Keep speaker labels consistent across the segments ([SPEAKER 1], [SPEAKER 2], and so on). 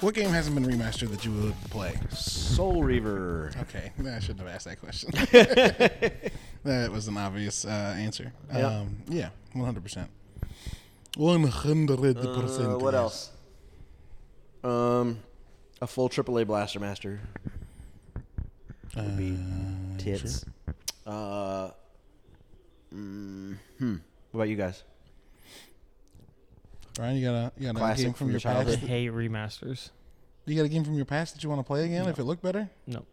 [SPEAKER 1] What game hasn't been remastered that you would play?
[SPEAKER 2] Soul Reaver.
[SPEAKER 1] Okay, I shouldn't have asked that question. that was an obvious uh, answer.
[SPEAKER 2] Yeah.
[SPEAKER 1] Um, yeah, one hundred percent. One hundred
[SPEAKER 2] Uh,
[SPEAKER 1] percent.
[SPEAKER 2] what else? Um, a full AAA Blaster Master. Would be tits. Uh, mm, hmm. What about you guys?
[SPEAKER 1] Ryan, you got a you got a
[SPEAKER 2] Classic
[SPEAKER 1] game from
[SPEAKER 2] from
[SPEAKER 1] your
[SPEAKER 2] your childhood.
[SPEAKER 3] I
[SPEAKER 1] past?
[SPEAKER 3] hate remasters.
[SPEAKER 1] You got a game from your past that you want to play again if it looked better?
[SPEAKER 3] No,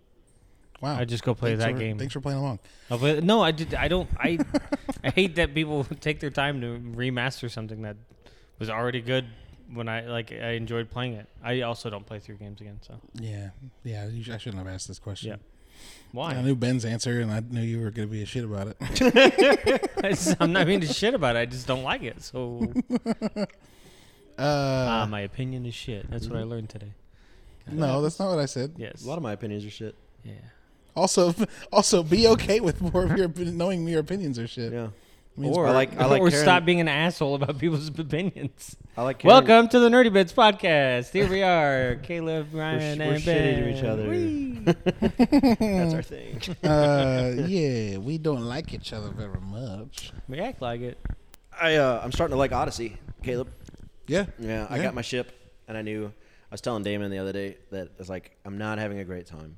[SPEAKER 1] Wow!
[SPEAKER 3] I just go play
[SPEAKER 1] Oh, Thanks
[SPEAKER 3] that
[SPEAKER 1] for-
[SPEAKER 3] game.
[SPEAKER 1] Thanks for playing along.
[SPEAKER 3] Oh, but no, I did. I don't. I I hate that people take their time to remaster something that was already good when I like I enjoyed playing it. I also don't play through games again. So
[SPEAKER 1] Yeah, yeah. You, sh- I shouldn't have asked this question.
[SPEAKER 3] yeah,
[SPEAKER 1] I
[SPEAKER 3] why?
[SPEAKER 1] knew Ben's answer, and I knew you were going to be a shit about it.
[SPEAKER 3] I just- I'm not being a shit about it. I just don't like it. So
[SPEAKER 1] Uh,
[SPEAKER 3] ah, my opinion is shit. That's what I learned today.
[SPEAKER 1] no, that's not what I said.
[SPEAKER 3] Yes.
[SPEAKER 2] A lot of my opinions are shit.
[SPEAKER 3] yeah.
[SPEAKER 1] Also, also be okay with more of your opin- knowing your opinions are shit.
[SPEAKER 2] Yeah.
[SPEAKER 1] I mean, it's
[SPEAKER 2] Or-
[SPEAKER 1] part-
[SPEAKER 2] like- I like
[SPEAKER 3] or
[SPEAKER 2] Karen-
[SPEAKER 3] stop being an asshole about people's opinions.
[SPEAKER 2] I like Karen.
[SPEAKER 3] Welcome to the Nerdy Bits podcast. Here we are, Caleb, Ryan,
[SPEAKER 2] we're
[SPEAKER 3] and Ben.
[SPEAKER 2] shitty to each other.
[SPEAKER 3] Whee!
[SPEAKER 2] That's our thing.
[SPEAKER 1] uh, yeah, we don't like each other very much.
[SPEAKER 3] we act like it.
[SPEAKER 2] I uh, I'm starting to like Odyssey, Caleb.
[SPEAKER 1] Yeah,
[SPEAKER 2] Yeah, I got my ship, and I knew I was telling Damon the other day that it's like I'm not having a great time,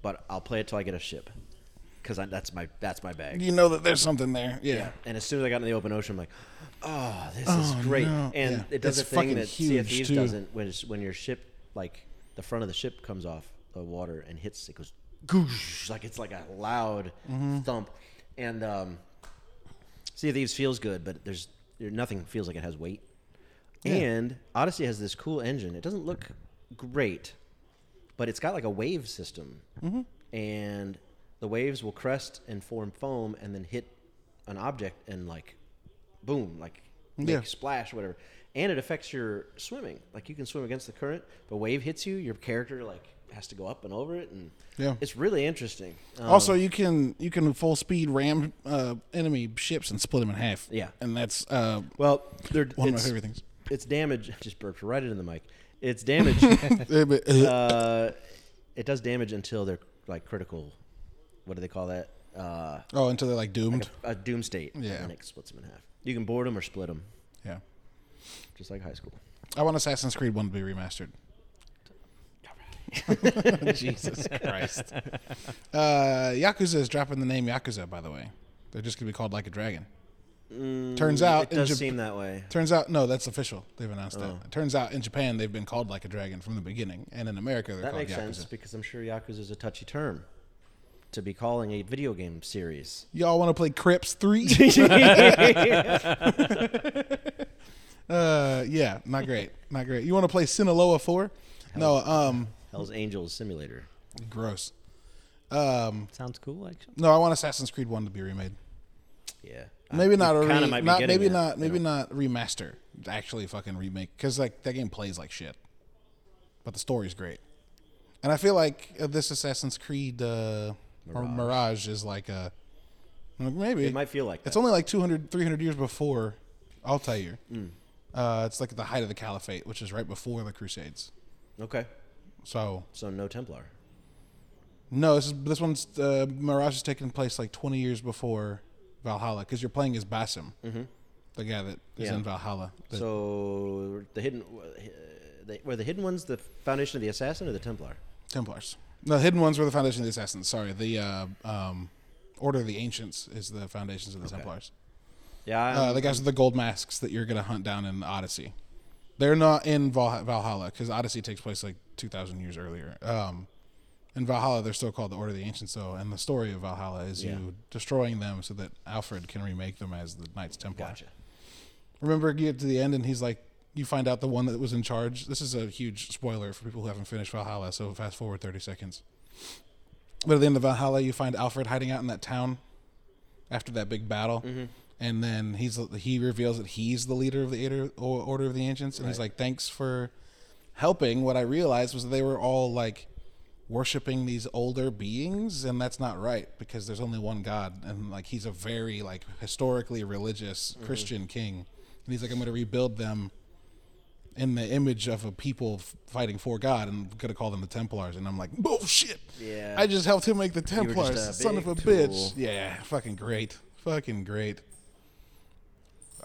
[SPEAKER 2] but I'll play it till I get a ship, because that's my that's my bag.
[SPEAKER 1] You know that there's something there. Yeah.
[SPEAKER 2] And as soon as I got in the open ocean, I'm like, oh, this
[SPEAKER 1] Oh,
[SPEAKER 2] is great.
[SPEAKER 1] no.
[SPEAKER 2] And
[SPEAKER 1] Yeah.
[SPEAKER 2] it does
[SPEAKER 1] It's
[SPEAKER 2] a thing
[SPEAKER 1] fucking
[SPEAKER 2] that Sea of
[SPEAKER 1] huge,
[SPEAKER 2] Thieves
[SPEAKER 1] too.
[SPEAKER 2] doesn't when it's, when your ship like the front of the ship comes off the water and hits it goes goosh like it's like a loud
[SPEAKER 1] Mm-hmm.
[SPEAKER 2] thump. And um, Sea of Thieves feels good, but there's there, nothing feels like it has weight.
[SPEAKER 1] Yeah.
[SPEAKER 2] And Odyssey has this cool engine. It doesn't look great, but it's got like a wave system,
[SPEAKER 1] Mm-hmm.
[SPEAKER 2] and the waves will crest and form foam, and then hit an object and like, boom, like make
[SPEAKER 1] Yeah.
[SPEAKER 2] splash or whatever. And it affects your swimming. Like you can swim against the current, but wave hits you, your character like has to go up and over it, and
[SPEAKER 1] Yeah.
[SPEAKER 2] it's really interesting. Um,
[SPEAKER 1] also, you can you can full speed ram uh, enemy ships and split them in half.
[SPEAKER 2] Yeah.
[SPEAKER 1] and that's uh,
[SPEAKER 2] well, they're,
[SPEAKER 1] one of my
[SPEAKER 2] it's-
[SPEAKER 1] favorite things.
[SPEAKER 2] It's damage. I just burped right into the mic. It's damage.
[SPEAKER 1] Uh, but, uh,
[SPEAKER 2] uh, it does damage until they're like critical. What do they call that? Uh,
[SPEAKER 1] oh, until they're like doomed.
[SPEAKER 2] a doom state.
[SPEAKER 1] Yeah.
[SPEAKER 2] And it splits them in half. You can board them or split them,
[SPEAKER 1] yeah,
[SPEAKER 2] just like high school.
[SPEAKER 1] I want Assassin's Creed One to be remastered. Jesus Christ! Uh, Yakuza is dropping the name Yakuza. By the way, they're just gonna be called Like a Dragon. turns out,
[SPEAKER 2] Mm, It does
[SPEAKER 1] in Jap-
[SPEAKER 2] seem Oh. that way.
[SPEAKER 1] turns out, no, that's official. They've announced that. Turns out, in Japan, they've been called Like a Dragon from the beginning, and in America, they're
[SPEAKER 2] That
[SPEAKER 1] called
[SPEAKER 2] makes
[SPEAKER 1] Yakuza.
[SPEAKER 2] sense because I'm sure Yakuza is a touchy term to be calling a video game series.
[SPEAKER 1] Y'all want to play Crips Three? uh, yeah, not great, not great. You want to play Sinaloa Four? No, um,
[SPEAKER 2] Hell's Angels Simulator.
[SPEAKER 1] gross. Um,
[SPEAKER 3] Sounds cool, actually.
[SPEAKER 1] no, I want Assassin's Creed One to be remade.
[SPEAKER 2] Yeah.
[SPEAKER 1] Maybe not, a
[SPEAKER 2] Kind
[SPEAKER 1] re-
[SPEAKER 2] of might be
[SPEAKER 1] not
[SPEAKER 2] getting
[SPEAKER 1] maybe
[SPEAKER 2] that.
[SPEAKER 1] not,
[SPEAKER 2] They
[SPEAKER 1] maybe
[SPEAKER 2] don't-
[SPEAKER 1] not remaster. Actually, fucking remake because like that game plays like shit, but the story's great. And I feel like uh, this Assassin's Creed uh, Mirage. Mirage is like a maybe
[SPEAKER 2] It might feel like
[SPEAKER 1] It's
[SPEAKER 2] that.
[SPEAKER 1] only like 200, 300 years before I'll tell you.
[SPEAKER 2] Mm.
[SPEAKER 1] Uh, it's like at the height of the Caliphate, which is right before the Crusades.
[SPEAKER 2] okay.
[SPEAKER 1] So
[SPEAKER 2] So no Templar.
[SPEAKER 1] no, this is this one's uh, Mirage is taking place like twenty years before Valhalla because you're playing as Basim, the guy that is
[SPEAKER 2] Yeah.
[SPEAKER 1] in Valhalla. The-
[SPEAKER 2] So the hidden, uh, they, were the hidden ones the foundation of the assassin or the Templar?
[SPEAKER 1] Templars. No, the hidden ones were the foundation of the assassins. Sorry, the uh, um, Order of the Ancients is the foundations of the Templars.
[SPEAKER 2] Yeah, I'm-
[SPEAKER 1] Uh, the guys with the gold masks that you're gonna hunt down in Odyssey. They're not in Val- Valhalla because Odyssey takes place like 2,000 years earlier. Um, in Valhalla, they're still called the Order of the Ancients, though. And the story of Valhalla is
[SPEAKER 2] Yeah.
[SPEAKER 1] you destroying them so that Alfred can remake them as the Knights Templar.
[SPEAKER 2] gotcha.
[SPEAKER 1] Remember, you get to the end, and he's like, you find out the one that was in charge. This is a huge spoiler for people who haven't finished Valhalla, so fast forward 30 seconds. But at the end of Valhalla, you find Alfred hiding out in that town after that big battle. And then he's he reveals that he's the leader of the Order, Order of the Ancients, and he's like, "Thanks for helping." What I realized was that they were all like worshiping these older beings, and that's not right because there's only one God, and like he's a very like historically religious Christian king, and he's like, "I'm going to rebuild them in the image of a people f- fighting for God and could have called them the Templars. And I'm like, bullshit.
[SPEAKER 2] Yeah.
[SPEAKER 1] I just helped him make the
[SPEAKER 2] were just
[SPEAKER 1] Templars,
[SPEAKER 2] a
[SPEAKER 1] son of
[SPEAKER 2] big
[SPEAKER 1] a
[SPEAKER 2] tool.
[SPEAKER 1] bitch. Yeah, fucking great. Fucking great.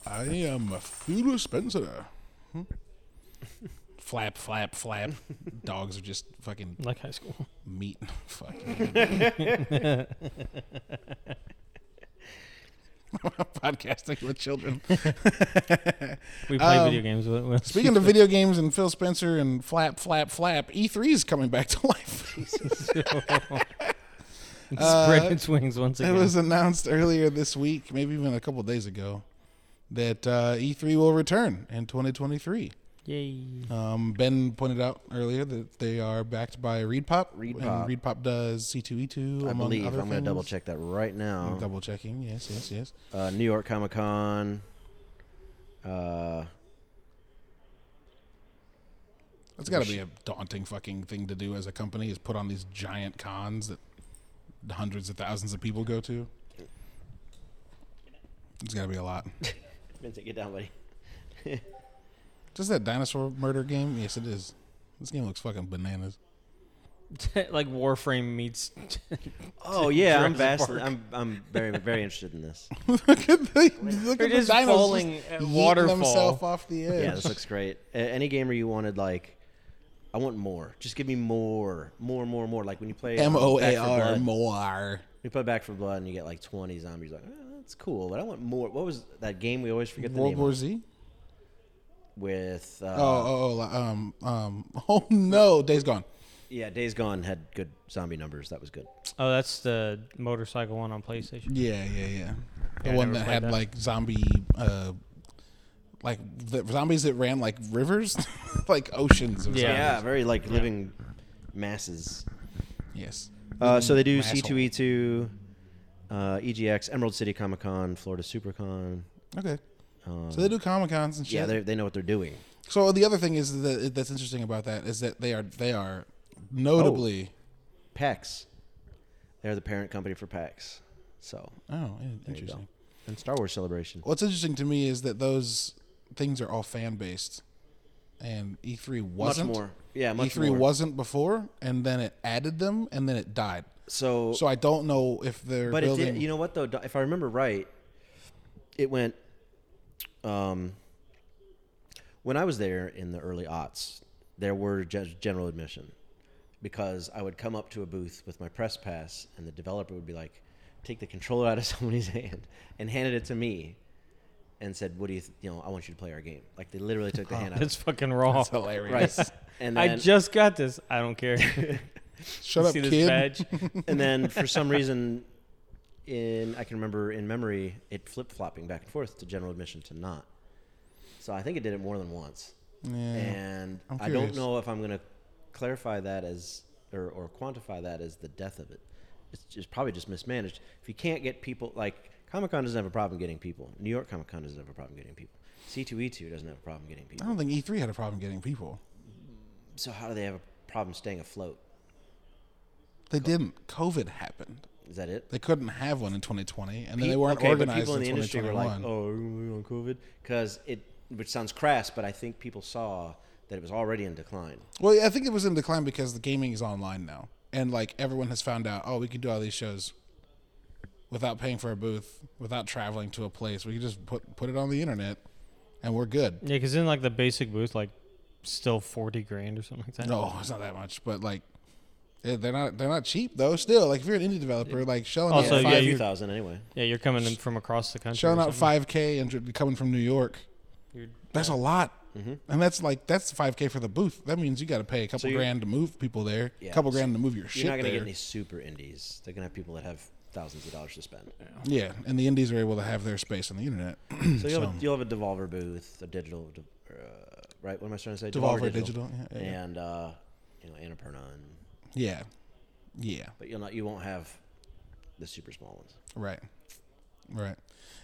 [SPEAKER 1] I am a food Spencer. Hmm? flap, flap, flap. Dogs are just fucking
[SPEAKER 3] Like high school.
[SPEAKER 1] meat. Fuck. Podcasting with children.
[SPEAKER 3] We play
[SPEAKER 1] Um,
[SPEAKER 3] video games with. with
[SPEAKER 1] Speaking of video games and Phil Spencer and flap, flap, flap, E3 is coming back to life.
[SPEAKER 3] spread its wings once
[SPEAKER 1] It
[SPEAKER 3] again.
[SPEAKER 1] was announced earlier this week, maybe even a couple days ago, that uh, E3 will return in 2023.
[SPEAKER 3] Yay.
[SPEAKER 1] Um, ben pointed out earlier that they are backed by ReedPop.
[SPEAKER 2] Reed Pop.
[SPEAKER 1] And ReedPop does C2E2,
[SPEAKER 2] I
[SPEAKER 1] among
[SPEAKER 2] believe I'm
[SPEAKER 1] other
[SPEAKER 2] going to double
[SPEAKER 1] things.
[SPEAKER 2] check that right now.
[SPEAKER 1] Double checking, yes, yes, yes.
[SPEAKER 2] Uh, New York Comic Con. Uh,
[SPEAKER 1] That's got to be a daunting fucking thing to do as a company is put on these giant cons that hundreds of thousands of people go to. It's got to be a lot.
[SPEAKER 2] Vincent, get down, buddy.
[SPEAKER 1] Just that dinosaur murder game? Yes, it is. This game looks fucking bananas.
[SPEAKER 3] like Warframe meets.
[SPEAKER 2] Oh yeah, I'm vast.
[SPEAKER 3] Jurassic Park.
[SPEAKER 2] I'm I'm very very interested in this.
[SPEAKER 1] look at the look
[SPEAKER 3] They're
[SPEAKER 1] at the
[SPEAKER 3] just
[SPEAKER 1] dinos
[SPEAKER 3] falling at
[SPEAKER 1] yeeting
[SPEAKER 3] waterfall.
[SPEAKER 1] themselves off the edge.
[SPEAKER 2] Yeah, this looks great. A- any game where you wanted like, I want more. Just give me more, more, more, more. Like when you play um,
[SPEAKER 1] M
[SPEAKER 2] Back
[SPEAKER 1] O
[SPEAKER 2] for
[SPEAKER 1] A R
[SPEAKER 2] Blood-
[SPEAKER 1] Moar.
[SPEAKER 2] You play Back for Blood and you get like 20 zombies. Like "Eh, that's cool, but I want more. What was that game we always forget the
[SPEAKER 1] World
[SPEAKER 2] name
[SPEAKER 1] War
[SPEAKER 2] of?
[SPEAKER 1] Z.
[SPEAKER 2] with? Uh,
[SPEAKER 1] Oh, oh, oh, um, um, oh no, Days Gone.
[SPEAKER 2] yeah, Days Gone had good zombie numbers. That was good.
[SPEAKER 3] Oh, that's the motorcycle one on PlayStation.
[SPEAKER 1] Yeah, yeah, yeah. The
[SPEAKER 3] Yeah, I
[SPEAKER 1] one
[SPEAKER 3] never
[SPEAKER 1] that
[SPEAKER 3] played
[SPEAKER 1] had
[SPEAKER 3] that.
[SPEAKER 1] like zombie, uh, like the zombies that ran like rivers, like oceans. Of
[SPEAKER 3] Yeah.
[SPEAKER 1] yeah.
[SPEAKER 2] Yeah, very like living masses.
[SPEAKER 1] Yes.
[SPEAKER 2] Uh, so they do
[SPEAKER 1] Asshole.
[SPEAKER 2] C2E2, uh, EGX, Emerald City Comic Con, Florida SuperCon.
[SPEAKER 1] Okay.
[SPEAKER 2] Um,
[SPEAKER 1] So they do comic cons and shit.
[SPEAKER 2] yeah, they they know what they're doing.
[SPEAKER 1] So the other thing is that that's interesting about that is that they are they are
[SPEAKER 2] Oh.
[SPEAKER 1] notably.
[SPEAKER 2] PAX, they're the parent company for PAX. So
[SPEAKER 1] Oh,
[SPEAKER 2] there you go.
[SPEAKER 1] interesting.
[SPEAKER 2] And Star Wars Celebration.
[SPEAKER 1] What's interesting to me is that those things are all fan based, and E3 wasn't. E
[SPEAKER 2] Much more. Yeah, much
[SPEAKER 1] E3
[SPEAKER 2] more.
[SPEAKER 1] wasn't before, and then it added them, and then it died.
[SPEAKER 2] so,
[SPEAKER 1] So I don't know if they're
[SPEAKER 2] but it
[SPEAKER 1] building.
[SPEAKER 2] did. You know what though? If I remember right, it went. Um, when I was there in the early aughts, there were just general admission, because I would come up to a booth with my press pass, and the developer would be like, "Take the controller out of somebody's hand," and handed it to me, and said, "What do you, th- you know? I want you to play our game." Like they literally took the hand out.
[SPEAKER 3] That's fucking raw.
[SPEAKER 1] That's hilarious.
[SPEAKER 2] Right. And
[SPEAKER 3] I
[SPEAKER 2] then,
[SPEAKER 3] just got this. I don't care.
[SPEAKER 1] Shut up,
[SPEAKER 3] See
[SPEAKER 1] kid.
[SPEAKER 3] this badge?
[SPEAKER 2] and then for some reason, in I can remember in memory, it flip flopping back and forth to general admission to not. So I think it did it more than once,
[SPEAKER 1] Yeah.
[SPEAKER 2] and
[SPEAKER 1] I'm
[SPEAKER 2] I don't
[SPEAKER 1] curious.
[SPEAKER 2] know if I'm going to clarify that as or, or quantify that as the death of it. It's just probably just mismanaged. If you can't get people like Comic Con doesn't have a problem getting people. New York Comic Con doesn't have a problem getting people. C2E2 doesn't have a problem getting
[SPEAKER 1] I
[SPEAKER 2] people.
[SPEAKER 1] don't think E3 had a problem getting people.
[SPEAKER 2] So how do they have a problem staying afloat?
[SPEAKER 1] They didn't. COVID happened.
[SPEAKER 2] Is that it?
[SPEAKER 1] They couldn't have one in 2020, and then
[SPEAKER 2] Pe-
[SPEAKER 1] they weren't
[SPEAKER 2] okay,
[SPEAKER 1] organized
[SPEAKER 2] but people in the industry were
[SPEAKER 1] 2021.
[SPEAKER 2] like, "Oh, we're gonna be on COVID," because it, which sounds crass, but I think people saw that it was already in decline.
[SPEAKER 1] Well, yeah, I think it was in decline because the gaming is online now, and like everyone has found out, oh, we can do all these shows without paying for a booth, without traveling to a place. We can just put put it on the internet, and we're good.
[SPEAKER 3] yeah, because in like the basic booth, like still forty grand or something like that.
[SPEAKER 1] No, it's not that much, but like eh, they're not they're not cheap though. Still, like if you're an indie developer, like shelling
[SPEAKER 3] Also,
[SPEAKER 1] out
[SPEAKER 3] yeah,
[SPEAKER 1] five,
[SPEAKER 3] you-
[SPEAKER 2] few thousand anyway.
[SPEAKER 3] Yeah, you're coming in from across the country.
[SPEAKER 1] shelling
[SPEAKER 3] or
[SPEAKER 1] out
[SPEAKER 3] something.
[SPEAKER 1] five k and dr- coming from New York,
[SPEAKER 3] You're-
[SPEAKER 1] that's a lot.
[SPEAKER 2] Mm-hmm.
[SPEAKER 1] And that's like that's five k for the booth. That means you got to pay a couple
[SPEAKER 2] you're-
[SPEAKER 1] grand to move people there, a
[SPEAKER 2] Yeah,
[SPEAKER 1] couple
[SPEAKER 2] so
[SPEAKER 1] grand to move your shit
[SPEAKER 2] You're not gonna
[SPEAKER 1] there.
[SPEAKER 2] get any super indies. They're gonna have people that have thousands of dollars to spend.
[SPEAKER 1] Yeah, and the indies are able to have their space on the internet.
[SPEAKER 2] So you'll have a, you'll have a Devolver booth, a digital, de- uh, right? What am I trying to say?
[SPEAKER 1] Devolver Digital, yeah, yeah, yeah.
[SPEAKER 2] and uh, you know Annapurna, and,
[SPEAKER 1] yeah, yeah,
[SPEAKER 2] but you'll not you won't have the super small ones.
[SPEAKER 1] right, right.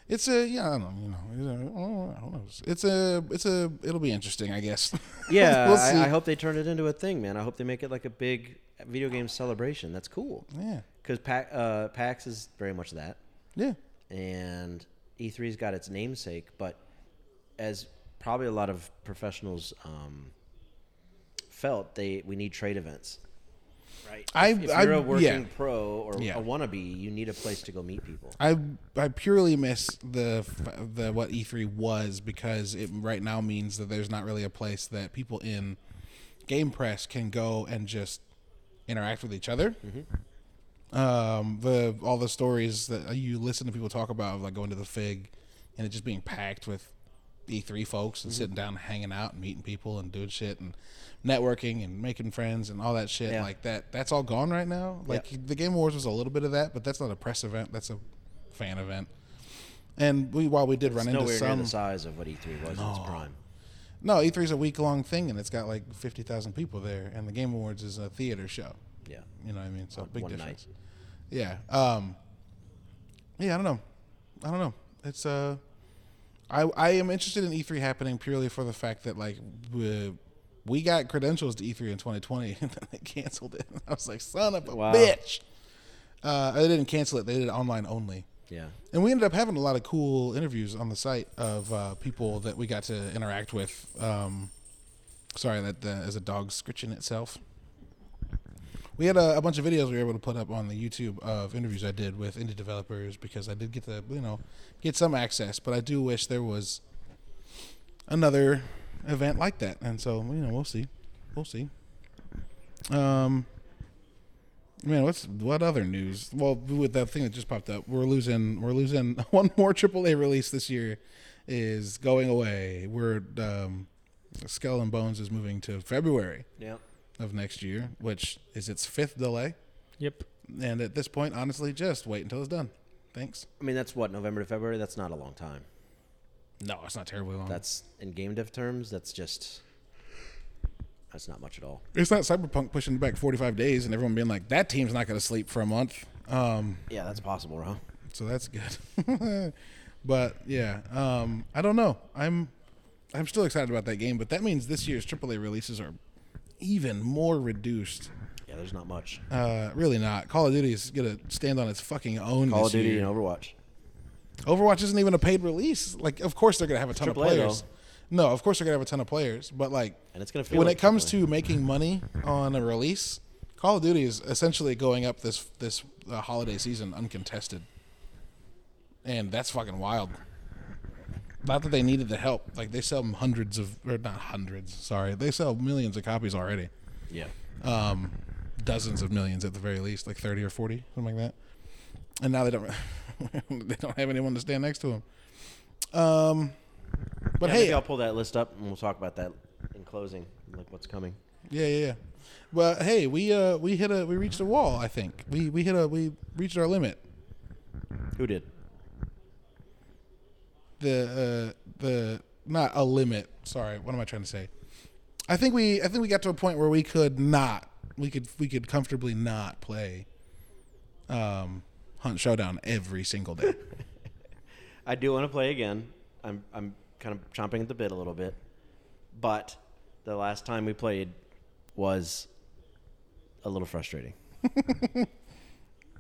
[SPEAKER 1] It's a yeah, I don't know, you know, it's a- oh, I don't know. It's a it's a it'll be interesting, I guess.
[SPEAKER 2] Yeah,
[SPEAKER 1] We'll see.
[SPEAKER 2] I, I hope they turn it into a thing, man. I hope they make it like a big video game celebration. That's cool.
[SPEAKER 1] yeah,
[SPEAKER 2] because pa- uh, PAX is very much that, E
[SPEAKER 1] yeah,
[SPEAKER 2] and E3's got its namesake. But as probably a lot of professionals um, felt they we need trade events. Right.
[SPEAKER 1] I-
[SPEAKER 2] if, if
[SPEAKER 1] I-
[SPEAKER 2] you're a working
[SPEAKER 1] yeah.
[SPEAKER 2] pro or
[SPEAKER 1] Yeah.
[SPEAKER 2] a wannabe, you need a place to go meet people.
[SPEAKER 1] I I purely miss the f- the what E3 was because it right now means that there's not really a place that people in game press can go and just interact with each other. Um, the all the stories that you listen to people talk about, like going to the Fig, and it just being packed with E3 folks and
[SPEAKER 2] Mm-hmm.
[SPEAKER 1] sitting down, hanging out, and meeting people and doing shit and networking and making friends and all that shit.
[SPEAKER 2] Yeah.
[SPEAKER 1] Like that, that's all gone right now. Like the Game Awards was a little bit of that, but that's not a press event. That's a fan event. And we while we did run
[SPEAKER 2] It's
[SPEAKER 1] into
[SPEAKER 2] nowhere near
[SPEAKER 1] some
[SPEAKER 2] the size of what E3 was in its prime.
[SPEAKER 1] no E3 is a week long thing and it's got like fifty thousand people there, and the Game Awards is a theater show.
[SPEAKER 2] Yeah.
[SPEAKER 1] You know what I mean? So big
[SPEAKER 2] one
[SPEAKER 1] difference. Yeah. Um, yeah, I don't know. I don't know. It's uh, I I am interested in E3 happening purely for the fact that like we, we got credentials to E3 in 2020 and then they canceled it. I was like, son of a
[SPEAKER 2] Wow.
[SPEAKER 1] bitch. Uh, they didn't cancel it. They did it online only.
[SPEAKER 2] Yeah.
[SPEAKER 1] And we ended up having a lot of cool interviews on the site of uh, people that we got to interact with. Um, sorry, that the, is a dog scritching itself. We had a, a bunch of videos we were able to put up on the YouTube of interviews I did with indie developers because I did get the you know get some access, but I do wish there was another event like that. And so you know we'll see, we'll see. Um, Man, what's what other news? Well, with that thing that just popped up, we're losing we're losing one more AAA release this year is going away. We're um, Skull and Bones is moving to February
[SPEAKER 2] Yeah.
[SPEAKER 1] of next year, which is its fifth delay.
[SPEAKER 3] Yep.
[SPEAKER 1] And at this point, honestly, just wait until it's done. Thanks.
[SPEAKER 2] I mean, that's what November to February. That's not a long time.
[SPEAKER 1] No, it's not terribly long.
[SPEAKER 2] That's in game dev terms. That's just that's not much at all.
[SPEAKER 1] it's not Cyberpunk pushing back 45 days and everyone being like, that team's not going to sleep for a month. Um,
[SPEAKER 2] Yeah, that's possible, huh?
[SPEAKER 1] so that's good. but yeah, um, I don't know. I'm I'm still excited about that game, but that means this year's AAA releases are even more reduced.
[SPEAKER 2] Yeah, there's not much.
[SPEAKER 1] Uh, really not. Call of Duty is gonna stand on its fucking own.
[SPEAKER 2] Call
[SPEAKER 1] this
[SPEAKER 2] of Duty
[SPEAKER 1] year.
[SPEAKER 2] and Overwatch.
[SPEAKER 1] Overwatch isn't even a paid release. Like, of course they're gonna have a ton
[SPEAKER 2] AAA
[SPEAKER 1] of players.
[SPEAKER 2] though.
[SPEAKER 1] No, of course they're gonna have a ton of players, but like
[SPEAKER 2] And it's gonna feel
[SPEAKER 1] when
[SPEAKER 2] like
[SPEAKER 1] it comes
[SPEAKER 2] AAA.
[SPEAKER 1] to making money on a release, Call of Duty is essentially going up this this uh, holiday season uncontested, and that's fucking wild. Not that they needed the help; like they sell hundreds of, or not hundreds. Sorry, they sell millions of copies already,
[SPEAKER 2] Yeah.
[SPEAKER 1] um, dozens of millions at the very least, like thirty or forty, something like that. And now they don't they don't have anyone to stand next to them. Um, but
[SPEAKER 2] Yeah,
[SPEAKER 1] hey,
[SPEAKER 2] maybe I'll pull that list up and we'll talk about that in closing, like what's coming.
[SPEAKER 1] Yeah, yeah, yeah. Well, hey, we uh we hit a we reached a wall. I think we we hit a we reached our limit.
[SPEAKER 2] Who did?
[SPEAKER 1] The uh the not a limit. Sorry, what am I trying to say? I think we I think we got to a point where we could not we could we could comfortably not play um Hunt Showdown every single day.
[SPEAKER 2] I do want to play again. I'm I'm kind of chomping at the bit a little bit, but the last time we played was a little frustrating.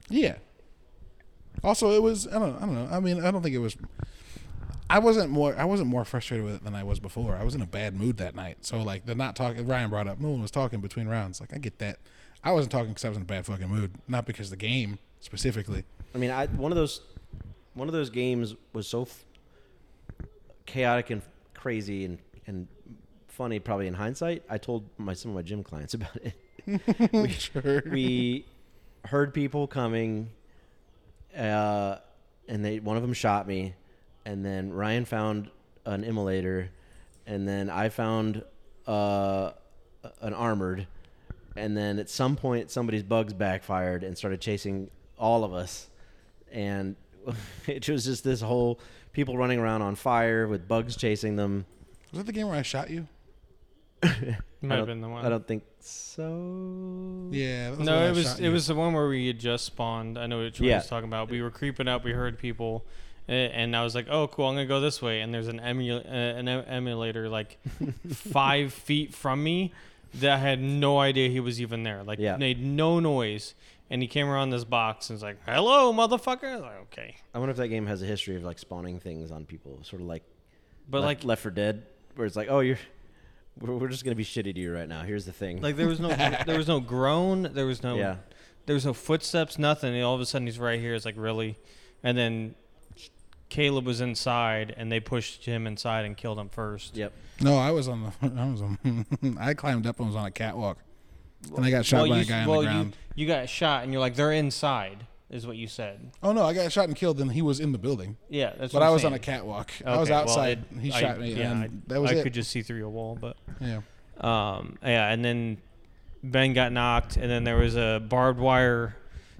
[SPEAKER 1] yeah. Also, it was I don't I don't know. I mean, I don't think it was I wasn't more I wasn't more frustrated with it than I was before. I was in a bad mood that night. So like the not talking Ryan brought up, no one was talking between rounds. Like I get that. I wasn't talking because I was in a bad fucking mood, not because the game specifically.
[SPEAKER 2] I mean, I one of those one of those games was so f- chaotic and crazy and and funny probably in hindsight. I told my some of my gym clients about it.
[SPEAKER 1] we, sure.
[SPEAKER 2] we heard people coming, uh, and they one of them shot me, and then Ryan found an immolator, and then I found uh, an armored, and then at some point somebody's bugs backfired and started chasing all of us, and it was just this whole people running around on fire with bugs chasing them.
[SPEAKER 1] was that the game where I shot you?
[SPEAKER 2] I
[SPEAKER 3] Might have
[SPEAKER 2] don't-
[SPEAKER 3] been the one.
[SPEAKER 2] I don't think so.
[SPEAKER 1] Yeah. That was the
[SPEAKER 3] No,
[SPEAKER 1] one I
[SPEAKER 3] it was
[SPEAKER 1] shot
[SPEAKER 3] it
[SPEAKER 1] you.
[SPEAKER 3] was the one where we had just spawned. I know what you
[SPEAKER 2] Yeah.
[SPEAKER 3] was talking about. We were creeping up. We heard people, a- and I was like, "Oh, cool! I'm gonna go this way." And there's an emula- uh, an em- emulator like five feet from me that I had no idea he was even there. Like,
[SPEAKER 2] Yeah.
[SPEAKER 3] made no noise, and he came around this box and was like, "Hello, motherfucker!" I was like, okay,
[SPEAKER 2] I wonder if that game has a history of like spawning things on people, sort of like
[SPEAKER 3] but
[SPEAKER 2] Le-
[SPEAKER 3] like
[SPEAKER 2] Left for Dead. where it's like, oh, you're, we're, we're just gonna be shitty to you right now. Here's the thing.
[SPEAKER 3] Like there was no there was no groan, there was no
[SPEAKER 2] Yeah.
[SPEAKER 3] there was no footsteps, nothing. And all of a sudden he's right here. It's like really, and then Caleb was inside, and they pushed him inside and killed him first.
[SPEAKER 2] yep.
[SPEAKER 1] No, I was on the. I was on. I climbed up and was on a catwalk, and I got shot
[SPEAKER 3] Well,
[SPEAKER 1] by
[SPEAKER 3] you,
[SPEAKER 1] a guy on
[SPEAKER 3] well,
[SPEAKER 1] the ground.
[SPEAKER 3] You, you got shot, and you're like they're inside, is what you said.
[SPEAKER 1] oh no, I got shot and killed. Then he was in the building,
[SPEAKER 3] Yeah, that's.
[SPEAKER 1] but
[SPEAKER 3] what
[SPEAKER 1] I
[SPEAKER 3] I'm
[SPEAKER 1] was on a
[SPEAKER 3] saying.
[SPEAKER 1] catwalk.
[SPEAKER 3] Okay,
[SPEAKER 1] I was
[SPEAKER 3] well,
[SPEAKER 1] outside.
[SPEAKER 3] it-
[SPEAKER 1] he
[SPEAKER 3] I-
[SPEAKER 1] shot me,
[SPEAKER 3] yeah,
[SPEAKER 1] and
[SPEAKER 3] I,
[SPEAKER 1] that was
[SPEAKER 3] I
[SPEAKER 1] it.
[SPEAKER 3] could just see through a wall, but
[SPEAKER 1] yeah.
[SPEAKER 3] Um, yeah, and then Ben got knocked, and then there was a barbed wire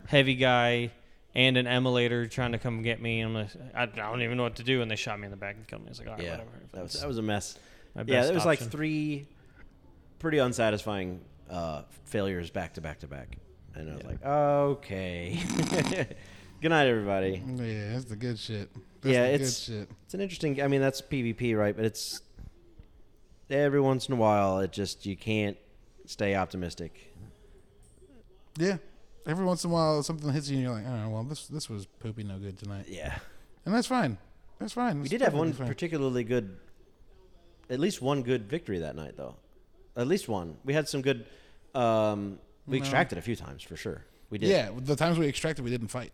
[SPEAKER 3] heavy guy and an emulator trying to come get me. And I'm like, I, I don't even know what to do. And they shot me in the back and killed me. It's like, all right,
[SPEAKER 2] Yeah.
[SPEAKER 3] whatever.
[SPEAKER 2] That was that was a mess.
[SPEAKER 3] my
[SPEAKER 2] yeah,
[SPEAKER 3] best
[SPEAKER 2] there was like
[SPEAKER 3] option.
[SPEAKER 2] three pretty unsatisfying uh, failures back to back to back, and I was like, okay. Good night, everybody.
[SPEAKER 1] Yeah, that's the good shit. That's
[SPEAKER 2] Yeah,
[SPEAKER 1] the
[SPEAKER 2] it's-
[SPEAKER 1] good shit.
[SPEAKER 2] It's an interesting. I mean, that's PvP, right? But it's every once in a while, it just you can't stay optimistic.
[SPEAKER 1] Yeah. Every once in a while, something hits you, and you're like, "Oh, well, this this was poopy no good tonight,"
[SPEAKER 2] Yeah,
[SPEAKER 1] and that's fine. That's fine.
[SPEAKER 2] we
[SPEAKER 1] It's
[SPEAKER 2] did have
[SPEAKER 1] perfectly
[SPEAKER 2] one
[SPEAKER 1] fine.
[SPEAKER 2] particularly good, at least one good victory that night, though. At least one. We had some good. Um, we
[SPEAKER 1] No.
[SPEAKER 2] extracted a few times for sure. We did.
[SPEAKER 1] Yeah, the times we extracted, we didn't fight.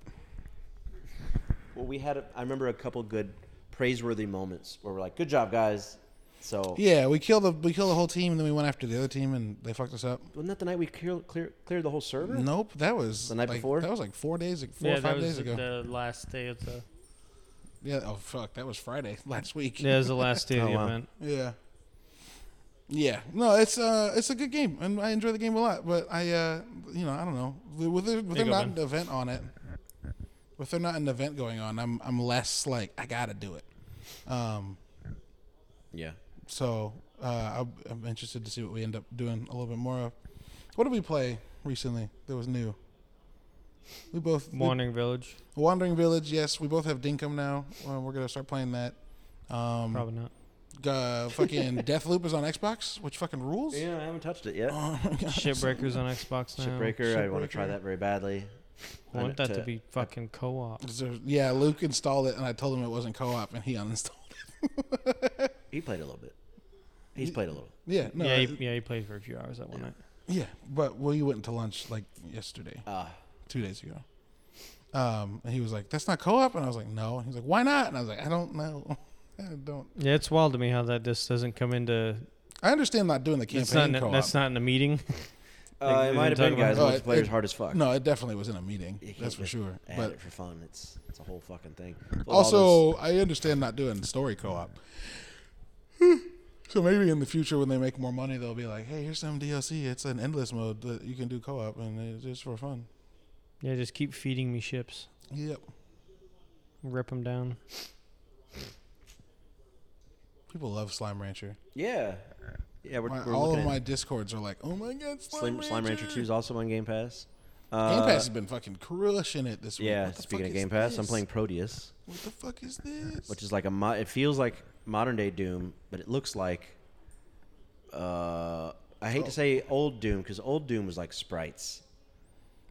[SPEAKER 2] Well, we had. A, I remember a couple good praiseworthy moments where we're like, "Good job, guys."
[SPEAKER 3] Oh.
[SPEAKER 2] So
[SPEAKER 1] Yeah, we killed the we killed the whole team, and then we went after the other team, and they fucked us up.
[SPEAKER 2] wasn't that the night we clear, clear, cleared the whole server?
[SPEAKER 1] Nope, that was
[SPEAKER 2] The night
[SPEAKER 1] like-
[SPEAKER 2] before?
[SPEAKER 1] That was like four days, ag- four
[SPEAKER 4] yeah,
[SPEAKER 1] or
[SPEAKER 4] that
[SPEAKER 1] five
[SPEAKER 4] was
[SPEAKER 1] days ago.
[SPEAKER 4] the last day of the.
[SPEAKER 1] Yeah. Oh fuck, that was Friday last week.
[SPEAKER 3] Yeah, it was the last day of
[SPEAKER 2] Oh,
[SPEAKER 3] the
[SPEAKER 2] wow.
[SPEAKER 3] event.
[SPEAKER 1] Yeah. Yeah. No, it's uh, it's a good game, and I enjoy the game a lot. But I, uh, you know, I don't know. With there, with
[SPEAKER 3] you
[SPEAKER 1] there
[SPEAKER 3] go,
[SPEAKER 1] not
[SPEAKER 3] Ben.
[SPEAKER 1] an event on it, with there not an event going on, I'm I'm less like I gotta do it. Um.
[SPEAKER 2] Yeah.
[SPEAKER 1] So uh, I'm, I'm interested to see what we end up doing a little bit more of. What did we play recently that was new? We both we-
[SPEAKER 3] Wandering Village,
[SPEAKER 1] Wandering Village. Yes, we both have Dinkum now. Well, we're gonna start playing that. Um,
[SPEAKER 3] probably not.
[SPEAKER 1] uh, fucking Deathloop is on Xbox, which fucking rules.
[SPEAKER 2] Yeah, I haven't touched it yet.
[SPEAKER 1] Oh my God.
[SPEAKER 3] Shipbreakers on Xbox now.
[SPEAKER 2] Shipbreaker, I want to try
[SPEAKER 1] Shipbreaker.
[SPEAKER 2] that very badly.
[SPEAKER 3] Oh, I
[SPEAKER 2] I
[SPEAKER 3] want
[SPEAKER 2] know-
[SPEAKER 3] that to
[SPEAKER 2] Uh,
[SPEAKER 3] be fucking co-op.
[SPEAKER 1] So, yeah, Luke installed it, and I told him it wasn't co-op, and he uninstalled.
[SPEAKER 2] He played a little bit. He's played a little.
[SPEAKER 1] It. Yeah, no,
[SPEAKER 3] yeah,
[SPEAKER 1] yeah,
[SPEAKER 2] uh,
[SPEAKER 3] he, yeah, he played for a few hours that one night.
[SPEAKER 1] But we went to lunch like yesterday,
[SPEAKER 2] Ah,
[SPEAKER 1] two days ago. Um, and he was like, "That's not co-op," and I was like, "No." And he was like, "Why not?" And I was like, "I don't know. I don't.
[SPEAKER 3] Yeah, it's wild to me how that just doesn't come into.
[SPEAKER 1] I understand not doing the
[SPEAKER 3] That's
[SPEAKER 1] campaign
[SPEAKER 3] not,
[SPEAKER 1] co-op.
[SPEAKER 3] that's not in a meeting.
[SPEAKER 2] uh,
[SPEAKER 3] we
[SPEAKER 2] it might
[SPEAKER 3] didn't
[SPEAKER 2] have
[SPEAKER 3] talk
[SPEAKER 2] been
[SPEAKER 3] about
[SPEAKER 2] guys.
[SPEAKER 1] it. Oh, it-
[SPEAKER 2] multiplayer's
[SPEAKER 1] it-
[SPEAKER 2] hard as fuck.
[SPEAKER 1] no, it definitely was in a meeting.
[SPEAKER 2] You can't
[SPEAKER 1] That's for
[SPEAKER 2] just
[SPEAKER 1] sure.
[SPEAKER 2] Add
[SPEAKER 1] But
[SPEAKER 2] it for fun. It's it's a whole fucking thing. With all
[SPEAKER 1] Also, I understand not doing story co-op. so maybe in the future, when they make more money, they'll be like, "Hey, here's some DLC. It's an endless mode that you can do co-op, and it's just for fun."
[SPEAKER 3] Yeah, just keep feeding me ships,
[SPEAKER 1] Yep.
[SPEAKER 3] rip them down.
[SPEAKER 1] People love Slime Rancher.
[SPEAKER 2] those- yeah, yeah. We're,
[SPEAKER 1] My-
[SPEAKER 2] we're
[SPEAKER 1] all
[SPEAKER 2] looking
[SPEAKER 1] of
[SPEAKER 2] at
[SPEAKER 1] my discords are like, "Oh my god, Slime,
[SPEAKER 2] Slime,
[SPEAKER 1] Rancher!"
[SPEAKER 2] Slime Rancher Two is also on Game Pass. Uh,
[SPEAKER 1] Game Pass has been fucking crushing it this week.
[SPEAKER 2] Yeah,
[SPEAKER 1] What the
[SPEAKER 2] speaking
[SPEAKER 1] fuck
[SPEAKER 2] of
[SPEAKER 1] is
[SPEAKER 2] Game Pass, I'm
[SPEAKER 1] this?
[SPEAKER 2] playing Proteus,
[SPEAKER 1] What the fuck is this?
[SPEAKER 2] which is like a mo- it feels like modern day Doom, but it looks like uh, I hate to say old Doom because old Doom was like sprites.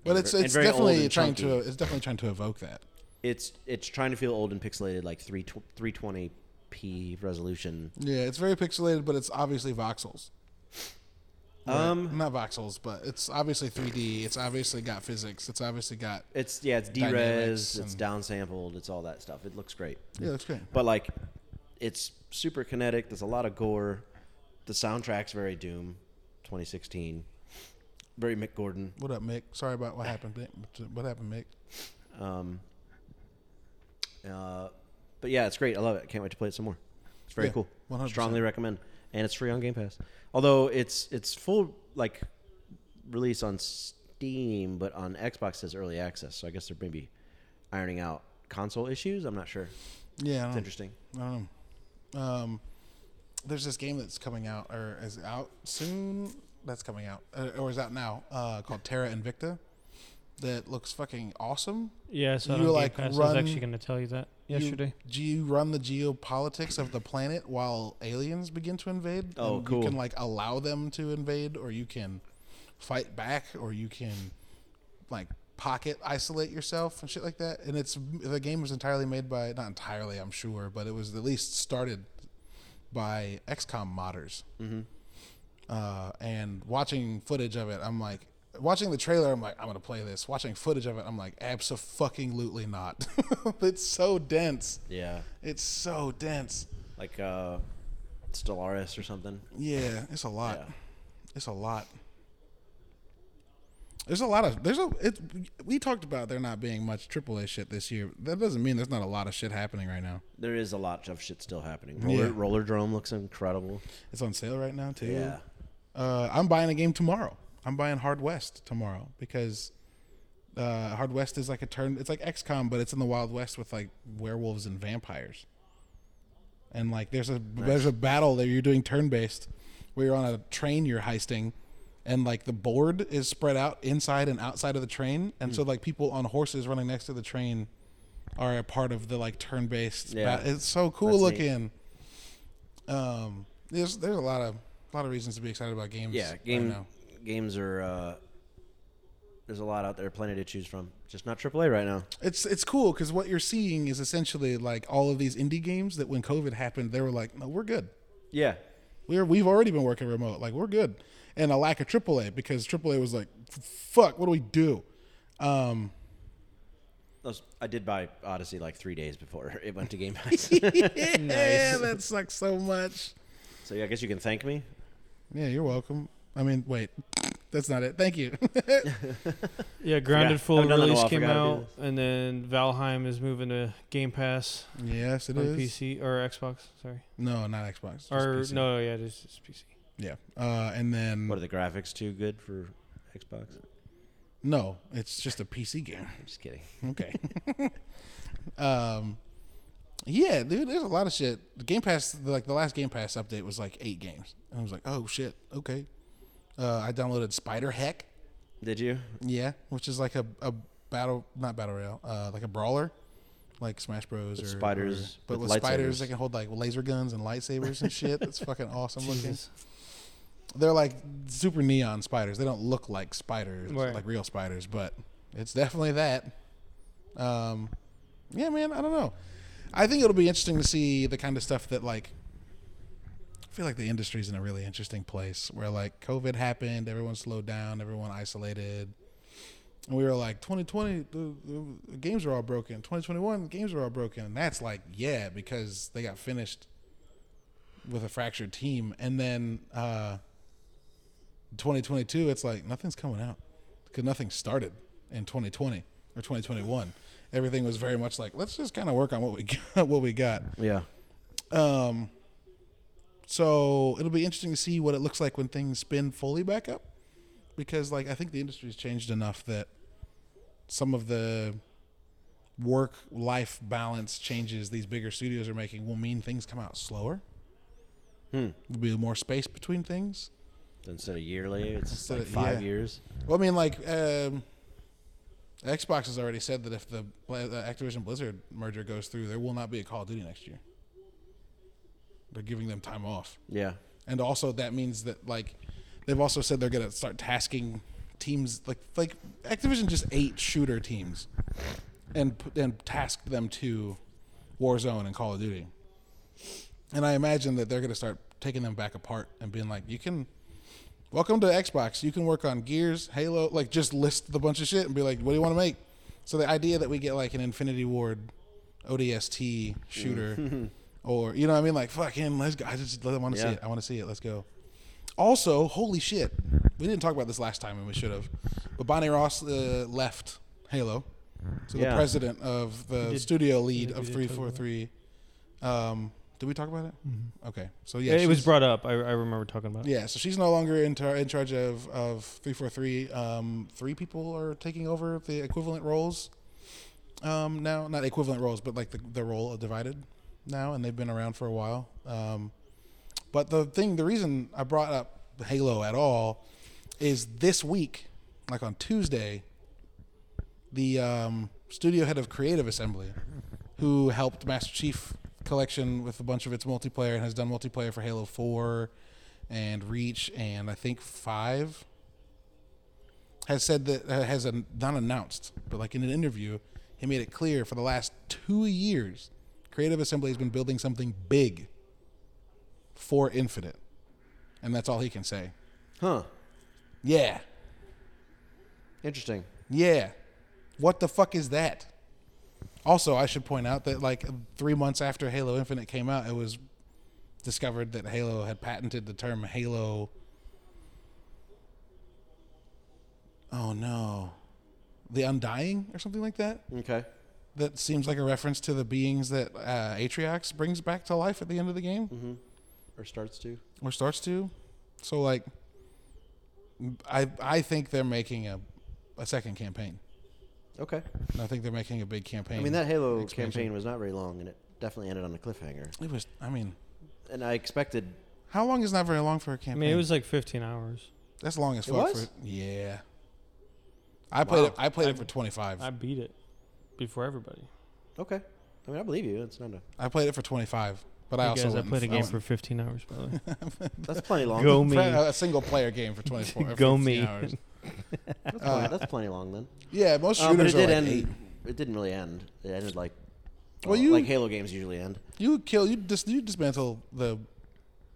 [SPEAKER 1] but it's
[SPEAKER 2] and
[SPEAKER 1] it's
[SPEAKER 2] very old
[SPEAKER 1] definitely
[SPEAKER 2] and
[SPEAKER 1] trying to
[SPEAKER 2] chunky.
[SPEAKER 1] it's definitely trying to evoke that.
[SPEAKER 2] It's it's trying to feel old and pixelated like 3 320p resolution.
[SPEAKER 1] Yeah, it's very pixelated, but it's obviously voxels.
[SPEAKER 2] Um
[SPEAKER 1] not voxels, but it's obviously 3D. It's obviously got physics. It's obviously got
[SPEAKER 2] it's yeah, it's
[SPEAKER 1] Dynamics
[SPEAKER 2] derez, it's
[SPEAKER 1] and-
[SPEAKER 2] downsampled, it's all that stuff. It looks great.
[SPEAKER 1] yeah, that's great.
[SPEAKER 2] But like it's super kinetic, there's a lot of gore. The soundtrack's very Doom 2016. Very Mick Gordon.
[SPEAKER 1] What up, Mick? Sorry about what happened. Mick. What happened, Mick?
[SPEAKER 2] Um, uh, but yeah, it's great. I love it. Can't wait to play it some more. It's very
[SPEAKER 1] Yeah,
[SPEAKER 2] cool.
[SPEAKER 1] 100%.
[SPEAKER 2] Strongly recommend, and it's free on Game Pass. Although it's it's full like release on Steam, but on Xbox says early access. So I guess they're maybe ironing out console issues. I'm not sure.
[SPEAKER 1] Yeah, I
[SPEAKER 2] It's
[SPEAKER 1] don't,
[SPEAKER 2] interesting.
[SPEAKER 1] I don't know. Um, there's this game that's coming out or is out soon. That's coming out uh, or is out now uh, called Terra Invicta. That looks fucking awesome.
[SPEAKER 3] Yeah, so
[SPEAKER 1] You,
[SPEAKER 3] you
[SPEAKER 1] like,
[SPEAKER 3] like I was
[SPEAKER 1] run-
[SPEAKER 3] actually going to tell you that
[SPEAKER 1] You-
[SPEAKER 3] yesterday.
[SPEAKER 1] do you run the geopolitics of the planet while aliens begin to invade?
[SPEAKER 2] Oh,
[SPEAKER 1] and
[SPEAKER 2] cool.
[SPEAKER 1] You can like allow them to invade, or you can fight back, or you can like pocket isolate yourself and shit like that. And it's the game was entirely made by not entirely, I'm sure, but it was at least started by XCOM modders.
[SPEAKER 2] Mm-hmm.
[SPEAKER 1] Uh, and watching footage of it, I'm like, watching the trailer, I'm like, I'm gonna play this. Watching footage of it, I'm like, absolutely not. it's so dense.
[SPEAKER 2] Yeah,
[SPEAKER 1] It's so dense.
[SPEAKER 2] like uh, Stellaris or something.
[SPEAKER 1] Yeah, it's a lot.
[SPEAKER 2] Yeah.
[SPEAKER 1] It's a lot. There's a lot of there's a it. We talked about there not being much AAA shit this year. That doesn't mean there's not a lot of shit happening right now.
[SPEAKER 2] There is a lot of shit still happening. Roller,
[SPEAKER 1] Yeah.
[SPEAKER 2] Roller Drome looks incredible.
[SPEAKER 1] It's on sale right now too.
[SPEAKER 2] Yeah.
[SPEAKER 1] Uh, I'm buying a game tomorrow. I'm buying Hard West tomorrow because uh, Hard West is like a turn. It's like XCOM, but it's in the Wild West with like werewolves and vampires. And like, there's a there's a battle that you're doing turn based, where you're on a train you're heisting, and like the board is spread out inside and outside of the train, and
[SPEAKER 2] Hmm.
[SPEAKER 1] so like people on horses running next to the train are a part of the like turn based.
[SPEAKER 2] Yeah.
[SPEAKER 1] It's so cool
[SPEAKER 2] That's neat.
[SPEAKER 1] looking um, there's there's a lot of a lot of reasons to be excited about games.
[SPEAKER 2] Yeah,
[SPEAKER 1] right
[SPEAKER 2] game
[SPEAKER 1] now.
[SPEAKER 2] games are. Uh, there's a lot out there, plenty to choose from. Just not AAA right now.
[SPEAKER 1] It's it's cool because what you're seeing is essentially like all of these indie games that when COVID happened, they were like, no, we're good.
[SPEAKER 2] Yeah,
[SPEAKER 1] We're we've already been working remote, like we're good, and a lack of AAA because AAA was like, "F- fuck, what do we do? Um,
[SPEAKER 2] Those- I did buy Odyssey like three days before it went to Game Pass.
[SPEAKER 1] yeah, that sucks so much.
[SPEAKER 2] so yeah, I guess you can thank me.
[SPEAKER 1] Yeah, you're welcome. I mean, wait, that's not it. Thank you.
[SPEAKER 3] Yeah, Grounded
[SPEAKER 2] Forgot-
[SPEAKER 3] Full
[SPEAKER 2] I've done that a
[SPEAKER 3] release
[SPEAKER 2] while,
[SPEAKER 3] came
[SPEAKER 2] forgot to do
[SPEAKER 3] out, and then Valheim is moving to Game Pass
[SPEAKER 1] yes, it
[SPEAKER 3] on
[SPEAKER 1] is.
[SPEAKER 3] PC or Xbox. Sorry,
[SPEAKER 1] No, not Xbox. just
[SPEAKER 3] or
[SPEAKER 1] PC.
[SPEAKER 3] no, yeah, it's, it's PC.
[SPEAKER 1] Yeah, uh, and then
[SPEAKER 2] What are the graphics too good for Xbox?
[SPEAKER 1] no, it's just a PC game.
[SPEAKER 2] I'm just kidding.
[SPEAKER 1] Okay. um, yeah, dude, there's a lot of shit. The Game Pass, like the last Game Pass update was like eight games, and I was like, oh shit, okay. Uh, I downloaded Spider Heck,
[SPEAKER 2] Did you?
[SPEAKER 1] yeah, which is like a, a battle, not battle royale, uh, like a brawler, like Smash Bros.
[SPEAKER 2] With
[SPEAKER 1] or
[SPEAKER 2] spiders,
[SPEAKER 1] or- but
[SPEAKER 2] with
[SPEAKER 1] with, spiders
[SPEAKER 2] lightsabers.
[SPEAKER 1] they can hold like laser guns and lightsabers and shit. That's fucking awesome looking. They're like super neon spiders. They don't look like spiders,
[SPEAKER 3] Right.
[SPEAKER 1] like real spiders, but it's definitely that. Um, yeah, man, I don't know. I think it'll be interesting to see the kind of stuff that like. I feel like the industry's in a really interesting place where like COVID happened, everyone slowed down, everyone isolated, and we were like 2020, the, the games are all broken. 2021, the games are all broken, and that's like yeah because they got finished with a fractured team, and then uh, 2022, it's like nothing's coming out because nothing started in 2020 or 2021. Everything was very much like let's just kind of work on what we got, what we got.
[SPEAKER 2] Yeah.
[SPEAKER 1] Um, so it'll be interesting to see what it looks like when things spin fully back up, because like I think the industry's changed enough that some of the work life balance changes these bigger studios are making will mean things come out slower.
[SPEAKER 2] Hmm.
[SPEAKER 1] There'll be more space between things.
[SPEAKER 2] Instead of yearly, it's
[SPEAKER 1] Instead
[SPEAKER 2] like
[SPEAKER 1] of-
[SPEAKER 2] five
[SPEAKER 1] yeah.
[SPEAKER 2] years.
[SPEAKER 1] Well, I mean, like um, Xbox has already said that if the Bla- uh, Activision Blizzard merger goes through, there will not be a Call of Duty next year. They're giving them time off.
[SPEAKER 2] Yeah.
[SPEAKER 1] and also that means that like they've also said they're gonna start tasking teams like like Activision just ate shooter teams and p- and tasked them to Warzone and Call of Duty, and I imagine that they're gonna start taking them back apart and being like, you can. Welcome to Xbox. You can work on Gears, Halo, like just list the bunch of shit and be like, what do you want to make? So the idea that we get like an Infinity Ward ODST shooter or you know what I mean like fucking let's go. I just I want to see
[SPEAKER 2] Yeah.
[SPEAKER 1] it. I want to see it. Let's go. Also, holy shit. We didn't talk about this last time and we should have. But Bonnie Ross uh, left Halo. So the
[SPEAKER 2] Yeah.
[SPEAKER 1] president of the
[SPEAKER 3] did-
[SPEAKER 1] studio lead
[SPEAKER 3] I
[SPEAKER 1] of
[SPEAKER 3] think we did talk about
[SPEAKER 1] 343 um did we talk about it? Okay. So yeah,
[SPEAKER 3] Mm-hmm. it was
[SPEAKER 1] she's-
[SPEAKER 3] brought up. I, I remember talking about. it.
[SPEAKER 1] yeah, so she's no longer in, tar- in charge of, of 343. Um, three people are taking over the equivalent roles um, now. Not equivalent roles, but like the, the role of divided now, and they've been around for a while. Um, but the thing, the reason I brought up Halo at all is this week, like on Tuesday, the um, studio head of Creative Assembly, who helped Master Chief Collection with a bunch of its multiplayer and has done multiplayer for Halo 4 and Reach and I think 5, has said that, uh, has an, not announced, but like in an interview, he made it clear for the last two years, Creative Assembly has been building something big for infinite, and that's all he can say.
[SPEAKER 2] Huh.
[SPEAKER 1] Yeah,
[SPEAKER 2] Interesting.
[SPEAKER 1] yeah. What the fuck is that? Also, I should point out that like three months after Halo Infinite came out, it was discovered that Halo had patented the term Halo. Oh no, the Undying or something like that.
[SPEAKER 2] Okay.
[SPEAKER 1] that seems like a reference to the beings that uh, Atriox brings back to life at the end of the game
[SPEAKER 2] Or starts to.
[SPEAKER 1] or starts to. So like, I I think they're making a a second campaign.
[SPEAKER 2] Okay.
[SPEAKER 1] And I think they're making a big campaign.
[SPEAKER 2] I mean, that Halo
[SPEAKER 1] Expansion.
[SPEAKER 2] campaign was not very long, and it definitely ended on a cliffhanger.
[SPEAKER 1] it was. I mean,
[SPEAKER 2] And I expected.
[SPEAKER 1] how long is not very long for a
[SPEAKER 3] I
[SPEAKER 1] campaign?
[SPEAKER 3] mean, it was like 15 hours.
[SPEAKER 1] that's long as
[SPEAKER 2] It
[SPEAKER 1] fuck.
[SPEAKER 2] was?
[SPEAKER 1] For, yeah, I played it. I played it
[SPEAKER 3] I-
[SPEAKER 1] for twenty five.
[SPEAKER 3] I beat it before everybody.
[SPEAKER 2] Okay. I mean, I believe you. It's not a.
[SPEAKER 1] I played it for twenty five. But I
[SPEAKER 3] You
[SPEAKER 1] also
[SPEAKER 3] guys, I
[SPEAKER 1] wouldn't-
[SPEAKER 3] played a game
[SPEAKER 1] wouldn't-
[SPEAKER 3] for 15 hours, by the way.
[SPEAKER 2] That's plenty long.
[SPEAKER 3] Go
[SPEAKER 1] for
[SPEAKER 3] me.
[SPEAKER 1] a single player game for twenty four.
[SPEAKER 3] Go me.
[SPEAKER 1] Hours.
[SPEAKER 2] That's, plenty,
[SPEAKER 3] Uh,
[SPEAKER 2] that's plenty long then.
[SPEAKER 1] Yeah, most shooters
[SPEAKER 2] Um, but it
[SPEAKER 1] are
[SPEAKER 2] did
[SPEAKER 1] like
[SPEAKER 2] end.
[SPEAKER 1] eight.
[SPEAKER 2] It didn't really end. It ended like.
[SPEAKER 1] Well,
[SPEAKER 2] Well,
[SPEAKER 1] you-
[SPEAKER 2] like Halo games usually end.
[SPEAKER 1] You kill you dis you dismantle the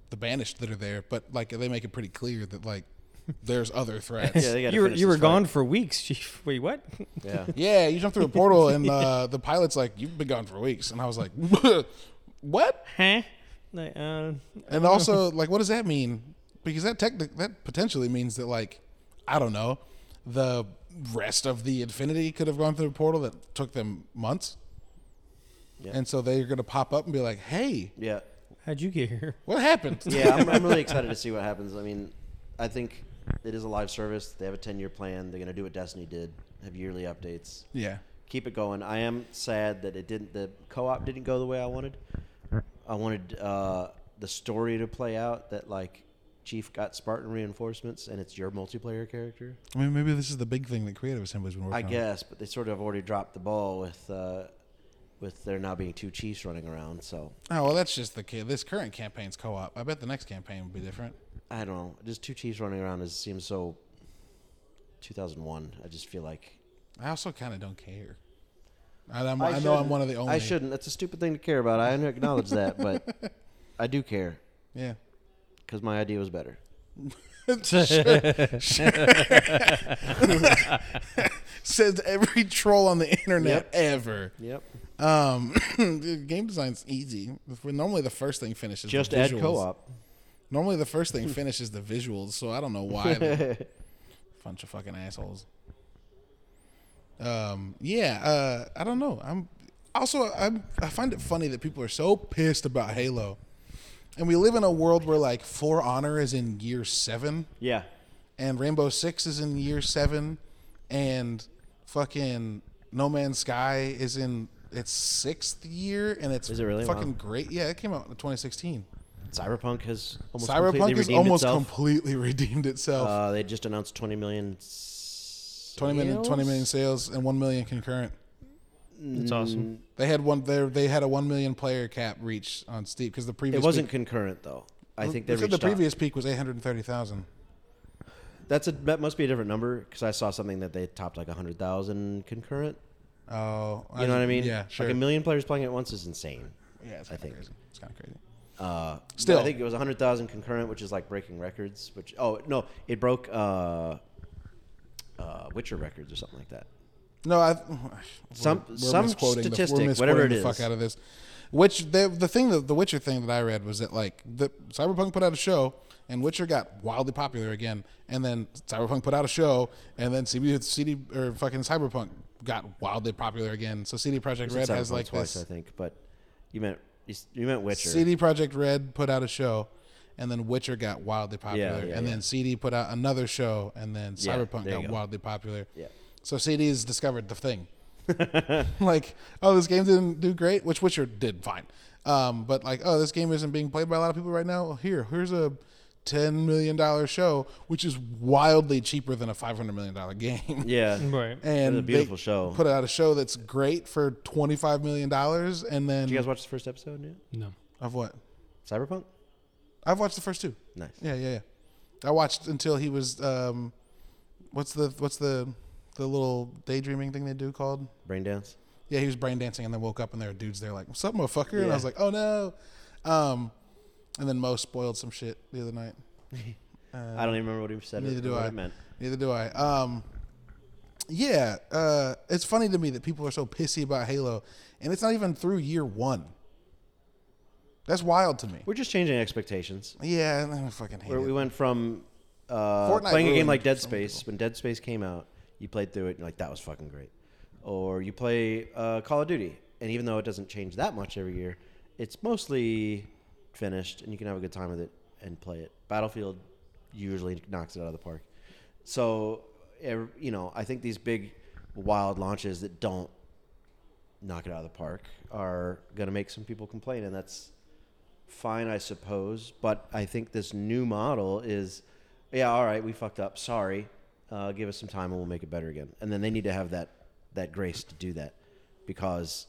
[SPEAKER 1] the banished that are there, but like they make it pretty clear that like there's other threats.
[SPEAKER 2] Yeah, they gotta
[SPEAKER 3] you were,
[SPEAKER 2] finish
[SPEAKER 3] you were
[SPEAKER 2] this fight.
[SPEAKER 3] gone for weeks, Chief. Wait, what?
[SPEAKER 2] Yeah.
[SPEAKER 1] Yeah, you jump through a portal and uh, the pilot's like, "You've been gone for weeks," and I was like, "What?"
[SPEAKER 3] huh? Like, uh,
[SPEAKER 1] And also, like, what does that mean? Because that tech that potentially means that like I don't know, the rest of the Infinity could have gone through a portal that took them months,
[SPEAKER 2] Yeah.
[SPEAKER 1] and so they're gonna pop up and be like, "Hey,
[SPEAKER 2] yeah.
[SPEAKER 3] how'd you get here?
[SPEAKER 1] what happened?"
[SPEAKER 2] Yeah. I'm, I'm really excited to see what happens. I mean, I think it is a live service. They have a 10 year plan. They're gonna do what Destiny did. Have yearly updates.
[SPEAKER 1] yeah.
[SPEAKER 2] keep it going. I am sad that it didn't. The co-op didn't go the way I wanted. I wanted uh, the story to play out that like Chief got Spartan reinforcements, and it's your multiplayer character.
[SPEAKER 1] I mean, maybe this is the big thing that Creative Assembly's been working
[SPEAKER 2] I
[SPEAKER 1] on.
[SPEAKER 2] guess, but they sort of already dropped the ball with uh, with there now being two Chiefs running around. So
[SPEAKER 1] Oh well, that's just the kid. This current campaign's co-op. I bet the next campaign
[SPEAKER 2] Mm-hmm.
[SPEAKER 1] will be different.
[SPEAKER 2] I don't know. Just two Chiefs running around is, seems so 2001. I just feel like
[SPEAKER 1] I also kind of don't care. And I'm,
[SPEAKER 2] I
[SPEAKER 1] I, know I'm
[SPEAKER 2] shouldn't-
[SPEAKER 1] one of the only.
[SPEAKER 2] I shouldn't. That's a stupid thing to care about. I acknowledge that, but I do care
[SPEAKER 1] Yeah.
[SPEAKER 2] because my idea was better.
[SPEAKER 1] Sure, sure. Says every troll on the internet
[SPEAKER 2] Yep.
[SPEAKER 1] ever.
[SPEAKER 2] Yep.
[SPEAKER 1] Um, dude, game design's easy. Normally, the first thing finishes the
[SPEAKER 2] Just add
[SPEAKER 1] visuals.
[SPEAKER 2] co-op.
[SPEAKER 1] Normally, the first thing finishes the visuals, so I don't know why. they're a Bunch of fucking assholes. Um, yeah, uh, I don't know. I'm also I'm, I find it funny that people are so pissed about Halo, and we live in a world where like For Honor is in year seven,
[SPEAKER 2] Yeah.
[SPEAKER 1] and Rainbow Six is in year seven, and fucking No Man's Sky is in its sixth year, and it's
[SPEAKER 2] Is it really?
[SPEAKER 1] fucking
[SPEAKER 2] Wow.
[SPEAKER 1] great. Yeah, it came out in 2016.
[SPEAKER 2] Cyberpunk has almost
[SPEAKER 1] Cyberpunk
[SPEAKER 2] completely
[SPEAKER 1] has
[SPEAKER 2] redeemed
[SPEAKER 1] almost
[SPEAKER 2] itself.
[SPEAKER 1] completely redeemed itself.
[SPEAKER 2] uh, they just announced 20 million. s-
[SPEAKER 1] 20 million, 20 million
[SPEAKER 2] sales?
[SPEAKER 1] sales and 1 million concurrent.
[SPEAKER 3] That's awesome.
[SPEAKER 1] They had one they they had a 1 million player cap reach on Steam because the previous
[SPEAKER 2] It wasn't
[SPEAKER 1] peak,
[SPEAKER 2] concurrent though. I think they
[SPEAKER 1] because
[SPEAKER 2] reached
[SPEAKER 1] the
[SPEAKER 2] out-
[SPEAKER 1] previous peak was 830,000.
[SPEAKER 2] That's a that must be a different number because I saw something that they topped like 100,000 concurrent.
[SPEAKER 1] Oh,
[SPEAKER 2] You know what I mean?
[SPEAKER 1] Yeah, sure.
[SPEAKER 2] Like a million players playing at once is insane.
[SPEAKER 1] yeah, it's
[SPEAKER 2] I
[SPEAKER 1] kind of
[SPEAKER 2] think.
[SPEAKER 1] crazy. It's kind of crazy.
[SPEAKER 2] Uh, but
[SPEAKER 1] Still.
[SPEAKER 2] I think it was 100,000 concurrent, which is like breaking records. Which oh no, it broke uh, uh, Witcher records or something like that.
[SPEAKER 1] No, I
[SPEAKER 2] Some-
[SPEAKER 1] we're, we're
[SPEAKER 2] some
[SPEAKER 1] misquoting the,
[SPEAKER 2] statistic,
[SPEAKER 1] we're misquoting
[SPEAKER 2] whatever it
[SPEAKER 1] the fuck
[SPEAKER 2] is.
[SPEAKER 1] out of this. Which the the thing that the Witcher thing that I read was that like the Cyberpunk put out a show and Witcher got wildly popular again, and then Cyberpunk put out a show, and then CD, CD or fucking Cyberpunk got wildly popular again. So CD Projekt Red
[SPEAKER 2] Cyberpunk
[SPEAKER 1] has like
[SPEAKER 2] twice, I
[SPEAKER 1] this.
[SPEAKER 2] think, but you meant you s- you meant Witcher.
[SPEAKER 1] CD Projekt Red put out a show, and then Witcher got wildly popular,
[SPEAKER 2] yeah,
[SPEAKER 1] and
[SPEAKER 2] yeah.
[SPEAKER 1] then CD put out another show, and then
[SPEAKER 2] Yeah,
[SPEAKER 1] Cyberpunk
[SPEAKER 2] there you
[SPEAKER 1] got
[SPEAKER 2] go.
[SPEAKER 1] wildly popular.
[SPEAKER 2] Yeah.
[SPEAKER 1] So CD's discovered the thing. like, oh, this game didn't do great, which Witcher did fine. Um, but like, oh, this game isn't being played by a lot of people right now. Well, here, here's a ten million dollar show, which is wildly cheaper than a five hundred million dollar game.
[SPEAKER 2] Yeah. Did
[SPEAKER 3] Right.
[SPEAKER 1] And
[SPEAKER 2] a
[SPEAKER 1] they
[SPEAKER 2] beautiful show.
[SPEAKER 1] Put out a show that's great for twenty five million dollars, and then
[SPEAKER 2] you guys watch the first episode? Yeah.
[SPEAKER 3] No.
[SPEAKER 1] of what?
[SPEAKER 2] Cyberpunk.
[SPEAKER 1] I've watched the first two.
[SPEAKER 2] Nice.
[SPEAKER 1] Yeah, yeah, yeah. I watched until he was. Um, what's the what's the the little daydreaming thing they do called?
[SPEAKER 2] Brain dance.
[SPEAKER 1] Yeah, he was brain dancing and then woke up and there were dudes there like, What's up, motherfucker? And I
[SPEAKER 2] Yeah.
[SPEAKER 1] was like, Oh no. "Oh, Um And then Mo spoiled some shit the other night.
[SPEAKER 2] I don't even remember what he said. or
[SPEAKER 1] neither do
[SPEAKER 2] what
[SPEAKER 1] I.
[SPEAKER 2] It meant.
[SPEAKER 1] Neither do I. Um, yeah, uh, it's funny to me that people are so pissy about Halo, and it's not even through year one. That's wild to me.
[SPEAKER 2] We're just changing expectations.
[SPEAKER 1] Yeah, I fucking hate
[SPEAKER 2] Where
[SPEAKER 1] it.
[SPEAKER 2] we went from uh,
[SPEAKER 1] Fortnite
[SPEAKER 2] playing a game
[SPEAKER 1] ruined
[SPEAKER 2] like Dead
[SPEAKER 1] some
[SPEAKER 2] Space when Dead Space came out, you played through it and you're like that was fucking great, or you play uh, Call of Duty, and even though it doesn't change that much every year, it's mostly finished and you can have a good time with it and play it. Battlefield usually knocks it out of the park. So, ev- you know, I think these big wild launches that don't knock it out of the park are going to make some people complain, and that's fine, I suppose. But I think this new model is, yeah, all right, we fucked up. Sorry. Uh, give us some time and we'll make it better again. And then they need to have that that grace to do that because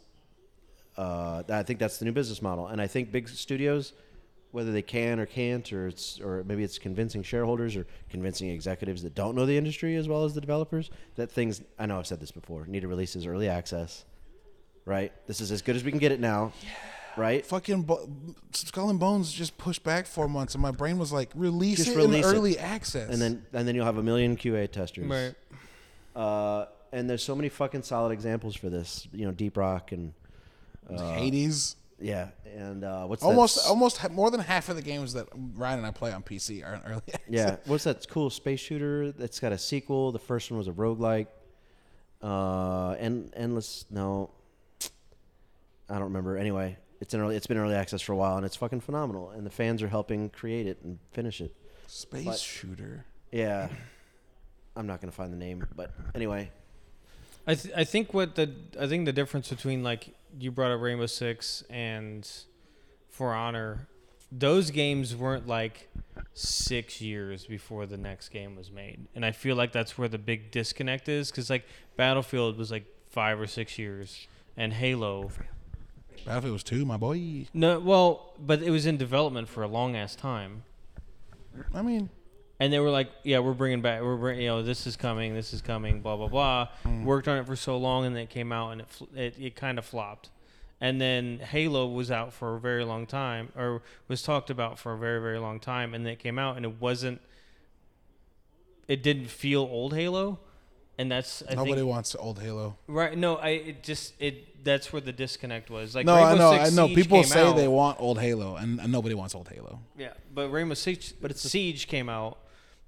[SPEAKER 2] uh, I think that's the new business model. And I think big studios, whether they can or can't, or it's or maybe it's convincing shareholders or convincing executives that don't know the industry as well as the developers that things. I know I've said this before. Need to release is early access, right? This is as good as we can get it now, right?
[SPEAKER 1] Fucking bo- Skull and Bones just pushed back four months, and my brain was like, release
[SPEAKER 2] Just
[SPEAKER 1] it
[SPEAKER 2] release it.
[SPEAKER 1] in early access.
[SPEAKER 2] and then and then you'll have a million QA testers.
[SPEAKER 3] Right.
[SPEAKER 2] Uh, and there's so many fucking solid examples for this. You know, Deep Rock and uh,
[SPEAKER 1] Hades.
[SPEAKER 2] yeah, and uh, what's that
[SPEAKER 1] Almost,
[SPEAKER 2] s-
[SPEAKER 1] almost ha- more than half of the games that Ryan and I play on PC are in early access.
[SPEAKER 2] yeah. What's that cool space shooter that's got a sequel? The first one was a roguelike. Uh, and endless no, I don't remember. Anyway, it's in early. It's been early access for a while, and it's fucking phenomenal. And the fans are helping create it and finish it.
[SPEAKER 1] Space
[SPEAKER 2] But-
[SPEAKER 1] shooter.
[SPEAKER 2] Yeah, I'm not gonna find the name, but anyway,
[SPEAKER 3] I th- I think what the I think the difference between like you brought up Rainbow Six and For Honor, those games weren't like six years before the next game was made, and I feel like that's where the big disconnect is because like Battlefield was like five or six years, and Halo.
[SPEAKER 1] Battlefield was two, my boy.
[SPEAKER 3] No, well, but it was in development for a long ass time.
[SPEAKER 1] I mean,
[SPEAKER 3] and they were like, "Yeah, we're bringing back. We're bringing. You know, this is coming. This is coming. Blah blah blah."
[SPEAKER 1] Mm.
[SPEAKER 3] Worked on it for so long, and then it came out, and it fl- it, it kind of flopped. And then Halo was out for a very long time, or was talked about for a very very long time, and then it came out, and it wasn't. It didn't feel old Halo, and that's I
[SPEAKER 1] nobody
[SPEAKER 3] think
[SPEAKER 1] wants old Halo.
[SPEAKER 3] right. No, I it just it that's where the disconnect was. Like
[SPEAKER 1] No,
[SPEAKER 3] Rainbow
[SPEAKER 1] I know,
[SPEAKER 3] Six
[SPEAKER 1] I know.
[SPEAKER 3] Siege
[SPEAKER 1] People
[SPEAKER 3] came
[SPEAKER 1] say
[SPEAKER 3] out.
[SPEAKER 1] they want old Halo, and, and nobody wants old Halo.
[SPEAKER 3] Yeah, but Rainbow Siege, but it's Siege came out,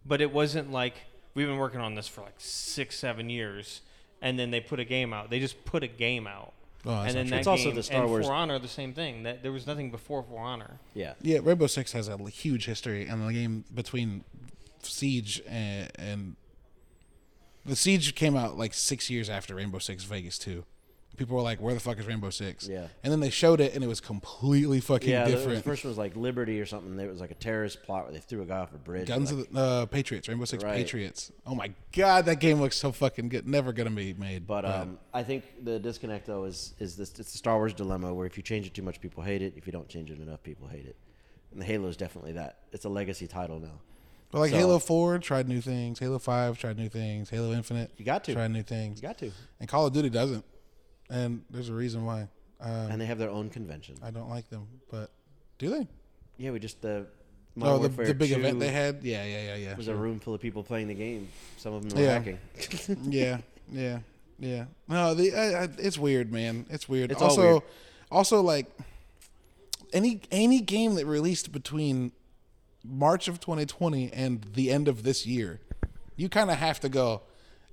[SPEAKER 3] but it wasn't like we've been working on this for like six, seven years, and then they put a game out. They just put a game out,
[SPEAKER 1] Oh, that's
[SPEAKER 3] and then
[SPEAKER 1] not
[SPEAKER 3] that
[SPEAKER 2] It's also
[SPEAKER 3] game
[SPEAKER 2] the Star
[SPEAKER 3] and
[SPEAKER 2] Wars-
[SPEAKER 3] For Honor the same thing. That there was nothing before For Honor.
[SPEAKER 2] yeah.
[SPEAKER 1] Yeah, Rainbow Six has a l- huge history, and the game between Siege and, and the Siege came out like six years after Rainbow Six Vegas Two. People were like, "Where the fuck is Rainbow 6?
[SPEAKER 2] Yeah.
[SPEAKER 1] and then they showed it, and it was completely fucking
[SPEAKER 2] Yeah, the
[SPEAKER 1] different.
[SPEAKER 2] first one was like Liberty or something. There was like a terrorist plot where they threw a guy off a bridge.
[SPEAKER 1] Guns
[SPEAKER 2] Like-
[SPEAKER 1] of the uh, Patriots, Rainbow Six
[SPEAKER 2] Right.
[SPEAKER 1] Patriots. Oh my god, that game looks so fucking good. Never gonna be made.
[SPEAKER 2] but um, I think the disconnect though is is this it's the Star Wars dilemma where if you change it too much, people hate it. If you don't change it enough, people hate it. And Halo is definitely that. It's a legacy title now.
[SPEAKER 1] but like
[SPEAKER 2] so-
[SPEAKER 1] Halo Four tried new things. Halo Five tried new things. Halo Infinite.
[SPEAKER 2] You got to.
[SPEAKER 1] tried new things.
[SPEAKER 2] You got to,
[SPEAKER 1] And Call of Duty doesn't. And there's a reason why. Um,
[SPEAKER 2] and they have their own convention.
[SPEAKER 1] I don't like them, but do they?
[SPEAKER 2] Yeah, we just the
[SPEAKER 1] No,
[SPEAKER 2] Modern
[SPEAKER 1] Oh, the,
[SPEAKER 2] Warfare
[SPEAKER 1] the big
[SPEAKER 2] 2
[SPEAKER 1] event they had. Yeah, yeah, yeah, yeah.
[SPEAKER 2] was a room full of people playing the game. Some of them were
[SPEAKER 1] Yeah.
[SPEAKER 2] hacking.
[SPEAKER 1] yeah, yeah, yeah. No, the I, I, it's weird, man. It's weird.
[SPEAKER 2] It's all
[SPEAKER 1] also,
[SPEAKER 2] weird.
[SPEAKER 1] also like any any game that released between March of 2020 and the end of this year, you kind of have to go.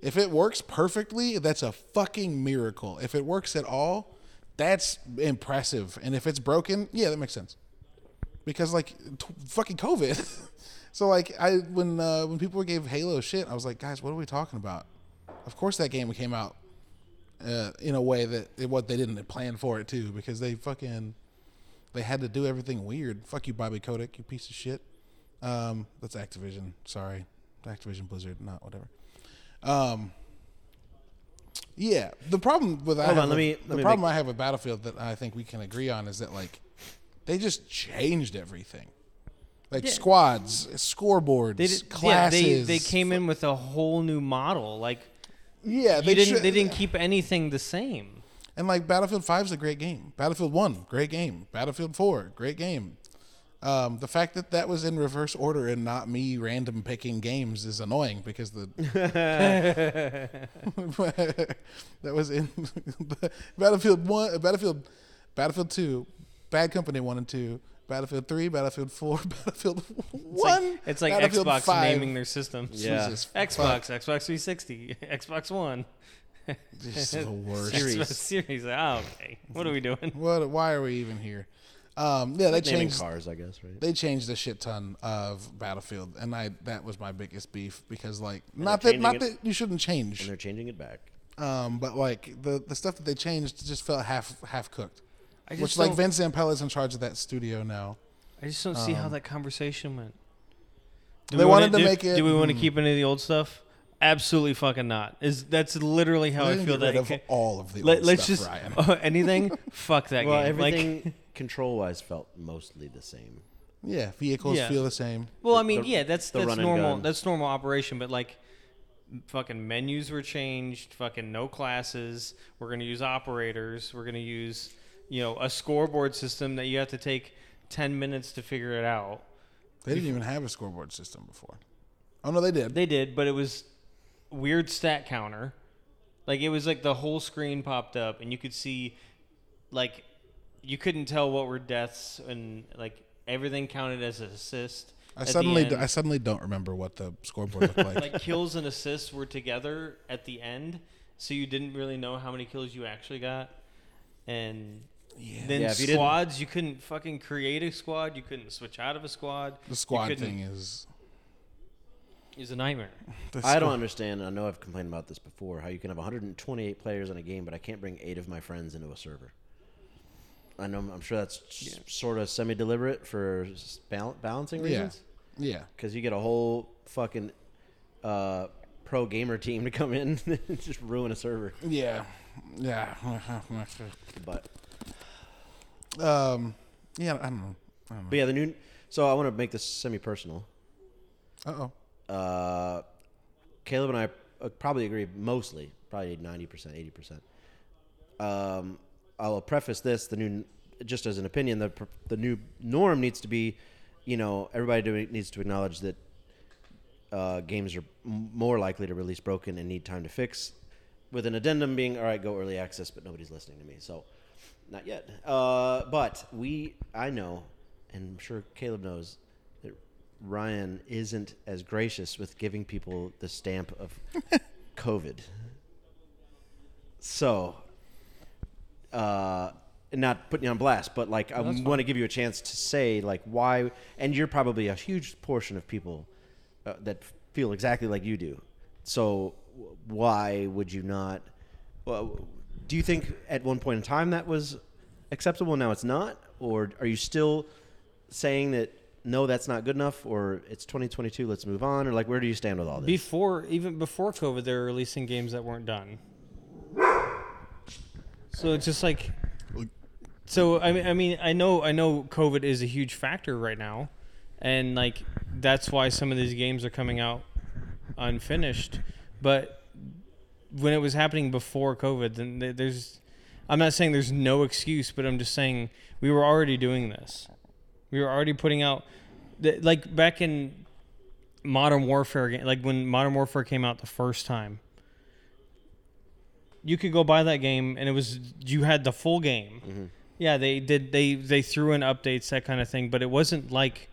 [SPEAKER 1] If it works perfectly, that's a fucking miracle. If it works at all, that's impressive. And if it's broken, yeah, that makes sense. because like t- fucking COVID. so like I when uh, when people gave Halo shit, I was like, guys, what are we talking about? Of course that game came out uh, in a way that it, what they didn't plan for it too, because they fucking they had to do everything weird. Fuck you, Bobby Kotick, you piece of shit. Um, that's Activision. Sorry, Activision Blizzard, not whatever. Um. Yeah, the problem with I
[SPEAKER 2] Hold
[SPEAKER 1] have
[SPEAKER 2] on,
[SPEAKER 1] with-
[SPEAKER 2] let me- let
[SPEAKER 1] the
[SPEAKER 2] me
[SPEAKER 1] problem
[SPEAKER 2] make-
[SPEAKER 1] I have with Battlefield that I think we can agree on is that like they just changed everything. Like squads, scoreboards,
[SPEAKER 3] They did,
[SPEAKER 1] classes.
[SPEAKER 3] Yeah, they they came in with a whole new model. Like
[SPEAKER 1] Yeah,
[SPEAKER 3] they didn't
[SPEAKER 1] should-
[SPEAKER 3] they didn't keep anything the same.
[SPEAKER 1] And like Battlefield 5 is a great game. Battlefield 1, great game. Battlefield 4, great game. Um, the fact that that was in reverse order and not me random picking games is annoying because the that was in Battlefield One, Battlefield, Battlefield Two, Bad Company One and Two, Battlefield Three, Battlefield Four, Battlefield
[SPEAKER 3] It's like-
[SPEAKER 1] One.
[SPEAKER 3] It's like,
[SPEAKER 1] Battlefield
[SPEAKER 3] Xbox
[SPEAKER 1] five.
[SPEAKER 3] naming their systems.
[SPEAKER 2] Yeah.
[SPEAKER 1] Jesus,
[SPEAKER 3] Xbox, Xbox 360, Xbox One,
[SPEAKER 1] This is the worst.
[SPEAKER 2] Series.
[SPEAKER 3] Xbox Series. Oh, okay. What are we doing?
[SPEAKER 1] What? Why are we even here? Um, yeah, they
[SPEAKER 2] Naming
[SPEAKER 1] changed.
[SPEAKER 2] cars, I guess, right?
[SPEAKER 1] They changed a shit ton of Battlefield, and I that was my biggest beef because like
[SPEAKER 2] they're
[SPEAKER 1] not that
[SPEAKER 2] changing
[SPEAKER 1] not
[SPEAKER 2] it-
[SPEAKER 1] that you shouldn't
[SPEAKER 2] And
[SPEAKER 1] change,
[SPEAKER 2] they're changing it back.
[SPEAKER 1] um, but like the the stuff that they changed just felt half half cooked.
[SPEAKER 3] I just
[SPEAKER 1] Which like
[SPEAKER 3] don't-
[SPEAKER 1] Vince Zampella's in charge of that studio now.
[SPEAKER 3] I just don't see how that conversation went.
[SPEAKER 1] Um, They
[SPEAKER 3] we
[SPEAKER 1] wanted
[SPEAKER 3] wanna-
[SPEAKER 1] to
[SPEAKER 3] do-
[SPEAKER 1] make it- Hmm.
[SPEAKER 3] Do we want to keep any of the old stuff? Absolutely fucking not. Is that's literally how
[SPEAKER 1] They
[SPEAKER 3] I
[SPEAKER 1] didn't
[SPEAKER 3] feel
[SPEAKER 1] get
[SPEAKER 3] that.
[SPEAKER 1] rid
[SPEAKER 3] it
[SPEAKER 1] of
[SPEAKER 3] ca-
[SPEAKER 1] all of the
[SPEAKER 3] Let,
[SPEAKER 1] old
[SPEAKER 3] let's
[SPEAKER 1] stuff,
[SPEAKER 3] just
[SPEAKER 1] Ryan.
[SPEAKER 3] oh, anything. fuck that
[SPEAKER 2] Well,
[SPEAKER 3] game. Like-
[SPEAKER 2] everything control wise felt mostly the same.
[SPEAKER 1] Yeah, vehicles
[SPEAKER 3] Yeah.
[SPEAKER 1] feel the same.
[SPEAKER 3] well, I
[SPEAKER 2] the-
[SPEAKER 3] mean,
[SPEAKER 2] the-
[SPEAKER 3] yeah, that's
[SPEAKER 2] the
[SPEAKER 3] that's
[SPEAKER 2] run and
[SPEAKER 3] normal.
[SPEAKER 2] gun.
[SPEAKER 3] That's normal operation. But like, fucking menus were changed. Fucking no classes. We're gonna use operators. We're gonna use you know a scoreboard system that you have to take ten minutes to figure it out.
[SPEAKER 1] They didn't even have a scoreboard system before. Oh no, they did.
[SPEAKER 3] They did, but it was weird stat counter. Like it was like the whole screen popped up and you could see like you couldn't tell what were deaths and like everything counted as an assist.
[SPEAKER 1] I
[SPEAKER 3] at the
[SPEAKER 1] suddenly
[SPEAKER 3] end.
[SPEAKER 1] I suddenly don't remember what the scoreboard looked like.
[SPEAKER 3] like kills and assists were together at the end, so you didn't really know how many kills you actually got. And then
[SPEAKER 2] Yeah, if you didn't-
[SPEAKER 3] squads, you couldn't fucking create a squad, you couldn't switch out of a squad.
[SPEAKER 1] the squad
[SPEAKER 3] couldn't-
[SPEAKER 1] thing is.
[SPEAKER 3] It was a nightmare.
[SPEAKER 1] the
[SPEAKER 2] I don't
[SPEAKER 1] squ-
[SPEAKER 2] understand. and I know I've complained about this before. How you can have 128 players in a game, but I can't bring eight of my friends into a server. I know. I'm sure that's sort of semi-deliberate for s- bal- balancing
[SPEAKER 1] Yeah.
[SPEAKER 2] reasons.
[SPEAKER 1] Yeah.
[SPEAKER 2] Because you get a whole fucking uh, pro gamer team to come in and just ruin a server.
[SPEAKER 1] Yeah. Yeah.
[SPEAKER 2] But
[SPEAKER 1] um. Yeah. I don't know. I don't know.
[SPEAKER 2] but yeah, the new. So I want to make this semi-personal.
[SPEAKER 1] Uh oh.
[SPEAKER 2] uh, Caleb and I uh, probably agree mostly, probably 90%, 80%. Um, I'll preface this the new, just as an opinion, the, pr- the new norm needs to be, you know, everybody doing, needs to acknowledge that uh, games are m- more likely to release broken and need time to fix, with an addendum being, all right, go early access, but nobody's listening to me. So, not yet. Uh, but we, I know, and I'm sure Caleb knows, that Ryan isn't as gracious with giving people the stamp of COVID. So, uh, not putting you on blast, but like I want to give you a chance to say like why, and you're probably a huge portion of people uh, that feel exactly like you do. So w- why would you not? Well, do you think at one point in time that was acceptable? Now it's not, or are you still saying that no, that's not good enough, or it's 2022, let's move on, or like where do you stand with all this?
[SPEAKER 3] Before even before COVID, they were releasing games that weren't done. So it's just like, so I mean, I mean, I know, I know, COVID is a huge factor right now, and like that's why some of these games are coming out unfinished. But when it was happening before COVID, then th- there's, I'm not saying there's no excuse, but I'm just saying we were already doing this. We were already putting out, th- like back in Modern Warfare game, like when Modern Warfare came out the first time, you could go buy that game and it was you had the full game.
[SPEAKER 2] Mm-hmm.
[SPEAKER 3] Yeah, they did they they threw in updates that kind of thing, but it wasn't like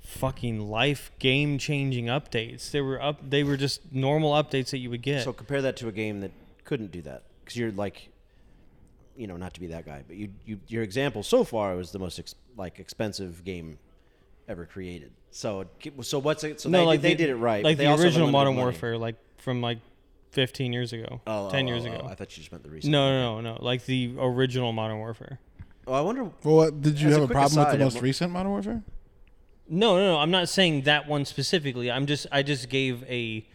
[SPEAKER 3] fucking life game changing updates. They were up they were just normal updates that you would get.
[SPEAKER 2] So compare that to a game that couldn't do that because you're like, you know, not to be that guy, but you, you your example so far was the most ex- like expensive game ever created. So so what's it? So they, they
[SPEAKER 3] the-
[SPEAKER 2] did it right. but
[SPEAKER 3] Like
[SPEAKER 2] they
[SPEAKER 3] the
[SPEAKER 2] also have
[SPEAKER 3] original
[SPEAKER 2] limited
[SPEAKER 3] Modern
[SPEAKER 2] money.
[SPEAKER 3] Warfare, like from like fifteen years ago,
[SPEAKER 2] Oh,
[SPEAKER 3] ten
[SPEAKER 2] oh,
[SPEAKER 3] years
[SPEAKER 2] oh,
[SPEAKER 3] ago.
[SPEAKER 2] oh, I thought you just meant the recent.
[SPEAKER 3] no, no, no, no. Like the original Modern Warfare.
[SPEAKER 2] Oh, I wonder.
[SPEAKER 1] Well, what, did you
[SPEAKER 2] As a
[SPEAKER 1] have a
[SPEAKER 2] quick
[SPEAKER 1] problem with
[SPEAKER 2] aside,
[SPEAKER 1] the most
[SPEAKER 2] I'm-
[SPEAKER 1] recent Modern Warfare?
[SPEAKER 3] No, no, no. I'm not saying that one specifically. I'm just I just gave a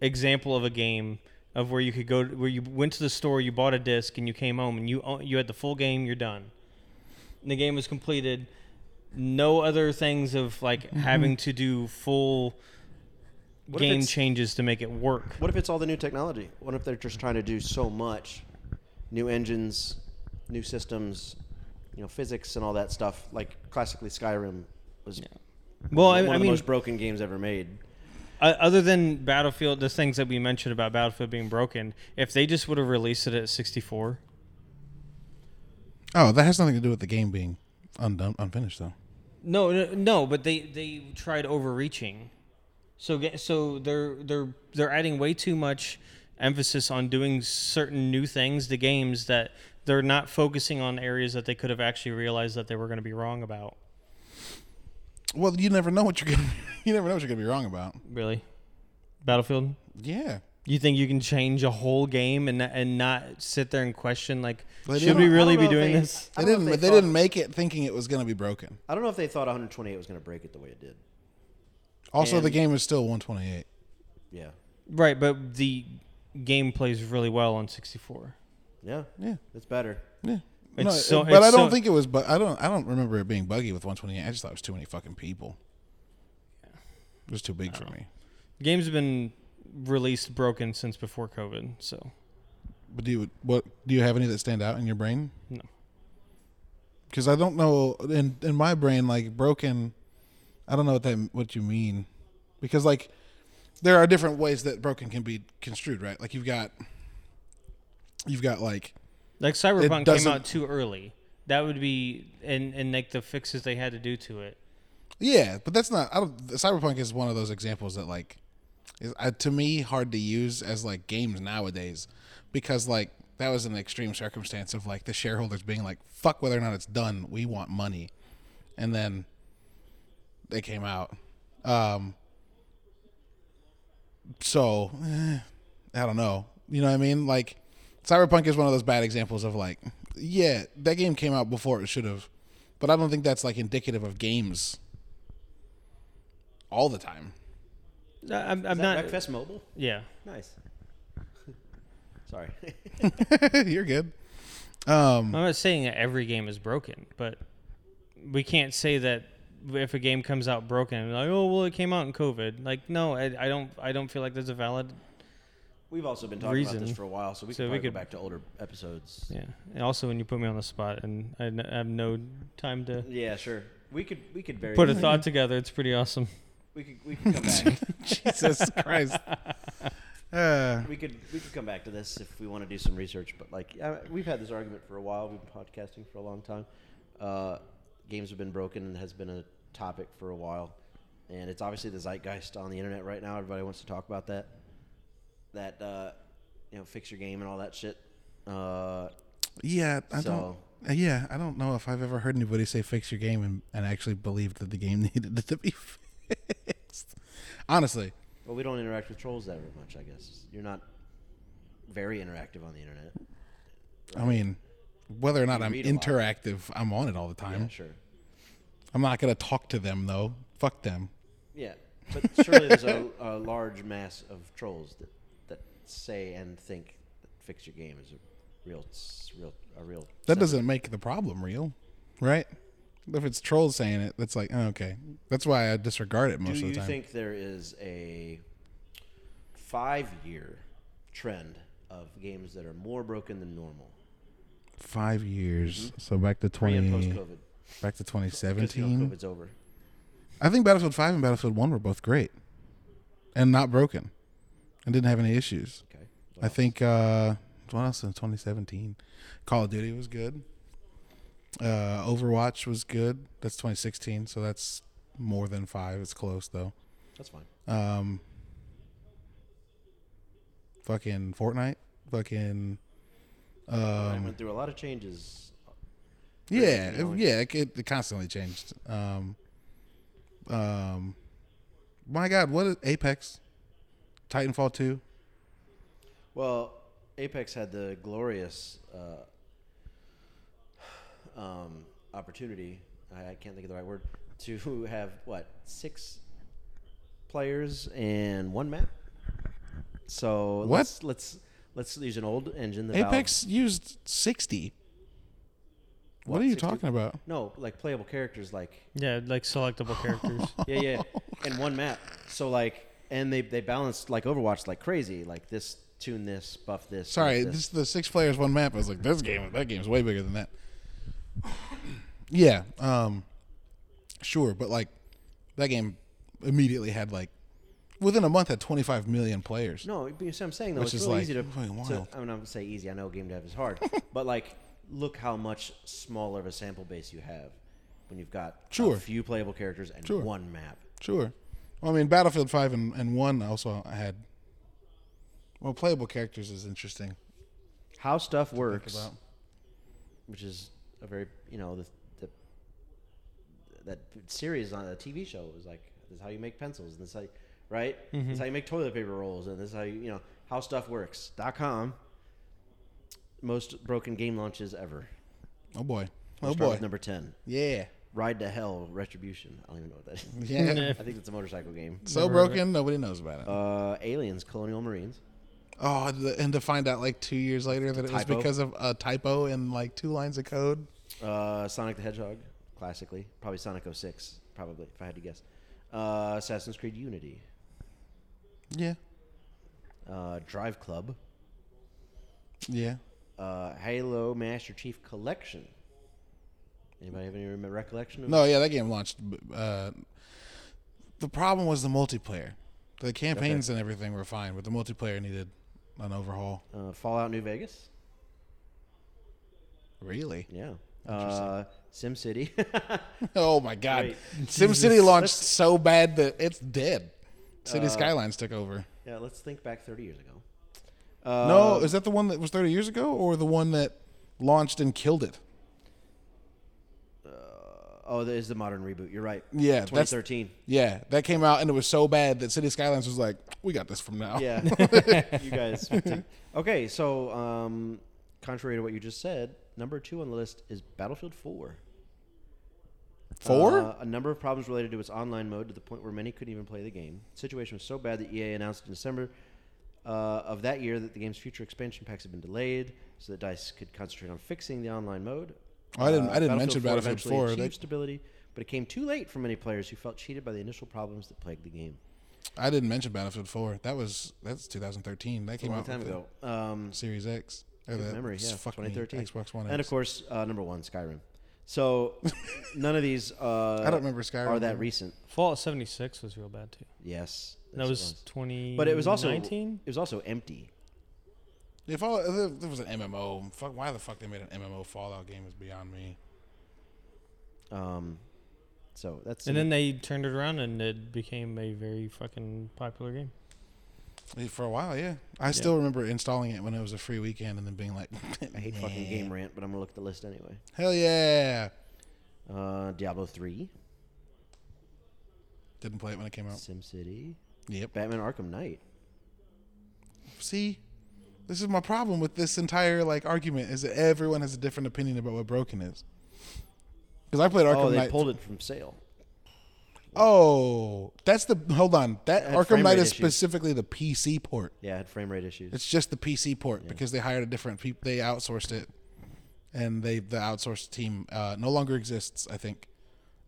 [SPEAKER 3] example of a game of where you could go where you went to the store, you bought a disc, and you came home and you own- you had the full game. You're done. And the game was completed. No other things of like having to do full
[SPEAKER 2] Mm-hmm. What if
[SPEAKER 3] game
[SPEAKER 2] it's-
[SPEAKER 3] changes to make it work.
[SPEAKER 2] What if it's all the new technology? What if they're just trying to do so much, new engines, new systems, you know physics and all that stuff. Like classically, Skyrim was
[SPEAKER 3] Well, I,
[SPEAKER 2] one
[SPEAKER 3] I
[SPEAKER 2] of the
[SPEAKER 3] mean,
[SPEAKER 2] most broken games ever made.
[SPEAKER 3] o- other than Battlefield, the things that we mentioned about Battlefield being broken, if they just would have released it at 64,
[SPEAKER 1] Oh, that has nothing to do with the game being undone, unfinished, though.
[SPEAKER 3] No, no, no, but they they tried overreaching. So ge- so they're they're they're adding way too much emphasis on doing certain new things to games that they're not focusing on areas that they could have actually realized that they were going to be wrong about.
[SPEAKER 1] Well, you never know what you're gonna you never know what you're gonna be wrong about.
[SPEAKER 3] Really, Battlefield.
[SPEAKER 1] Yeah,
[SPEAKER 3] You think you can change a whole game and and not sit there and question like
[SPEAKER 1] But
[SPEAKER 3] should
[SPEAKER 1] they
[SPEAKER 3] we
[SPEAKER 1] don't-
[SPEAKER 3] really
[SPEAKER 2] I don't know
[SPEAKER 3] be
[SPEAKER 2] if
[SPEAKER 3] doing
[SPEAKER 2] they-
[SPEAKER 3] this?
[SPEAKER 1] they
[SPEAKER 2] I don't
[SPEAKER 1] didn't.
[SPEAKER 2] know
[SPEAKER 1] They,
[SPEAKER 2] if
[SPEAKER 1] didn't
[SPEAKER 2] thought-
[SPEAKER 1] make it thinking it was gonna be broken.
[SPEAKER 2] I don't know if they thought 128 was going to break it the way it did.
[SPEAKER 1] Also, the
[SPEAKER 2] And-
[SPEAKER 1] game is still 128.
[SPEAKER 2] Yeah,
[SPEAKER 3] Right, but the game plays really well on 64.
[SPEAKER 2] yeah,
[SPEAKER 1] Yeah,
[SPEAKER 2] it's better.
[SPEAKER 1] yeah.
[SPEAKER 3] It's
[SPEAKER 1] no,
[SPEAKER 3] so-
[SPEAKER 1] but
[SPEAKER 3] it's
[SPEAKER 1] I don't
[SPEAKER 3] so-
[SPEAKER 1] think it was. But I don't. I don't remember it being buggy with 128. I just thought it was too many fucking people. It was too big for me.
[SPEAKER 3] Games have been released broken since before COVID, so
[SPEAKER 1] But do you what do you have any that stand out in your brain?
[SPEAKER 3] No.
[SPEAKER 1] Because I don't know in in my brain like broken. I don't know what that what you mean, because like there are different ways that broken can be construed, right? Like you've got you've got like
[SPEAKER 3] Like Cyberpunk came
[SPEAKER 1] doesn't-
[SPEAKER 3] out too early. That would be and and like the fixes they had to do to it.
[SPEAKER 1] yeah, but that's not. I don't, Cyberpunk is one of those examples that like is uh, to me hard to use as like games nowadays because like that was an extreme circumstance of like the shareholders being like fuck whether or not it's done we want money and then they came out um so eh, i don't know you know what i mean like cyberpunk is one of those bad examples of like yeah that game came out before it should have but i don't think that's like indicative of games all the time
[SPEAKER 3] I- I'm, I'm
[SPEAKER 2] Is that
[SPEAKER 3] not.
[SPEAKER 2] Wreckfest Mobile?
[SPEAKER 3] Yeah,
[SPEAKER 2] Nice. Sorry.
[SPEAKER 1] You're good. Um,
[SPEAKER 3] I'm not saying that every game is broken, but we can't say that if a game comes out broken, like oh well, it came out in COVID. Like no, I, I don't. I don't feel like there's a valid.
[SPEAKER 2] We've also been talking about
[SPEAKER 3] Reason.
[SPEAKER 2] this for a while, so we
[SPEAKER 3] So
[SPEAKER 2] can
[SPEAKER 3] we
[SPEAKER 2] probably
[SPEAKER 3] could-
[SPEAKER 2] go back to older episodes.
[SPEAKER 3] Yeah. And also, when you put me on the spot and I n- I have no time to
[SPEAKER 2] Yeah, sure. We could we could vary.
[SPEAKER 3] put a thought together, it's pretty awesome.
[SPEAKER 2] We could we could come back.
[SPEAKER 1] Jesus Christ. Uh,
[SPEAKER 2] we could we could come back to this if we want to do some research. But like uh, we've had this argument for a while. We've been podcasting for a long time. Uh, games have been broken and has been a topic for a while, and it's obviously the zeitgeist on the internet right now. Everybody wants to talk about that. That uh, you know, fix your game and all that shit. Uh,
[SPEAKER 1] yeah, I
[SPEAKER 2] So-
[SPEAKER 1] don't. uh, Yeah, I don't know if I've ever heard anybody say "fix your game" and, and actually believed that the game needed to be fixed. Honestly,
[SPEAKER 2] well, we don't interact with trolls that very much. I guess you're not very interactive on the internet.
[SPEAKER 1] I mean, whether or not
[SPEAKER 2] You
[SPEAKER 1] I'm
[SPEAKER 2] read a lot.
[SPEAKER 1] interactive, I'm on it all the time.
[SPEAKER 2] Yeah, sure.
[SPEAKER 1] I'm not gonna talk to them though. Fuck them.
[SPEAKER 2] Yeah, but surely there's a, a large mass of trolls that, that say and think that fix your game is a real, s- real, a real.
[SPEAKER 1] That doesn't make the problem real, right? If it's trolls saying it, that's like oh, okay. That's why I disregard it
[SPEAKER 2] Do
[SPEAKER 1] most of
[SPEAKER 2] you
[SPEAKER 1] the time.
[SPEAKER 2] think there is a five-year trend of games that are more broken than normal
[SPEAKER 1] Five years, so back to
[SPEAKER 2] Mm-hmm. pre
[SPEAKER 1] twenty.
[SPEAKER 2] and post-COVID?
[SPEAKER 1] Back to
[SPEAKER 2] Because you
[SPEAKER 1] 2017.
[SPEAKER 2] know, COVID's over.
[SPEAKER 1] I think Battlefield 5 and Battlefield 1 were both great and not broken and didn't have any issues.
[SPEAKER 2] Okay.
[SPEAKER 1] I think, uh, what else in 2017? Call of Duty was good. Uh, Overwatch was good. That's 2016, so that's more than five. It's close, though.
[SPEAKER 2] that's fine.
[SPEAKER 1] Um, fucking Fortnite. Fucking.
[SPEAKER 2] I
[SPEAKER 1] Um,
[SPEAKER 2] went through a lot of changes.
[SPEAKER 1] Yeah,
[SPEAKER 2] you know,
[SPEAKER 1] it-
[SPEAKER 2] like-
[SPEAKER 1] yeah, it, it constantly changed. Um, um, my God, what is Apex, Titanfall two?
[SPEAKER 2] Well, Apex had the glorious uh, um, opportunity. I, I can't think of the right word to have what six players and one map. So
[SPEAKER 1] What?
[SPEAKER 2] let's let's let's use an old engine. The Valve-
[SPEAKER 1] Apex used sixty. What,
[SPEAKER 2] What,
[SPEAKER 1] are you
[SPEAKER 2] 60?
[SPEAKER 1] talking about?
[SPEAKER 2] no, like playable characters, like
[SPEAKER 3] Yeah, like selectable characters.
[SPEAKER 2] yeah, yeah,
[SPEAKER 1] Oh.
[SPEAKER 2] and one map. So like, and they they balanced like Overwatch like crazy. Like this, tune this, buff this.
[SPEAKER 1] Sorry,
[SPEAKER 2] nerf
[SPEAKER 1] this is the six players one map. I was like, this game, that game's way bigger than that. Yeah, um, sure, but like that game immediately had like within a month had 25 million players.
[SPEAKER 2] No, but you see what I'm saying though.
[SPEAKER 1] Which
[SPEAKER 2] it's
[SPEAKER 1] is,
[SPEAKER 2] really
[SPEAKER 1] like,
[SPEAKER 2] easy to,
[SPEAKER 1] fucking
[SPEAKER 2] to-
[SPEAKER 1] wild.
[SPEAKER 2] I mean, I'm gonna say easy. I know game dev is hard, but like, look how much smaller of a sample base you have when you've got
[SPEAKER 1] Sure.
[SPEAKER 2] a few playable characters and
[SPEAKER 1] Sure.
[SPEAKER 2] one map.
[SPEAKER 1] Sure. Well, I mean, Battlefield 5 and, and 1 also had. Well, playable characters is interesting.
[SPEAKER 2] How stuff works,
[SPEAKER 1] about.
[SPEAKER 2] which is a very you know the, the that series on a TV show was like this is how you make pencils and this is how you, right this
[SPEAKER 1] Mm-hmm.
[SPEAKER 2] is how you make toilet paper rolls and this is how you you know how stuff works. dot com most broken game launches ever.
[SPEAKER 1] Oh, boy.
[SPEAKER 2] We'll
[SPEAKER 1] Oh,
[SPEAKER 2] start
[SPEAKER 1] boy.
[SPEAKER 2] with number ten.
[SPEAKER 1] Yeah.
[SPEAKER 2] Ride to Hell Retribution. I don't even know what that is.
[SPEAKER 1] Yeah.
[SPEAKER 2] I think it's a motorcycle game.
[SPEAKER 1] so
[SPEAKER 3] Never heard of
[SPEAKER 1] broken, nobody knows about it.
[SPEAKER 2] Uh, aliens, Colonial Marines.
[SPEAKER 1] oh, and the- and to find out like two years later that it was
[SPEAKER 2] Typo.
[SPEAKER 1] because of a typo in like two lines of code.
[SPEAKER 2] Uh, Sonic the Hedgehog, classically. Probably Sonic 06, probably, if I had to guess. Uh, Assassin's Creed Unity.
[SPEAKER 1] Yeah.
[SPEAKER 2] Uh, Drive Club.
[SPEAKER 1] Yeah.
[SPEAKER 2] Uh, Halo Master Chief Collection. Anybody have any rem- recollection of
[SPEAKER 1] No, yeah, that game launched. b- Uh, the problem was the multiplayer. The campaigns and everything were fine, but the multiplayer needed an overhaul.
[SPEAKER 2] Uh, Fallout New Vegas.
[SPEAKER 1] Really?
[SPEAKER 2] Yeah. Uh, SimCity.
[SPEAKER 1] Oh my god.
[SPEAKER 2] Wait.
[SPEAKER 1] SimCity launched so bad that it's dead. City
[SPEAKER 2] Uh,
[SPEAKER 1] Skylines took over.
[SPEAKER 2] yeah, let's think back 30 years ago. Uh,
[SPEAKER 1] no, is that the one that was 30 years ago or the one that launched and killed it?
[SPEAKER 2] Oh, that is the modern reboot. You're right.
[SPEAKER 1] Yeah, that's-
[SPEAKER 2] 2013.
[SPEAKER 1] Yeah, that came out and it was so bad that City Skylines was like, we got this from now.
[SPEAKER 2] Yeah. you guys. take- Okay, so um, contrary to what you just said, number two on the list is Battlefield 4.
[SPEAKER 1] Four?
[SPEAKER 2] Uh, a number of problems related to its online mode to the point where many couldn't even play the game. The situation was so bad that EA announced in December uh, of that year that the game's future expansion packs had been delayed so that DICE could concentrate on fixing the online mode. Uh,
[SPEAKER 1] Oh, I didn't- I didn't mention Battlefield
[SPEAKER 2] eventually
[SPEAKER 1] 4. They-
[SPEAKER 2] Achieved stability, but it came too late for many players who felt cheated by the initial problems that plagued the game.
[SPEAKER 1] I didn't mention Battlefield 4. That was, that's 2013. That
[SPEAKER 2] A
[SPEAKER 1] came
[SPEAKER 2] long
[SPEAKER 1] out
[SPEAKER 2] time
[SPEAKER 1] with the
[SPEAKER 2] ago. Um,
[SPEAKER 1] Series X. Or
[SPEAKER 2] Good
[SPEAKER 1] the-
[SPEAKER 2] memory, yeah.
[SPEAKER 1] fuck me,
[SPEAKER 2] 2013.
[SPEAKER 1] Xbox One
[SPEAKER 2] And of
[SPEAKER 1] X.
[SPEAKER 2] course, uh, number one, Skyrim. So none of these uh,
[SPEAKER 1] I don't remember Skyrim
[SPEAKER 2] are that
[SPEAKER 1] either.
[SPEAKER 2] recent.
[SPEAKER 3] Fallout 76 was real bad too.
[SPEAKER 2] Yes,
[SPEAKER 3] That
[SPEAKER 2] yes, it
[SPEAKER 3] was 20.
[SPEAKER 2] But it was also
[SPEAKER 3] 19.
[SPEAKER 2] It was also empty.
[SPEAKER 1] If all, if there was an MMO, fuck, why the fuck they made an MMO Fallout game is beyond me.
[SPEAKER 2] Um, so that's
[SPEAKER 3] And then they turned it around and it became a very fucking popular game.
[SPEAKER 1] For a while, yeah. I still remember installing it when it was a free weekend and then being like,
[SPEAKER 2] I hate fucking
[SPEAKER 1] "Nah."
[SPEAKER 2] game rant, but I'm gonna look at the list anyway.
[SPEAKER 1] Hell yeah!
[SPEAKER 2] Uh, Diablo three,
[SPEAKER 1] Didn't play it when it came out.
[SPEAKER 2] SimCity,
[SPEAKER 1] Yep.
[SPEAKER 2] Batman Arkham Knight.
[SPEAKER 1] See, this is my problem with this entire like argument is that everyone has a different opinion about what broken is. Because I played Arkham
[SPEAKER 2] oh, they
[SPEAKER 1] Knight.
[SPEAKER 2] pulled it from sale.
[SPEAKER 1] oh, that's the hold on. That
[SPEAKER 2] Had
[SPEAKER 1] Arkham
[SPEAKER 2] frame
[SPEAKER 1] Knight
[SPEAKER 2] rate
[SPEAKER 1] is
[SPEAKER 2] issues.
[SPEAKER 1] specifically the PC port.
[SPEAKER 2] Yeah, it had frame rate issues.
[SPEAKER 1] It's just the PC port because they hired a different people. They outsourced it, and they the outsourced team uh, no longer exists. I think.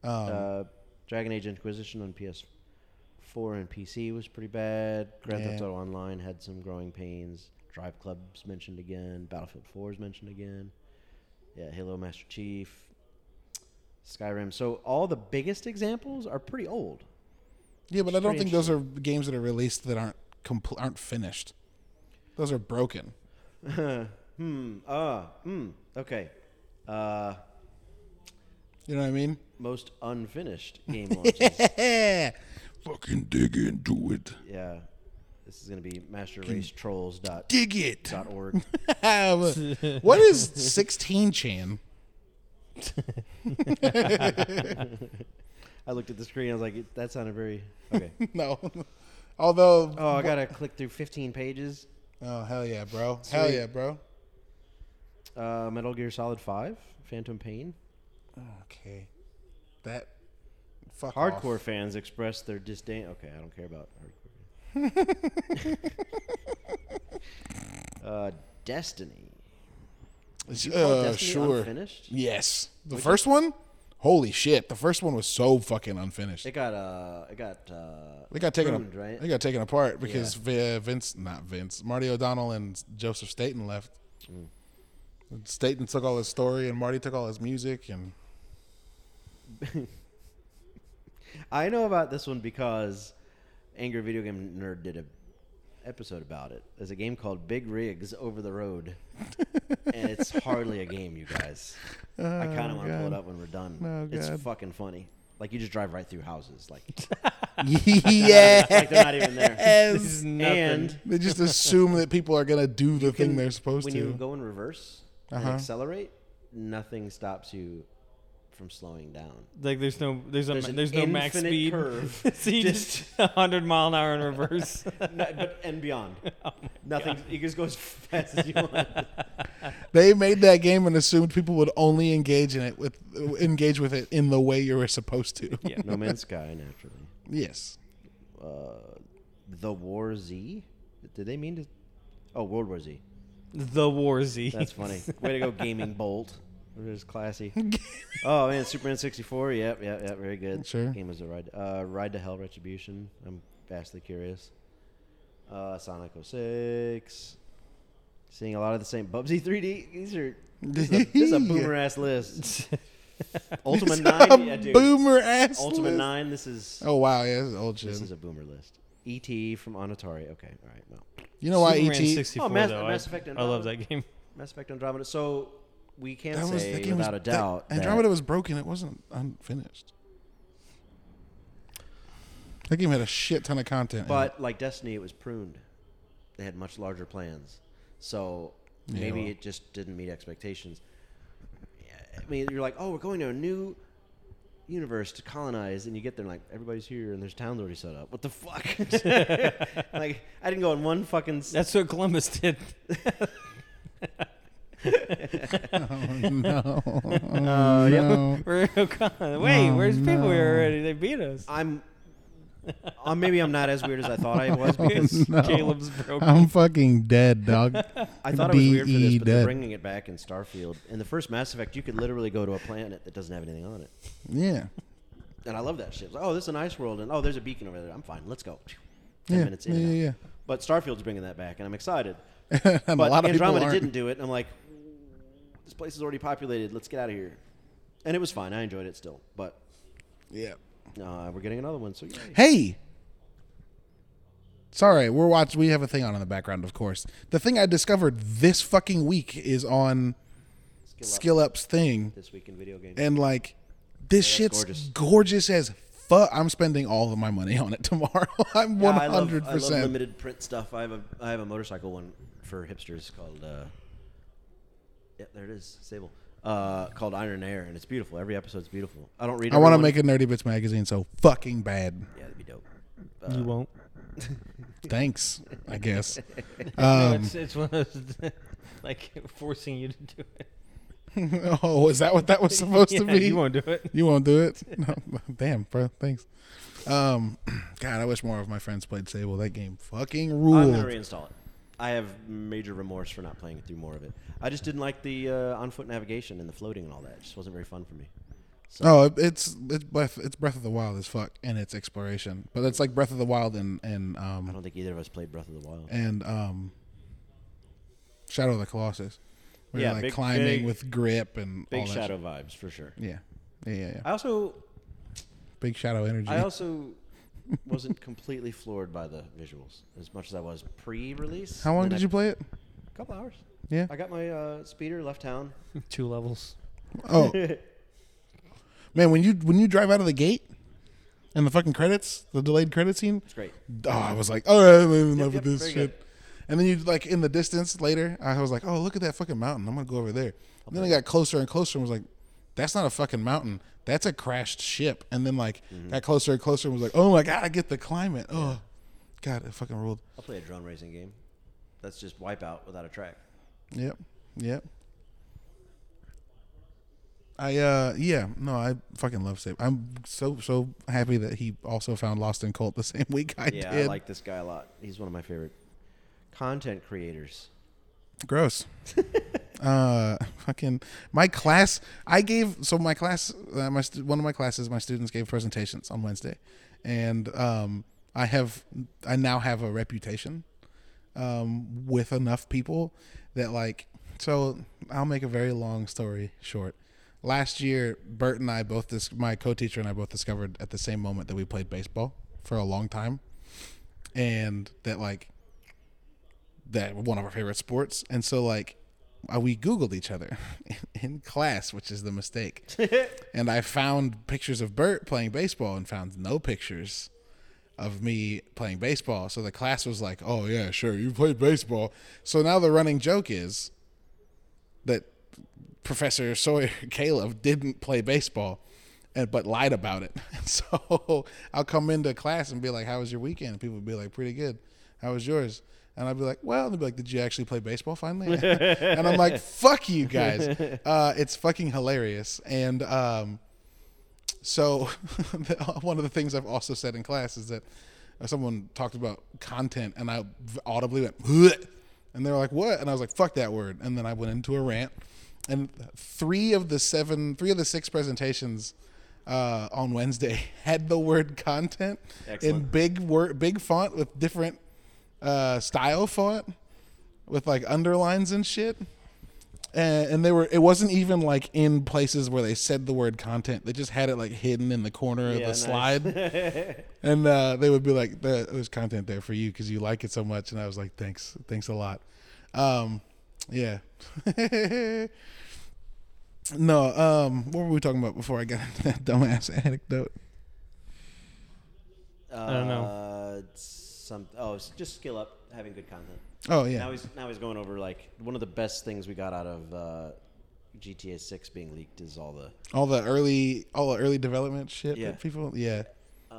[SPEAKER 2] uh, Dragon Age Inquisition on PS4 and PC was pretty bad. Grand Theft
[SPEAKER 1] Yeah.
[SPEAKER 2] Auto Online had some growing pains. Drive Club's mentioned again. Battlefield 4 is mentioned again. Yeah, Halo Master Chief, Skyrim. So all the biggest examples are pretty old.
[SPEAKER 1] Yeah, but I
[SPEAKER 2] It's
[SPEAKER 1] don't
[SPEAKER 2] pretty
[SPEAKER 1] think those are games that are released that aren't compl- aren't finished. Those are broken.
[SPEAKER 2] hmm. Ah. hmm. Okay. Uh,
[SPEAKER 1] You know what I mean?
[SPEAKER 2] most unfinished game launches.
[SPEAKER 1] Fucking dig into it.
[SPEAKER 2] yeah. This is gonna be masterracetrolls.org.
[SPEAKER 1] Dig it. what is 16 chan?
[SPEAKER 2] I looked at the screen. I was like, that sounded very okay.
[SPEAKER 1] No. Although,
[SPEAKER 2] Oh, I gotta click through 15 pages.
[SPEAKER 1] oh hell yeah, bro. Hell
[SPEAKER 2] Sweet.
[SPEAKER 1] yeah, bro.
[SPEAKER 2] Uh, Metal Gear Solid 5, Phantom Pain.
[SPEAKER 1] Okay. That fuck off.
[SPEAKER 2] Hardcore fans expressed their disdain. Okay, I don't care about hardcore. uh, Destiny. Would you call
[SPEAKER 1] Uh,
[SPEAKER 2] Destiny
[SPEAKER 1] sure.
[SPEAKER 2] Unfinished.
[SPEAKER 1] Yes. The first one? Holy shit. The first one was so fucking unfinished.
[SPEAKER 2] It got uh, it got uh,
[SPEAKER 1] They got taken.
[SPEAKER 2] pruned,
[SPEAKER 1] up,
[SPEAKER 2] right?
[SPEAKER 1] They got taken apart because Vi- Vince, not Vince, Marty O'Donnell and Joseph Staten
[SPEAKER 2] Mm.
[SPEAKER 1] left. And Staten took all his story, and Marty took all his music, and
[SPEAKER 2] I know about this one because Angry Video Game Nerd did a episode about it. There's a game called Big Rigs Over the Road, and it's hardly a game, you guys. I kind of want to pull it up when we're done.
[SPEAKER 1] Oh,
[SPEAKER 2] it's
[SPEAKER 1] God.
[SPEAKER 2] fucking funny. Like you just drive right through houses, like
[SPEAKER 1] yeah.
[SPEAKER 2] like they're not even there.
[SPEAKER 3] This is nothing.
[SPEAKER 2] And
[SPEAKER 1] They just assume that people are gonna do the thing
[SPEAKER 2] can-
[SPEAKER 1] they're supposed
[SPEAKER 2] when
[SPEAKER 1] to.
[SPEAKER 2] you go in reverse and
[SPEAKER 1] Uh-huh.
[SPEAKER 2] accelerate, nothing stops you from slowing down.
[SPEAKER 3] like there's no there's a
[SPEAKER 2] There's
[SPEAKER 3] ma-
[SPEAKER 2] an
[SPEAKER 3] there's no max
[SPEAKER 2] infinite
[SPEAKER 3] speed.
[SPEAKER 2] curve.
[SPEAKER 3] so you just 100 mile an hour in reverse.
[SPEAKER 2] No, but and beyond. Nothing. You just go as fast as you want.
[SPEAKER 1] They made that game and assumed people would only engage in it with engage with it in the way you were supposed to.
[SPEAKER 3] yeah.
[SPEAKER 2] No Man's Sky, naturally.
[SPEAKER 1] yes.
[SPEAKER 2] Uh, the War Z. Did they mean to? Oh, World War Z.
[SPEAKER 3] The War Z.
[SPEAKER 2] That's funny. Way to go, Gaming Bolt. It was classy. oh man, Superman sixty four. Yep, yep, yep. Very good.
[SPEAKER 1] Sure.
[SPEAKER 2] Game was a ride. Uh, ride to Hell Retribution. I'm vastly curious. Uh, Sonic 06. Seeing a lot of the same Bubsy 3D. These are this is a, this is a boomer ass list. Ultima nine. Yeah, dude.
[SPEAKER 1] Boomer ass.
[SPEAKER 2] Ultima
[SPEAKER 1] list.
[SPEAKER 2] nine. This is
[SPEAKER 1] Oh wow, yeah, this is old shit.
[SPEAKER 2] this is a boomer list. ET from Onatari. Okay, all right, no.
[SPEAKER 1] you know why E
[SPEAKER 3] Superman
[SPEAKER 1] ET?
[SPEAKER 3] 64,
[SPEAKER 2] Oh, Mass-
[SPEAKER 3] though. I-
[SPEAKER 2] Mass Effect
[SPEAKER 3] I love
[SPEAKER 2] Andromeda.
[SPEAKER 3] that game.
[SPEAKER 2] Mass Effect Andromeda. So we can
[SPEAKER 1] That
[SPEAKER 2] say
[SPEAKER 1] was that game
[SPEAKER 2] without
[SPEAKER 1] was,
[SPEAKER 2] a doubt
[SPEAKER 1] That,
[SPEAKER 2] that-
[SPEAKER 1] Andromeda was broken. It wasn't unfinished. That game had a shit ton of content. in it.
[SPEAKER 2] But like Destiny, it was pruned. They had much larger plans, so
[SPEAKER 1] Yeah,
[SPEAKER 2] maybe
[SPEAKER 1] well.
[SPEAKER 2] it just didn't meet expectations. I mean, you're like, oh, we're going to a new universe to colonize, and you get there, and like everybody's here, and there's towns already set up. What the fuck? like, I didn't go on one fucking. s-
[SPEAKER 3] That's what Columbus did.
[SPEAKER 1] oh, no. Oh,
[SPEAKER 2] Uh, yeah.
[SPEAKER 1] no.
[SPEAKER 3] We're- Wait,
[SPEAKER 1] No,
[SPEAKER 3] where's people
[SPEAKER 1] no.
[SPEAKER 3] here already? They beat us.
[SPEAKER 2] I'm. Uh, maybe I'm not as weird as I thought I was because
[SPEAKER 1] No.
[SPEAKER 3] Caleb's broken.
[SPEAKER 1] I'm fucking dead, dog.
[SPEAKER 2] I thought it was weird for this,
[SPEAKER 1] DE
[SPEAKER 2] but they're
[SPEAKER 1] E dead.
[SPEAKER 2] bringing it back in Starfield. In the first Mass Effect, you could literally go to a planet that doesn't have anything on it.
[SPEAKER 1] Yeah.
[SPEAKER 2] And I love that shit. It's like, oh, this is an ice world, and oh, there's a beacon over there. I'm fine. Let's go. Ten
[SPEAKER 1] Yeah.
[SPEAKER 2] minutes in.
[SPEAKER 1] Yeah,
[SPEAKER 2] and out.
[SPEAKER 1] yeah,
[SPEAKER 2] But Starfield's bringing that back, and I'm excited.
[SPEAKER 1] yeah. and
[SPEAKER 2] but
[SPEAKER 1] a lot of people
[SPEAKER 2] Andromeda
[SPEAKER 1] aren't.
[SPEAKER 2] didn't do it, and I'm like, this place is already populated. Let's get out of here. And it was fine. I enjoyed it still. But
[SPEAKER 1] Yeah.
[SPEAKER 2] uh, we're getting another one, so yay.
[SPEAKER 1] Hey. Sorry, we're watch. We have a thing on in the background, of course. The thing I discovered this fucking week is on
[SPEAKER 2] Skill up
[SPEAKER 1] Skill Up's thing,
[SPEAKER 2] this week in video games.
[SPEAKER 1] and like, this shit's gorgeous.
[SPEAKER 2] gorgeous.
[SPEAKER 1] as fuck. I'm spending all of my money on it tomorrow. I'm
[SPEAKER 2] Yeah,
[SPEAKER 1] one
[SPEAKER 2] I love-
[SPEAKER 1] hundred
[SPEAKER 2] I love
[SPEAKER 1] percent.
[SPEAKER 2] limited print stuff. I have a I have a motorcycle one for hipsters called. Uh, yeah, there it is, Sable. Uh, called Iron Air, and it's beautiful. Every episode's beautiful. I don't read.
[SPEAKER 1] I want to
[SPEAKER 2] everyone-
[SPEAKER 1] make a Nerdy Bits magazine so fucking bad.
[SPEAKER 2] Yeah, that'd be dope.
[SPEAKER 3] you won't.
[SPEAKER 1] Thanks, I guess.
[SPEAKER 3] No,
[SPEAKER 1] Um,
[SPEAKER 3] it's, it's one of those, like, forcing you to do it.
[SPEAKER 1] oh, is that what that was supposed to
[SPEAKER 3] Yeah,
[SPEAKER 1] be?
[SPEAKER 3] You won't do it.
[SPEAKER 1] You won't do it? No. Damn, bro. Thanks. Um, God, I wish more of my friends played Sable. That game fucking
[SPEAKER 2] I'm gonna
[SPEAKER 1] ruled.
[SPEAKER 2] reinstall it. I have major remorse for not playing it through more of it. I just didn't like the uh, on foot navigation and the floating and all that. It just wasn't very fun for me.
[SPEAKER 1] Oh, it- it's it's Breath it's Breath of the Wild as fuck and it's exploration, but it's like Breath of the Wild and and
[SPEAKER 2] I
[SPEAKER 1] um
[SPEAKER 2] don't think either of us played Breath of the Wild.
[SPEAKER 1] and um Shadow of the Colossus. Where
[SPEAKER 2] Yeah,
[SPEAKER 1] you're like
[SPEAKER 2] big-
[SPEAKER 1] climbing
[SPEAKER 2] big-
[SPEAKER 1] with grip and all
[SPEAKER 2] Big
[SPEAKER 1] that
[SPEAKER 2] Shadow vibes for sure.
[SPEAKER 1] shit. Yeah. yeah, yeah, yeah.
[SPEAKER 2] I also
[SPEAKER 1] Big Shadow energy.
[SPEAKER 2] I also wasn't completely floored by the visuals as much as I was pre-release.
[SPEAKER 1] How long
[SPEAKER 2] And
[SPEAKER 1] did
[SPEAKER 2] I-
[SPEAKER 1] you play it?
[SPEAKER 2] A couple hours.
[SPEAKER 1] Yeah.
[SPEAKER 2] I got my uh, speeder, left town.
[SPEAKER 3] Two levels.
[SPEAKER 1] Oh man, when you when you drive out of the gate and the fucking credits, the delayed credit scene,
[SPEAKER 2] It's great.
[SPEAKER 1] oh, I was like, all right, I'm in love
[SPEAKER 2] yep,
[SPEAKER 1] with this
[SPEAKER 2] very
[SPEAKER 1] shit. And then you like in the distance later, I was like, oh, look at that fucking mountain. I'm gonna go over there.
[SPEAKER 2] Oh,
[SPEAKER 1] And then I got closer and closer and was like, that's not a fucking mountain. That's a crashed ship. And then like
[SPEAKER 2] Mm-hmm.
[SPEAKER 1] got closer and closer and was like, oh my god, I get the climate. Oh, god, it fucking ruled.
[SPEAKER 2] I'll play a drone racing game. That's just Wipeout without a track.
[SPEAKER 1] Yep, yep. I uh yeah no I fucking love Sable. I'm so so happy that he also found Lost in Cult the same week I
[SPEAKER 2] yeah,
[SPEAKER 1] did.
[SPEAKER 2] I like this guy a lot. He's one of my favorite content creators.
[SPEAKER 1] Gross. uh, fucking my class. I gave so my class. Uh, my stu- one of my classes. My students gave presentations on Wednesday, and um, I have. I now have a reputation, um, with enough people that like. So I'll make a very long story short. last year, Bert and I both, dis- my co-teacher and I both discovered at the same moment that we played baseball for a long time, and that like that one of our favorite sports. And so like uh, we Googled each other in class, which is the mistake. and I found pictures of Bert playing baseball and found no pictures of me playing baseball. So the class was like, "Oh yeah, sure, you played baseball." So now the running joke is that Professor Sawyer Caleb didn't play baseball, and but lied about it. And so I'll come into class and be like, "How was your weekend?" And people would be like, "Pretty good." How was yours? And I'd be like, "Well," and they'd be like, "Did you actually play baseball finally?" and I'm like, "Fuck you guys!" Uh, it's fucking hilarious. And um, so the- one of the things I've also said in class is that uh, someone talked about content, and I audibly went, "Bleh." and they were like, "What?" And I was like, "Fuck that word!" And then I went into a rant. And three of the seven, three of the six presentations uh, on Wednesday had the word content in
[SPEAKER 2] Excellent.
[SPEAKER 1] big word, big font with different uh, style font with like underlines and shit. And, and they were it wasn't even like in places where they said the word content. They just had it like hidden in the corner of
[SPEAKER 2] Yeah,
[SPEAKER 1] the
[SPEAKER 2] nice.
[SPEAKER 1] slide. and uh, they would be like, "There- "There's content there for you because you like it so much." And I was like, "Thanks, thanks a lot." Um, yeah. no. Um, what were we talking about before I got into that dumbass anecdote?
[SPEAKER 2] Uh,
[SPEAKER 3] don't know.
[SPEAKER 2] Some oh, it's just skill up, having good content.
[SPEAKER 1] Oh yeah.
[SPEAKER 2] Now he's now he's going over like one of the best things we got out of uh, GTA Six being leaked is all the
[SPEAKER 1] all the early all the early development shit
[SPEAKER 2] Yeah.
[SPEAKER 1] that people yeah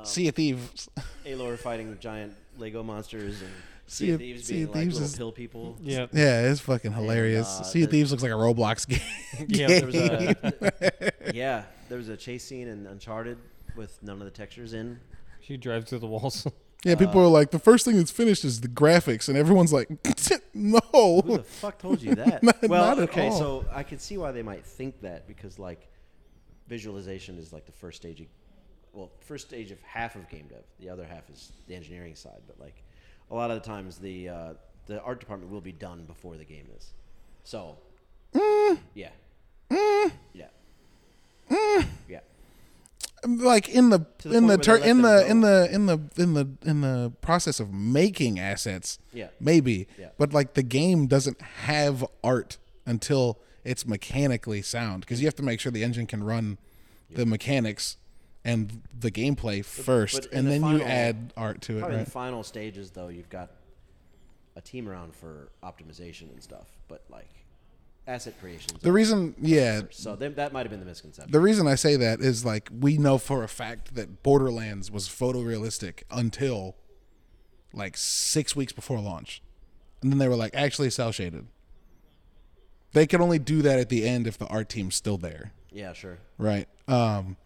[SPEAKER 1] sea of thieves
[SPEAKER 2] Aloy fighting giant Lego monsters and
[SPEAKER 1] Sea
[SPEAKER 2] Sea of
[SPEAKER 1] of-
[SPEAKER 2] Thieves
[SPEAKER 1] Sea
[SPEAKER 2] being
[SPEAKER 1] of
[SPEAKER 2] like
[SPEAKER 1] Thieves
[SPEAKER 2] little
[SPEAKER 1] is-
[SPEAKER 2] pill people.
[SPEAKER 3] Yeah.
[SPEAKER 1] yeah it's fucking hilarious
[SPEAKER 2] uh,
[SPEAKER 1] sea of
[SPEAKER 2] the-
[SPEAKER 1] thieves looks like a roblox game
[SPEAKER 3] Yeah, there was
[SPEAKER 2] Uh,
[SPEAKER 3] a-
[SPEAKER 2] yeah, there was a chase scene in Uncharted with none of the textures in.
[SPEAKER 3] She drives through the walls.
[SPEAKER 1] yeah people are like the first thing that's finished is the graphics and everyone's like
[SPEAKER 2] Who
[SPEAKER 1] no
[SPEAKER 2] the fuck told you that?
[SPEAKER 1] Not-
[SPEAKER 2] well,
[SPEAKER 1] not at
[SPEAKER 2] okay,
[SPEAKER 1] all.
[SPEAKER 2] so I could see why they might think that because like visualization is like the first stage of well, first stage of half of game dev. The other half is the engineering side, but like a lot of the times the uh, the art department will be done before the game is. So
[SPEAKER 1] Mm.
[SPEAKER 2] yeah. Yeah.
[SPEAKER 1] Mm.
[SPEAKER 2] Yeah.
[SPEAKER 1] like in the
[SPEAKER 2] To the
[SPEAKER 1] in the
[SPEAKER 2] point where they
[SPEAKER 1] tur-
[SPEAKER 2] let
[SPEAKER 1] in
[SPEAKER 2] them
[SPEAKER 1] the
[SPEAKER 2] go.
[SPEAKER 1] in the in the in the in the process of making assets
[SPEAKER 2] Yeah.
[SPEAKER 1] maybe
[SPEAKER 2] Yeah.
[SPEAKER 1] but like the game doesn't have art until it's mechanically sound because you have to make sure the engine can run the mechanics and the gameplay first
[SPEAKER 2] but in
[SPEAKER 1] and
[SPEAKER 2] the
[SPEAKER 1] then you
[SPEAKER 2] final-
[SPEAKER 1] add art to it
[SPEAKER 2] Probably
[SPEAKER 1] right
[SPEAKER 2] the final stages though, you've got a team around for optimization and stuff, but like asset creation.
[SPEAKER 1] the reason yeah
[SPEAKER 2] So then that might have been the misconception.
[SPEAKER 1] the reason i say that is like we know for a fact that borderlands was photorealistic until like six weeks before launch and then they were like actually cell shaded they can only do that at the end if the art team's still there
[SPEAKER 2] yeah, sure.
[SPEAKER 1] right? Um,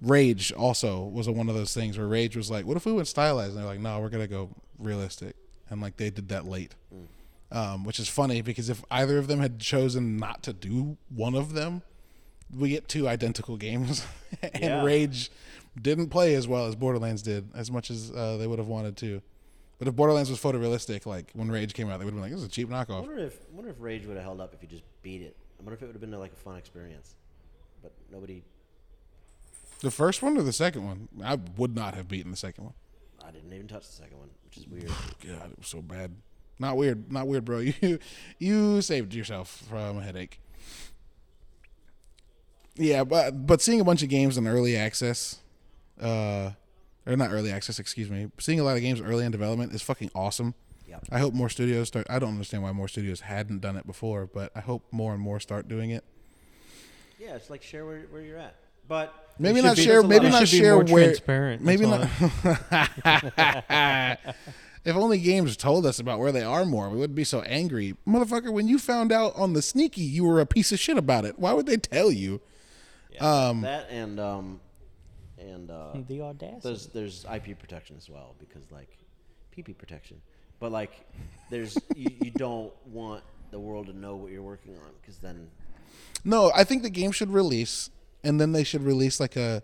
[SPEAKER 1] Rage also was one of those things where Rage was like, "What if we went stylized?" And they're like, "No, we're gonna go realistic," and like they did that late, um, which is funny because if either of them had chosen not to do one of them, we get two identical games, and
[SPEAKER 2] Yeah.
[SPEAKER 1] Rage didn't play as well as Borderlands did, as much as uh, they would have wanted to. But if Borderlands was photorealistic, like when Rage came out, they would have been like, "This is a cheap
[SPEAKER 2] I
[SPEAKER 1] knockoff."
[SPEAKER 2] wonder if I wonder if Rage would have held up if you just beat it. I wonder if it would have been like a fun experience. But nobody,
[SPEAKER 1] The first one or the second one? I would not have beaten the second one.
[SPEAKER 2] I didn't even touch the second one, which is weird.
[SPEAKER 1] God, it was so bad. Not weird, not weird, bro. You you saved yourself from a headache. Yeah, but but seeing a bunch of games in early access, uh, or not early access, excuse me, seeing a lot of games early in development is fucking awesome.
[SPEAKER 2] Yep.
[SPEAKER 1] I hope more studios start. I don't understand why more studios hadn't done it before, but I hope more and more start doing it.
[SPEAKER 2] Yeah, it's like share where, where you're at. But
[SPEAKER 1] Maybe
[SPEAKER 3] should
[SPEAKER 1] not
[SPEAKER 3] be-
[SPEAKER 1] share.
[SPEAKER 2] that's a
[SPEAKER 1] Maybe
[SPEAKER 2] lot.
[SPEAKER 1] not
[SPEAKER 3] It should be
[SPEAKER 1] share
[SPEAKER 3] more
[SPEAKER 1] where.
[SPEAKER 3] transparent,
[SPEAKER 1] Maybe not.
[SPEAKER 3] that's
[SPEAKER 1] if only games told us about where they are more, we wouldn't be so angry, motherfucker. When you found out on the sneaky, you were a piece of shit about it. Why would they tell you?
[SPEAKER 2] that and um and uh,
[SPEAKER 3] The audacity.
[SPEAKER 2] there's there's IP protection as well because like PP protection, but like there's you, you don't want the world to know what you're working on because then
[SPEAKER 1] No, I think the game should release, and then they should release like a.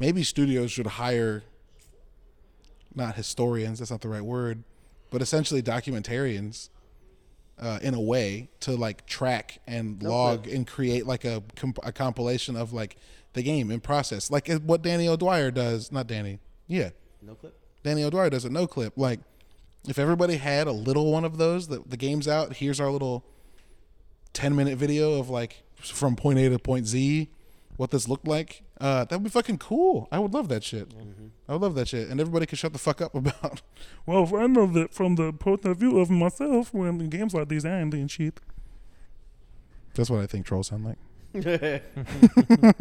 [SPEAKER 1] Maybe studios should hire. Not historians. That's not the right word, but essentially documentarians. uh, in a way to like track and log and create like a, comp- a compilation of like the game in process, like what Danny O'Dwyer does. Not Danny, yeah,
[SPEAKER 2] No clip.
[SPEAKER 1] Danny O'Dwyer does a no clip. Like, if everybody had a little one of those, that the game's out. Here's our little ten minute video of like from point A to point Z, what this looked like. Uh, that would be fucking cool. I would love that shit. I would love that shit, and everybody could shut the fuck up about. Well, if I know that from the point of view of myself when games like these and and shit. That's what I think trolls sound like.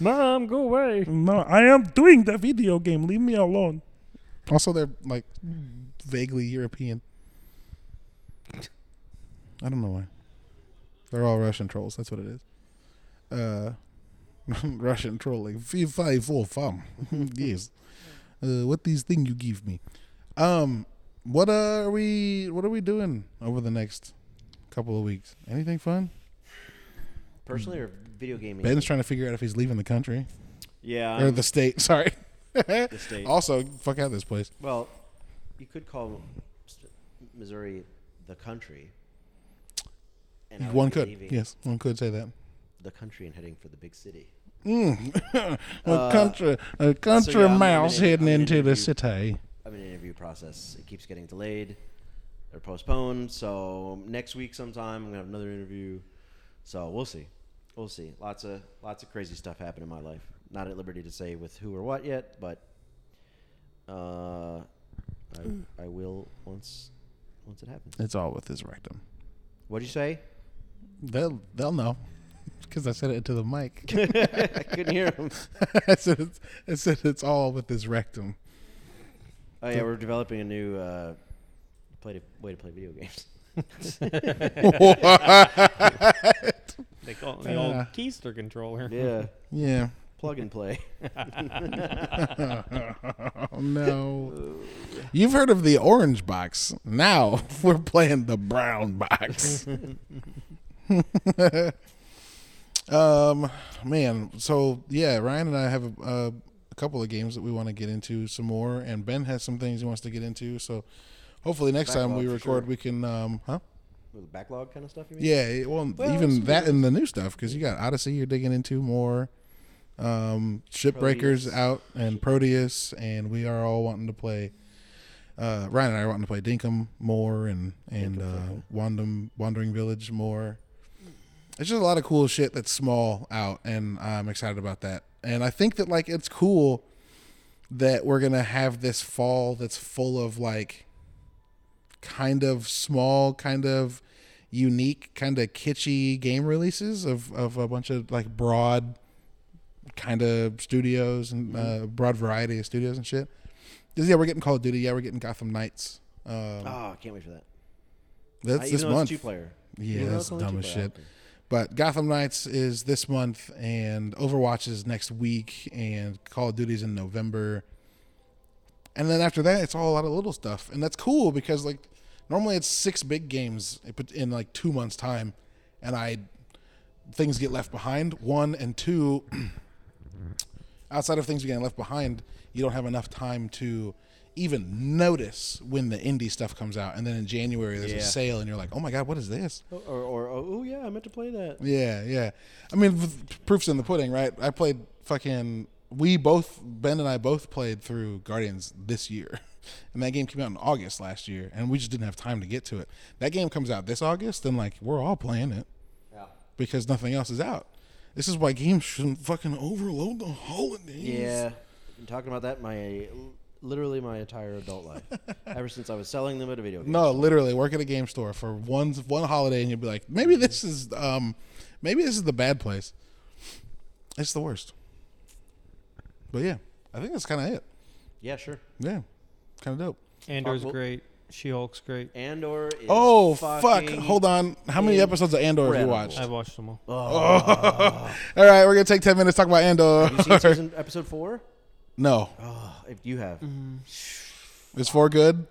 [SPEAKER 3] Mom, go away.
[SPEAKER 1] No, I am doing the video game. Leave me alone. Also, they're like vaguely European. I don't know why. They're all Russian trolls. That's what it is. Uh, Russian trolling. Fee fi fo fum. yes. Uh, what these thing you give me? Um, what are we? What are we doing over the next couple of weeks? Anything fun?
[SPEAKER 2] Personally, or video gaming?
[SPEAKER 1] Ben's trying to figure out if he's leaving the country
[SPEAKER 2] yeah.
[SPEAKER 1] or
[SPEAKER 2] I'm-
[SPEAKER 1] the state. Sorry.
[SPEAKER 2] Um, the state.
[SPEAKER 1] Also, fuck out of this place.
[SPEAKER 2] Well, you could call s- Missouri the country. And I would
[SPEAKER 1] one
[SPEAKER 2] be
[SPEAKER 1] could,
[SPEAKER 2] leaving
[SPEAKER 1] yes, one could say that.
[SPEAKER 2] The country and heading for the big city.
[SPEAKER 1] Mm. a country, a country
[SPEAKER 2] Uh, yeah, I'm
[SPEAKER 1] mouse
[SPEAKER 2] in an-
[SPEAKER 1] heading
[SPEAKER 2] I'm in an
[SPEAKER 1] into the
[SPEAKER 2] interview.
[SPEAKER 1] city.
[SPEAKER 2] I'm in an interview process. It keeps getting delayed or postponed. So next week, sometime, I'm gonna have another interview. So we'll see. We'll see. Lots of lots of crazy stuff happened in my life. Not at liberty to say with who or what yet, but uh, I, I will once once it happens.
[SPEAKER 1] It's all with his rectum.
[SPEAKER 2] What'd you say?
[SPEAKER 1] They'll they'll know, because I said it into the mic.
[SPEAKER 2] I couldn't hear him.
[SPEAKER 1] I said it's, I said it's all with his rectum.
[SPEAKER 2] Oh yeah, we're developing a new uh, play to, way to play video games.
[SPEAKER 1] What?
[SPEAKER 3] They call it the
[SPEAKER 1] Uh.
[SPEAKER 3] old keister controller.
[SPEAKER 2] yeah,
[SPEAKER 1] yeah.
[SPEAKER 2] plug and play.
[SPEAKER 1] Oh no. You've heard of the orange box. Now we're playing the brown box. um, man. So yeah, Ryan and I have a, a, a couple of games that we want to get into some more, and Ben has some things he wants to get into. So hopefully next time
[SPEAKER 2] Backlog
[SPEAKER 1] we
[SPEAKER 2] for
[SPEAKER 1] record,
[SPEAKER 2] sure.
[SPEAKER 1] we can. Um, huh?
[SPEAKER 2] With the backlog kind of stuff. You mean?
[SPEAKER 1] Yeah. it- Well,
[SPEAKER 2] Well,
[SPEAKER 1] even
[SPEAKER 2] it's-
[SPEAKER 1] that and the new stuff because you got Odyssey. You're digging into more. Um, Shipbreakers
[SPEAKER 2] Proteus.
[SPEAKER 1] out and Proteus, and we are all wanting to play. Uh, Ryan and I are wanting to play Dinkum more and and uh, Wandum Wandering Village more. It's just a lot of cool shit that's small out, and I'm excited about that. And I think that like it's cool that we're gonna have this fall that's full of like kind of small, kind of unique, kind of kitschy game releases of, of a bunch of like broad kind of studios and
[SPEAKER 2] Mm-hmm.
[SPEAKER 1] uh, broad variety of studios and shit. 'Cause, yeah, we're getting Call of Duty. Yeah, we're getting Gotham Knights. Um,
[SPEAKER 2] Oh, I can't wait for that.
[SPEAKER 1] that's
[SPEAKER 2] I,
[SPEAKER 1] this
[SPEAKER 2] even though
[SPEAKER 1] month.
[SPEAKER 2] It's two player.
[SPEAKER 1] yeah, that's dumb as shit. But Gotham Knights is this month, and Overwatch is next week, and Call of Duty's in November. And then after that, it's all a lot of little stuff, and that's cool because like normally it's six big games in like two months time, and I things get left behind. One and two, outside of things getting left behind, you don't have enough time to even notice when the indie stuff comes out. And then in January, there's a
[SPEAKER 2] Yeah.
[SPEAKER 1] sale, and you're like, oh my god, what is this?
[SPEAKER 2] Or, or, or oh yeah, I meant to play that.
[SPEAKER 1] Yeah, yeah. I mean, v- proof's in the pudding, right? I played fucking. We both, Ben and I both played through Guardians this year. And that game came out in August last year, and we just didn't have time to get to it. That game comes out this August, then, like, we're all playing it
[SPEAKER 2] Yeah.
[SPEAKER 1] because nothing else is out. This is why games shouldn't fucking overload the holidays.
[SPEAKER 2] Yeah. Been talking about that my literally my entire adult life. Ever since I was selling them at a video game.
[SPEAKER 1] No, literally, work at a game store for one one holiday, and you'd be like, maybe this is um, maybe this is the bad place. It's the worst. But yeah, I think that's kind of it.
[SPEAKER 2] Yeah, sure.
[SPEAKER 1] Yeah, kind of dope.
[SPEAKER 3] Andor's
[SPEAKER 2] Fuck, well-
[SPEAKER 3] great. She Hulk's great.
[SPEAKER 2] Andor. Is
[SPEAKER 1] Oh fuck!
[SPEAKER 2] fucking-
[SPEAKER 1] Hold on, how many episodes of Andor have you
[SPEAKER 2] incredible. Oh.
[SPEAKER 1] watched?
[SPEAKER 3] I watched them all.
[SPEAKER 1] All right, we're gonna take ten minutes to talk about
[SPEAKER 2] You seen
[SPEAKER 1] Andor.
[SPEAKER 2] season episode four?
[SPEAKER 1] no,
[SPEAKER 2] Oh, if you have.
[SPEAKER 1] Mm-hmm. it's four good.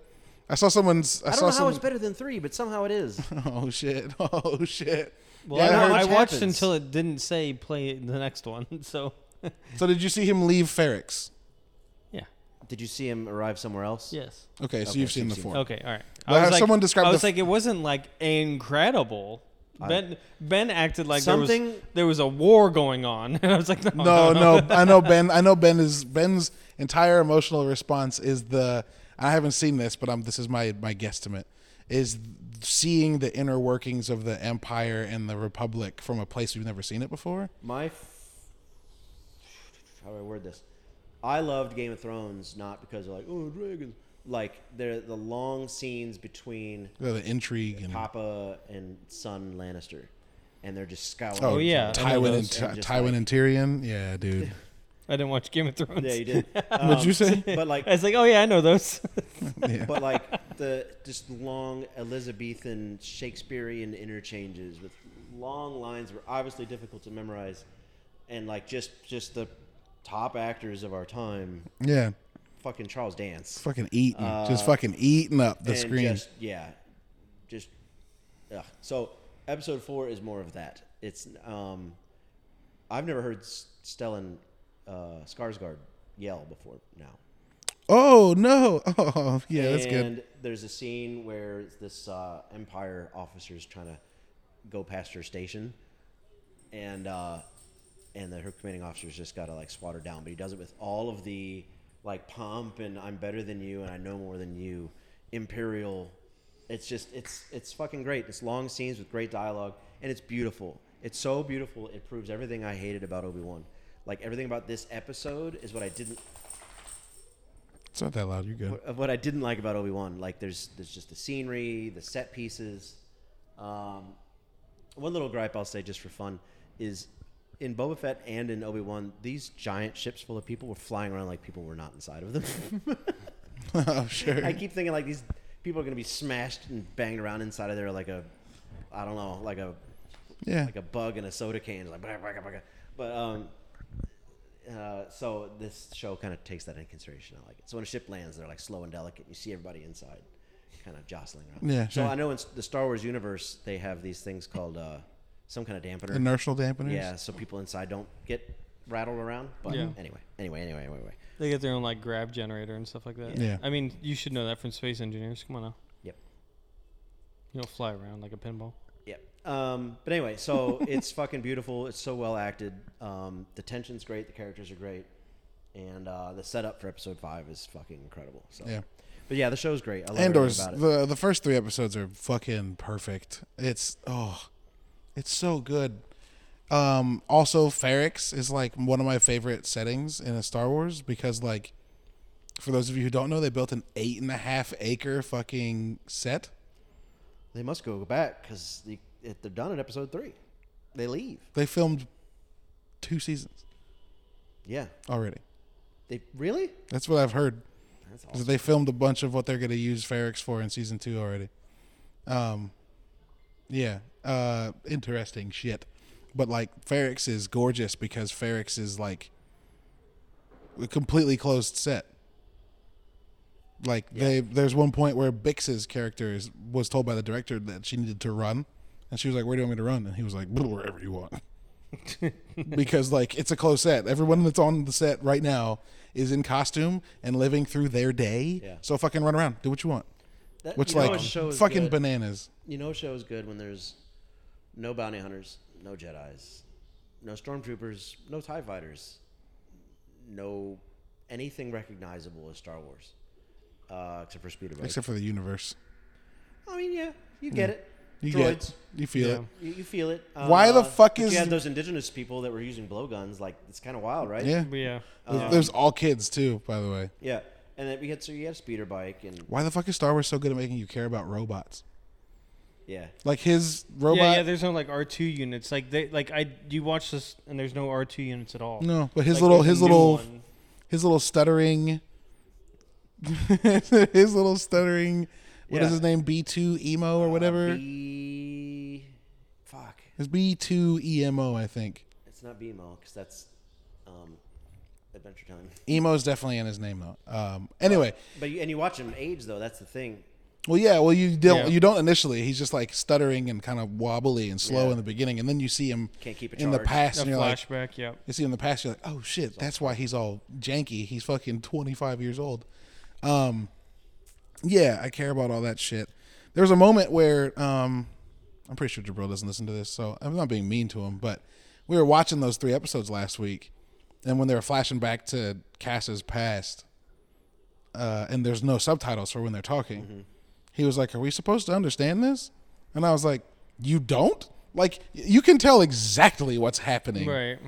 [SPEAKER 1] I saw someone's. I,
[SPEAKER 2] I don't
[SPEAKER 1] saw
[SPEAKER 2] know how
[SPEAKER 1] someone.
[SPEAKER 2] it's better than three, but somehow it is.
[SPEAKER 1] Oh shit! Oh shit!
[SPEAKER 3] Well,
[SPEAKER 1] Yeah, I
[SPEAKER 3] I,
[SPEAKER 1] heard-
[SPEAKER 3] I
[SPEAKER 2] much
[SPEAKER 3] watched
[SPEAKER 2] happens.
[SPEAKER 3] until it didn't say play the next one. So,
[SPEAKER 1] so did you see him leave Ferrix?
[SPEAKER 3] yeah.
[SPEAKER 2] Did you see him arrive somewhere else?
[SPEAKER 3] Yes.
[SPEAKER 1] Okay, so
[SPEAKER 2] Okay,
[SPEAKER 1] you've seen the
[SPEAKER 2] so you've
[SPEAKER 1] four.
[SPEAKER 2] seen-
[SPEAKER 3] Okay, all right.
[SPEAKER 1] Well,
[SPEAKER 3] I was
[SPEAKER 1] how-
[SPEAKER 3] like,
[SPEAKER 1] someone described
[SPEAKER 3] I
[SPEAKER 1] the
[SPEAKER 3] was
[SPEAKER 1] f-
[SPEAKER 3] like, it wasn't like incredible. Ben Ben acted like there was
[SPEAKER 2] Something-
[SPEAKER 3] there was a war going on, and I was like,
[SPEAKER 2] Oh,
[SPEAKER 1] No,
[SPEAKER 3] no,
[SPEAKER 1] no, I know Ben. I know Ben is Ben's entire emotional response is the. I haven't seen this, but I'm, this is my my guesstimate is seeing the inner workings of the empire and the republic from a place we've never seen it before.
[SPEAKER 2] My. F- how do I word this? I loved Game of Thrones not because they're like, oh, dragons. Like, they're the long scenes between
[SPEAKER 1] The, the intrigue
[SPEAKER 2] Mm.
[SPEAKER 1] and
[SPEAKER 2] Papa and son Lannister. And they're just scowling.
[SPEAKER 1] oh
[SPEAKER 3] Oh,
[SPEAKER 2] at each
[SPEAKER 3] yeah,
[SPEAKER 2] other.
[SPEAKER 3] I know
[SPEAKER 1] Tywin and
[SPEAKER 3] those.
[SPEAKER 1] Ty-
[SPEAKER 2] And just
[SPEAKER 1] Tywin
[SPEAKER 2] like-
[SPEAKER 1] and Tyrion. Yeah, dude.
[SPEAKER 3] I didn't watch Game of Thrones.
[SPEAKER 2] Yeah, you did.
[SPEAKER 1] What'd you
[SPEAKER 2] Um,
[SPEAKER 1] say?
[SPEAKER 2] But, like,
[SPEAKER 3] I was like, oh yeah, I know those.
[SPEAKER 1] Yeah.
[SPEAKER 2] but like the just long Elizabethan Shakespearean interchanges with long lines were obviously difficult to memorize, and like just just the top actors of our time,
[SPEAKER 1] yeah,
[SPEAKER 2] fucking Charles Dance,
[SPEAKER 1] fucking eating, just
[SPEAKER 2] Uh,
[SPEAKER 1] fucking eating up the
[SPEAKER 2] and
[SPEAKER 1] screen.
[SPEAKER 2] just yeah, just ugh. so episode four is more of that. It's um, I've never heard S- Stellan uh, Skarsgård yell before now.
[SPEAKER 1] oh no! Oh yeah, that's good.
[SPEAKER 2] And there's a scene where this uh, Empire officer is trying to go past her station, and uh, and the, her commanding officer's just got to like swat her down. But he does it with all of the like pomp and I'm better than you and I know more than you, imperial. It's just it's it's fucking great. It's long scenes with great dialogue and it's beautiful. It's so beautiful. It proves everything I hated about Obi Wan. Like everything about this episode is what I didn't
[SPEAKER 1] It's not that loud. You're good.
[SPEAKER 2] what- of what I didn't like about Obi Wan. Like there's there's just the scenery, the set pieces. Um, one little gripe I'll say just for fun is in Boba Fett and in Obi Wan, these giant ships full of people were flying around like people were not inside of them.
[SPEAKER 1] oh sure.
[SPEAKER 2] I keep thinking like these people are gonna be smashed and banged around inside of there like a I don't know like a
[SPEAKER 1] yeah.
[SPEAKER 2] like a bug in a soda can like blah, blah, blah, blah. but um uh, so this show kind of takes that into consideration. I like it. So when a ship lands, they're like slow and delicate. You see everybody inside, kind of jostling around.
[SPEAKER 1] Yeah,
[SPEAKER 2] So
[SPEAKER 1] sure.
[SPEAKER 2] I know in s- the Star Wars universe, they have these things called uh, some kind of dampener.
[SPEAKER 1] Inertial dampeners.
[SPEAKER 2] yeah. So people inside don't get rattled around. But
[SPEAKER 3] Yeah.
[SPEAKER 2] anyway, anyway, anyway, anyway, anyway.
[SPEAKER 3] They get their own like grab generator and stuff like that.
[SPEAKER 1] Yeah.
[SPEAKER 3] I mean, you should know that from space engineers. Come on now.
[SPEAKER 2] Yep.
[SPEAKER 3] You don't fly around like a pinball.
[SPEAKER 2] Yep. Um, but anyway, so it's fucking beautiful. It's so well acted. Um, the tension's great. The characters are great, and uh, the setup for episode five is fucking incredible. So.
[SPEAKER 1] Yeah.
[SPEAKER 2] But yeah, the show's great. I love
[SPEAKER 1] Andor's
[SPEAKER 2] everything about it.
[SPEAKER 1] the the first three episodes are fucking perfect. It's oh, it's so good. Um, also, Ferrix is like one of my favorite settings in a Star Wars because, like, for those of you who don't know, they built an eight and a half acre fucking set.
[SPEAKER 2] They must go back because the, if they're done at episode three, they leave.
[SPEAKER 1] They filmed two seasons
[SPEAKER 2] Yeah.
[SPEAKER 1] already.
[SPEAKER 2] They really?
[SPEAKER 1] That's what I've heard.
[SPEAKER 2] That's
[SPEAKER 1] is that
[SPEAKER 2] awesome.
[SPEAKER 1] They filmed a bunch of what they're going to use Ferrix for in season two already. Um, yeah, uh, interesting shit. But like Ferrix is gorgeous because Ferrix is like a completely closed set. Like they, there's one point where Bix's character is, was told by the director that she needed to run, and she was like, "Where do you want me to run?" And he was like, "Wherever you want." because like it's a close set. Everyone that's on the set right now is in costume and living through their day.
[SPEAKER 2] Yeah.
[SPEAKER 1] So fucking run around, do what you want.
[SPEAKER 2] That-
[SPEAKER 1] Which
[SPEAKER 2] you know
[SPEAKER 1] like
[SPEAKER 2] a show is
[SPEAKER 1] fucking
[SPEAKER 2] good-
[SPEAKER 1] bananas.
[SPEAKER 2] You know, a show is good when there's no bounty hunters, no Jedi's, no stormtroopers, no Tie fighters, no anything recognizable as Star Wars, uh, except for speeder bikes.
[SPEAKER 1] Except for the universe,
[SPEAKER 2] I mean, yeah, you get it.
[SPEAKER 1] you
[SPEAKER 2] Droids,
[SPEAKER 1] get, you feel it.
[SPEAKER 2] You, you feel it. Uh,
[SPEAKER 1] Why the fuck
[SPEAKER 2] but
[SPEAKER 1] is-
[SPEAKER 2] you had those indigenous people that were using blowguns? Like it's kind of wild, right?
[SPEAKER 1] Yeah,
[SPEAKER 3] But yeah.
[SPEAKER 2] Uh,
[SPEAKER 1] There's- there's all kids too, by the way.
[SPEAKER 2] Yeah, and then we had so you had a speeder bike and
[SPEAKER 1] Why the fuck is Star Wars so good at making you care about robots?
[SPEAKER 2] yeah,
[SPEAKER 1] Like his robot.
[SPEAKER 3] Yeah, yeah. There's no like R two units. Like they like I you watch this and there's no R two units at all.
[SPEAKER 1] no, but his
[SPEAKER 3] Like,
[SPEAKER 1] little,
[SPEAKER 3] there's a
[SPEAKER 1] his
[SPEAKER 3] new
[SPEAKER 1] little,
[SPEAKER 3] one.
[SPEAKER 1] his little stuttering. his little stuttering. What is
[SPEAKER 2] Yeah.
[SPEAKER 1] his name? B two emo or whatever.
[SPEAKER 2] Uh, B... Fuck,
[SPEAKER 1] It's B two emo, I think.
[SPEAKER 2] it's not BMO because that's um, Adventure Time.
[SPEAKER 1] E Emo's definitely in his name though. Um, anyway,
[SPEAKER 2] But you, and you watch him age though. That's the thing.
[SPEAKER 1] Well, yeah. Well, you don't.
[SPEAKER 3] Yeah.
[SPEAKER 1] You don't initially. He's just like stuttering and kind of wobbly and slow
[SPEAKER 2] Yeah.
[SPEAKER 1] in the beginning, and then you see him
[SPEAKER 2] Can't keep a
[SPEAKER 1] in the
[SPEAKER 2] charge.
[SPEAKER 1] past,
[SPEAKER 3] A
[SPEAKER 1] and you're like,
[SPEAKER 3] flashback. yep.
[SPEAKER 1] you see him in the past. You're like, oh shit, that's why he's all janky. He's fucking 25 years old. Um, yeah, I care about all that shit. There was a moment where um, I'm pretty sure Jabril doesn't listen to this, so I'm not being mean to him, but we were watching those three episodes last week, and when they were flashing back to Cass's past, uh, and there's no subtitles for when they're talking, he was like, "Are we supposed to understand this?" And I was like, "You don't." Like y- you can tell exactly what's happening
[SPEAKER 3] Right.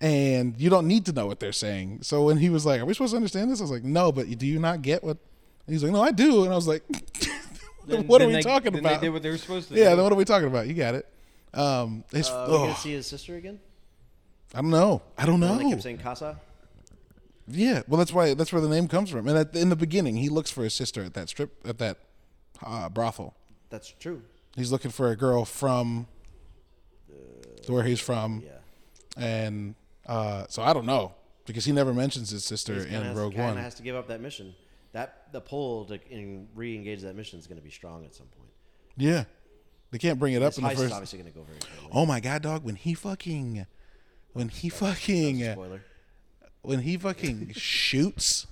[SPEAKER 1] and you don't need to know what they're saying. So when he was like, "Are we supposed to understand this?" I was like, "No, but do you not get what?" And he's like, "No, I do." And I was like,
[SPEAKER 3] Then-
[SPEAKER 1] "What are
[SPEAKER 3] then
[SPEAKER 1] we
[SPEAKER 3] they-
[SPEAKER 1] talking
[SPEAKER 3] then
[SPEAKER 1] about?"
[SPEAKER 3] They did what they were supposed to.
[SPEAKER 1] yeah,
[SPEAKER 3] do.
[SPEAKER 1] then what are we talking about? You got it. Um, it's
[SPEAKER 2] Uh, we gonna
[SPEAKER 1] ugh,
[SPEAKER 2] see his sister again?
[SPEAKER 1] I don't know. I don't
[SPEAKER 2] The one that
[SPEAKER 1] know.
[SPEAKER 2] kept saying Casa.
[SPEAKER 1] Yeah, well, that's why that's where the name comes from. And at, in the beginning, he looks for his sister at that strip at that uh, brothel.
[SPEAKER 2] That's true.
[SPEAKER 1] He's looking for a girl from where he's from,
[SPEAKER 2] Yeah.
[SPEAKER 1] and uh, so I don't know because he never mentions his sister
[SPEAKER 2] He's kinda
[SPEAKER 1] in
[SPEAKER 2] has-
[SPEAKER 1] Rogue
[SPEAKER 2] kinda
[SPEAKER 1] One.
[SPEAKER 2] has to give up that mission. That the pull to in, re-engage that mission is going to be strong at some point.
[SPEAKER 1] Yeah. They can't bring it up
[SPEAKER 2] This
[SPEAKER 1] in the
[SPEAKER 2] heist is
[SPEAKER 1] first.
[SPEAKER 2] obviously going to go very. poorly.
[SPEAKER 1] Oh my god, dog! When he fucking, when he fucking,
[SPEAKER 2] Spoiler.
[SPEAKER 1] when he fucking shoots,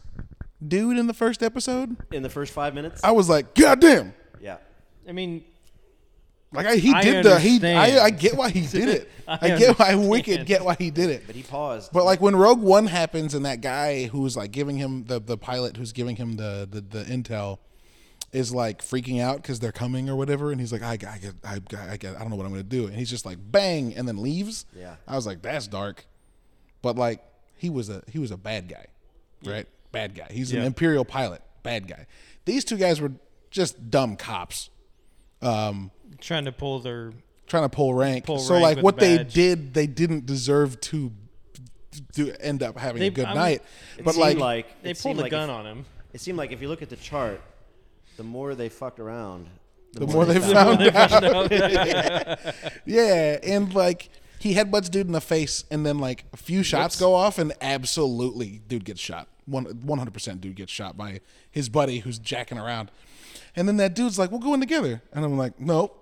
[SPEAKER 1] dude, in the first episode,
[SPEAKER 2] In the first five minutes.
[SPEAKER 1] I was like, God damn!
[SPEAKER 2] Yeah.
[SPEAKER 3] I mean,
[SPEAKER 1] Like I, he
[SPEAKER 3] I
[SPEAKER 1] did the he.
[SPEAKER 3] understand.
[SPEAKER 1] I, I get why he did it.
[SPEAKER 3] I
[SPEAKER 1] I, get why
[SPEAKER 3] understand.
[SPEAKER 1] wicked get why he did it.
[SPEAKER 2] But he paused.
[SPEAKER 1] But like when Rogue One happens and that guy who's like giving him the the pilot who's giving him the the, the intel is like freaking out because they're coming or whatever, and he's like, I I get I I, I get I don't know what I'm gonna do, and he's just like bang and then leaves.
[SPEAKER 2] Yeah.
[SPEAKER 1] I was like, that's dark. But like he was a he was a bad guy, right? Bad guy. He's an
[SPEAKER 3] Yeah.
[SPEAKER 1] imperial pilot, bad guy. These two guys were just dumb cops. Um,
[SPEAKER 3] trying to pull their
[SPEAKER 1] trying to pull rank.
[SPEAKER 3] Pull
[SPEAKER 1] so
[SPEAKER 3] rank
[SPEAKER 1] like
[SPEAKER 3] with
[SPEAKER 1] what
[SPEAKER 3] a
[SPEAKER 1] they
[SPEAKER 3] badge.
[SPEAKER 1] did, they didn't deserve to do end up having a
[SPEAKER 3] They-
[SPEAKER 1] good
[SPEAKER 3] I'm-
[SPEAKER 1] night.
[SPEAKER 2] It
[SPEAKER 1] But like,
[SPEAKER 2] seemed like, it
[SPEAKER 3] they
[SPEAKER 2] seemed
[SPEAKER 3] pulled a
[SPEAKER 2] like
[SPEAKER 3] gun
[SPEAKER 2] if-
[SPEAKER 3] on him.
[SPEAKER 2] It seemed like if you look at the chart, the more they fucked around,
[SPEAKER 1] the more they found out, yeah, and like he headbutts dude in the face, and then like a few shots go off, and absolutely dude gets shot. One one hundred percent dude gets shot by his buddy who's jacking around, and then that dude's like, "We'll go in together," and I'm like, "Nope."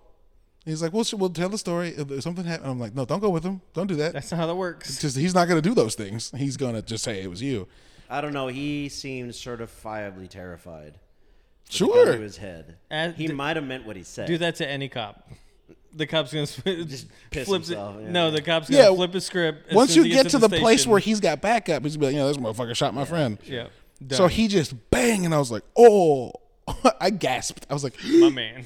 [SPEAKER 1] He's like, "We'll we'll tell the story. If Something happened." I'm like, "No, don't go with him. Don't do that."
[SPEAKER 3] That's not how that works.
[SPEAKER 1] just he's not going to do those things. He's going to just say it was you.
[SPEAKER 2] I don't know. He seemed certifiably terrified. with a gun
[SPEAKER 1] Sure.
[SPEAKER 2] To his head.
[SPEAKER 3] And
[SPEAKER 2] he
[SPEAKER 3] d-
[SPEAKER 2] might have meant what he said.
[SPEAKER 3] Do that to any cop. The cop's gonna sw-
[SPEAKER 2] Just piss
[SPEAKER 3] flip it.
[SPEAKER 2] himself, yeah.
[SPEAKER 3] No, the cop's gonna
[SPEAKER 1] Yeah,
[SPEAKER 3] flip his script. as
[SPEAKER 1] Once
[SPEAKER 3] soon
[SPEAKER 1] you
[SPEAKER 3] as he
[SPEAKER 1] get
[SPEAKER 3] gets
[SPEAKER 1] to the, place
[SPEAKER 3] station.
[SPEAKER 1] where he's got backup, he's gonna be like, you know, this motherfucker shot my friend.
[SPEAKER 3] yeah,
[SPEAKER 1] So
[SPEAKER 3] done.
[SPEAKER 1] he just bang, and I was like, oh, I gasped. I was like,
[SPEAKER 3] my man.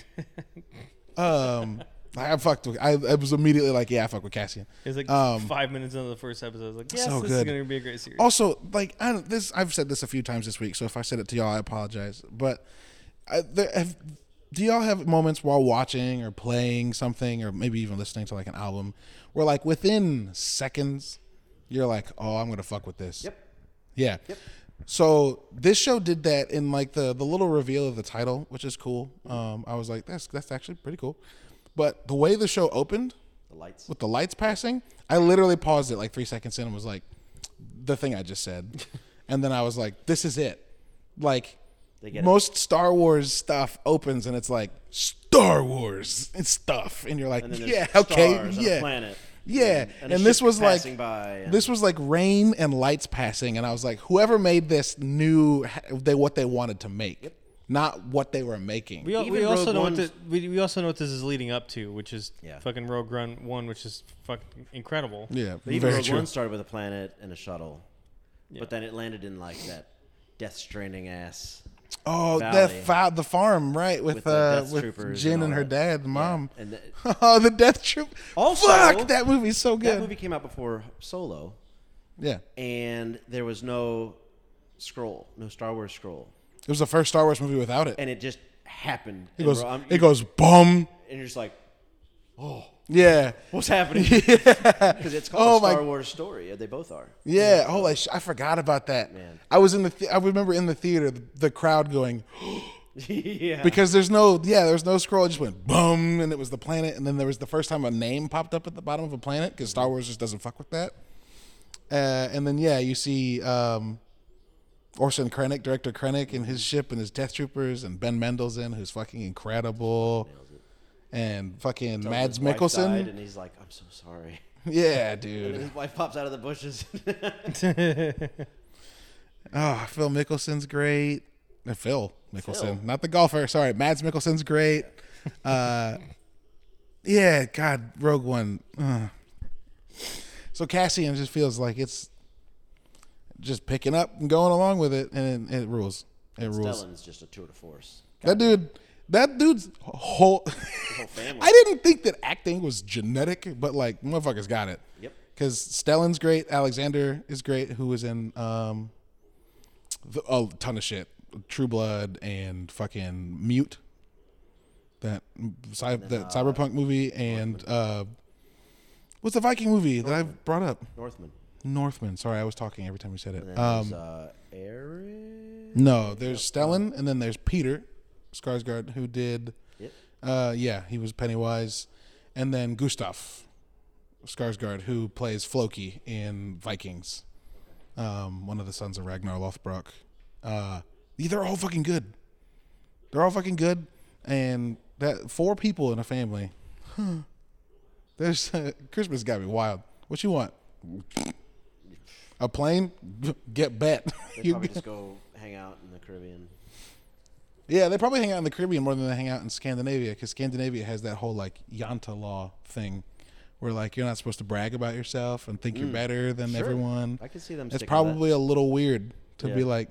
[SPEAKER 1] um, I fucked. With, I, I was immediately like, yeah, I fuck with Cassian.
[SPEAKER 3] It's like
[SPEAKER 1] Um,
[SPEAKER 3] five minutes into the first episode. I was like, yes,
[SPEAKER 1] so
[SPEAKER 3] this is
[SPEAKER 1] good. Oh,
[SPEAKER 3] gonna be a great series.
[SPEAKER 1] Also, like I don't, this, I've said this a few times this week, so if I said it to y'all, I apologize. But I, there, have, do y'all have moments while watching or playing something, or maybe even listening to like an album, where like within seconds, you're like, oh, I'm gonna fuck with this.
[SPEAKER 2] Yep.
[SPEAKER 1] Yeah. So this show did that in like the the little reveal of the title, which is cool. Um, I was like, that's that's actually pretty cool. But the way the show opened
[SPEAKER 2] The lights.
[SPEAKER 1] with the lights passing, I literally paused it like three seconds in and was like, the thing I just said, and then I was like, this is it. Like
[SPEAKER 2] They get it.
[SPEAKER 1] most Star Wars stuff opens and it's like Star Wars and stuff, and you're like,
[SPEAKER 2] And then there's
[SPEAKER 1] yeah, okay,
[SPEAKER 2] stars and a
[SPEAKER 1] yeah,
[SPEAKER 2] planet.
[SPEAKER 1] yeah.
[SPEAKER 2] a
[SPEAKER 1] and this
[SPEAKER 2] ship
[SPEAKER 1] was like
[SPEAKER 2] passing by and-
[SPEAKER 1] this was like rain and lights passing, and I was like, whoever made this knew ha- they what they wanted to make, not what they were making.
[SPEAKER 3] we, al-
[SPEAKER 2] even
[SPEAKER 3] we also
[SPEAKER 2] Rogue
[SPEAKER 3] know what
[SPEAKER 2] One's-
[SPEAKER 3] this, we, we also know what this is leading up to, which is
[SPEAKER 2] Yeah.
[SPEAKER 3] fucking Rogue Run One, which is fucking incredible.
[SPEAKER 1] yeah,
[SPEAKER 2] But even
[SPEAKER 1] very
[SPEAKER 2] Rogue
[SPEAKER 1] true.
[SPEAKER 2] One started with a planet and a shuttle, but then it landed in like that Death Stranding ass
[SPEAKER 1] Oh, that
[SPEAKER 2] Valley.
[SPEAKER 1] fa- the farm, right? With
[SPEAKER 2] With the
[SPEAKER 1] uh,
[SPEAKER 2] Death
[SPEAKER 1] with
[SPEAKER 2] Troopers
[SPEAKER 1] Jin and,
[SPEAKER 2] and all
[SPEAKER 1] her
[SPEAKER 2] that.
[SPEAKER 1] dad, and mom.
[SPEAKER 2] and th-
[SPEAKER 1] oh, the Death Troop.
[SPEAKER 2] Also-
[SPEAKER 1] fuck that movie's so
[SPEAKER 2] that
[SPEAKER 1] good.
[SPEAKER 2] movie came out before Solo,
[SPEAKER 1] yeah,
[SPEAKER 2] and there was no scroll, no Star Wars scroll,
[SPEAKER 1] it was the first Star Wars movie without it.
[SPEAKER 2] and it just happened.
[SPEAKER 1] It
[SPEAKER 2] and
[SPEAKER 1] goes,
[SPEAKER 2] we're- I'm-
[SPEAKER 1] it goes, bum.
[SPEAKER 2] and you're just like,
[SPEAKER 1] Yeah,
[SPEAKER 2] what's happening? Because it's
[SPEAKER 1] Oh,
[SPEAKER 2] called
[SPEAKER 1] my-
[SPEAKER 2] a Star Wars story. They both are.
[SPEAKER 1] Yeah, holy sh- I forgot about that.
[SPEAKER 2] Man.
[SPEAKER 1] I was in the th- I remember in the theater the, the crowd going
[SPEAKER 2] yeah.
[SPEAKER 1] because there's no yeah, there's no scroll. It just went boom and it was the planet and then there was the first time a name popped up at the bottom of a planet cuz Star Wars just doesn't fuck with that. Uh, and then yeah, you see um Orson Krennic, director Krennic, and his ship and his Death Troopers, and Ben Mendelsohn, who's fucking incredible, and fucking Mads
[SPEAKER 2] His wife died,
[SPEAKER 1] Mikkelsen.
[SPEAKER 2] and he's like, I'm so sorry.
[SPEAKER 1] Yeah,
[SPEAKER 2] And then
[SPEAKER 1] dude.
[SPEAKER 2] his wife pops out of the bushes.
[SPEAKER 1] Oh, Phil Mickelson's great. Uh, Phil Mickelson,
[SPEAKER 2] Phil.
[SPEAKER 1] not the golfer. Sorry, Mads Mickelson's great. Uh, yeah, God, Rogue One. Ugh. So Cassian just feels like it's just picking up and going along with it, and it, it rules. It rules.
[SPEAKER 2] Stellan's just a tour de force.
[SPEAKER 1] That dude, that dude's whole.
[SPEAKER 2] whole family.
[SPEAKER 1] I didn't think that acting was genetic, but like motherfuckers got it.
[SPEAKER 2] Yep.
[SPEAKER 1] Because Stellan's great, Alexander is great, who was in um, the, a ton of shit, True Blood and fucking Mute, that cy- that
[SPEAKER 2] uh,
[SPEAKER 1] cyberpunk movie, and uh, what's the Viking movie that I brought up?
[SPEAKER 2] Northman.
[SPEAKER 1] Northman. Sorry, I was talking every time you said it.
[SPEAKER 2] And
[SPEAKER 1] Um,
[SPEAKER 2] there's, uh, Eric.
[SPEAKER 1] no, there's Stellan, and then there's Peter Skarsgård, who did.
[SPEAKER 2] Yep.
[SPEAKER 1] Uh, yeah, he was Pennywise, and then Gustav Skarsgård, who plays Floki in Vikings, um, one of the sons of Ragnar Lothbrok. Uh, they're all fucking good. They're all fucking good, and that four people in a family. There's Christmas got me wild. What you want? A plane? Get bet.
[SPEAKER 2] They
[SPEAKER 1] You-
[SPEAKER 2] probably just go hang out in the Caribbean.
[SPEAKER 1] yeah, they probably hang out in the Caribbean more than they hang out in Scandinavia because Scandinavia has that whole like Yanta law thing where like you're not supposed to brag about yourself and think you're better than
[SPEAKER 2] Mm, Sure.
[SPEAKER 1] everyone.
[SPEAKER 2] I can see them.
[SPEAKER 1] It's
[SPEAKER 2] sticking to that.
[SPEAKER 1] probably a little weird to be
[SPEAKER 2] Yeah.
[SPEAKER 1] like,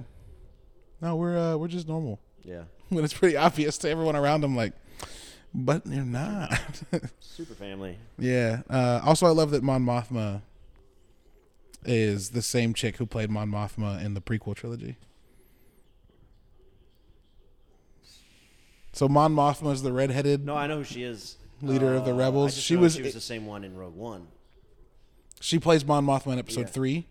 [SPEAKER 1] no, we're uh, we're just normal
[SPEAKER 2] yeah,
[SPEAKER 1] when it's pretty obvious to everyone around them. Like, but you're not.
[SPEAKER 2] super family.
[SPEAKER 1] yeah. Uh, also, I love that Mon Mothma is the same chick who played Mon Mothma in the prequel trilogy. So Mon Mothma is the redheaded.
[SPEAKER 2] No, I know who she is.
[SPEAKER 1] Leader of the
[SPEAKER 2] Uh, I
[SPEAKER 1] rebels.
[SPEAKER 2] just
[SPEAKER 1] She
[SPEAKER 2] know
[SPEAKER 1] was-
[SPEAKER 2] She was the same one in Rogue One.
[SPEAKER 1] She plays Mon Mothma in Episode
[SPEAKER 2] Yeah.
[SPEAKER 1] Three,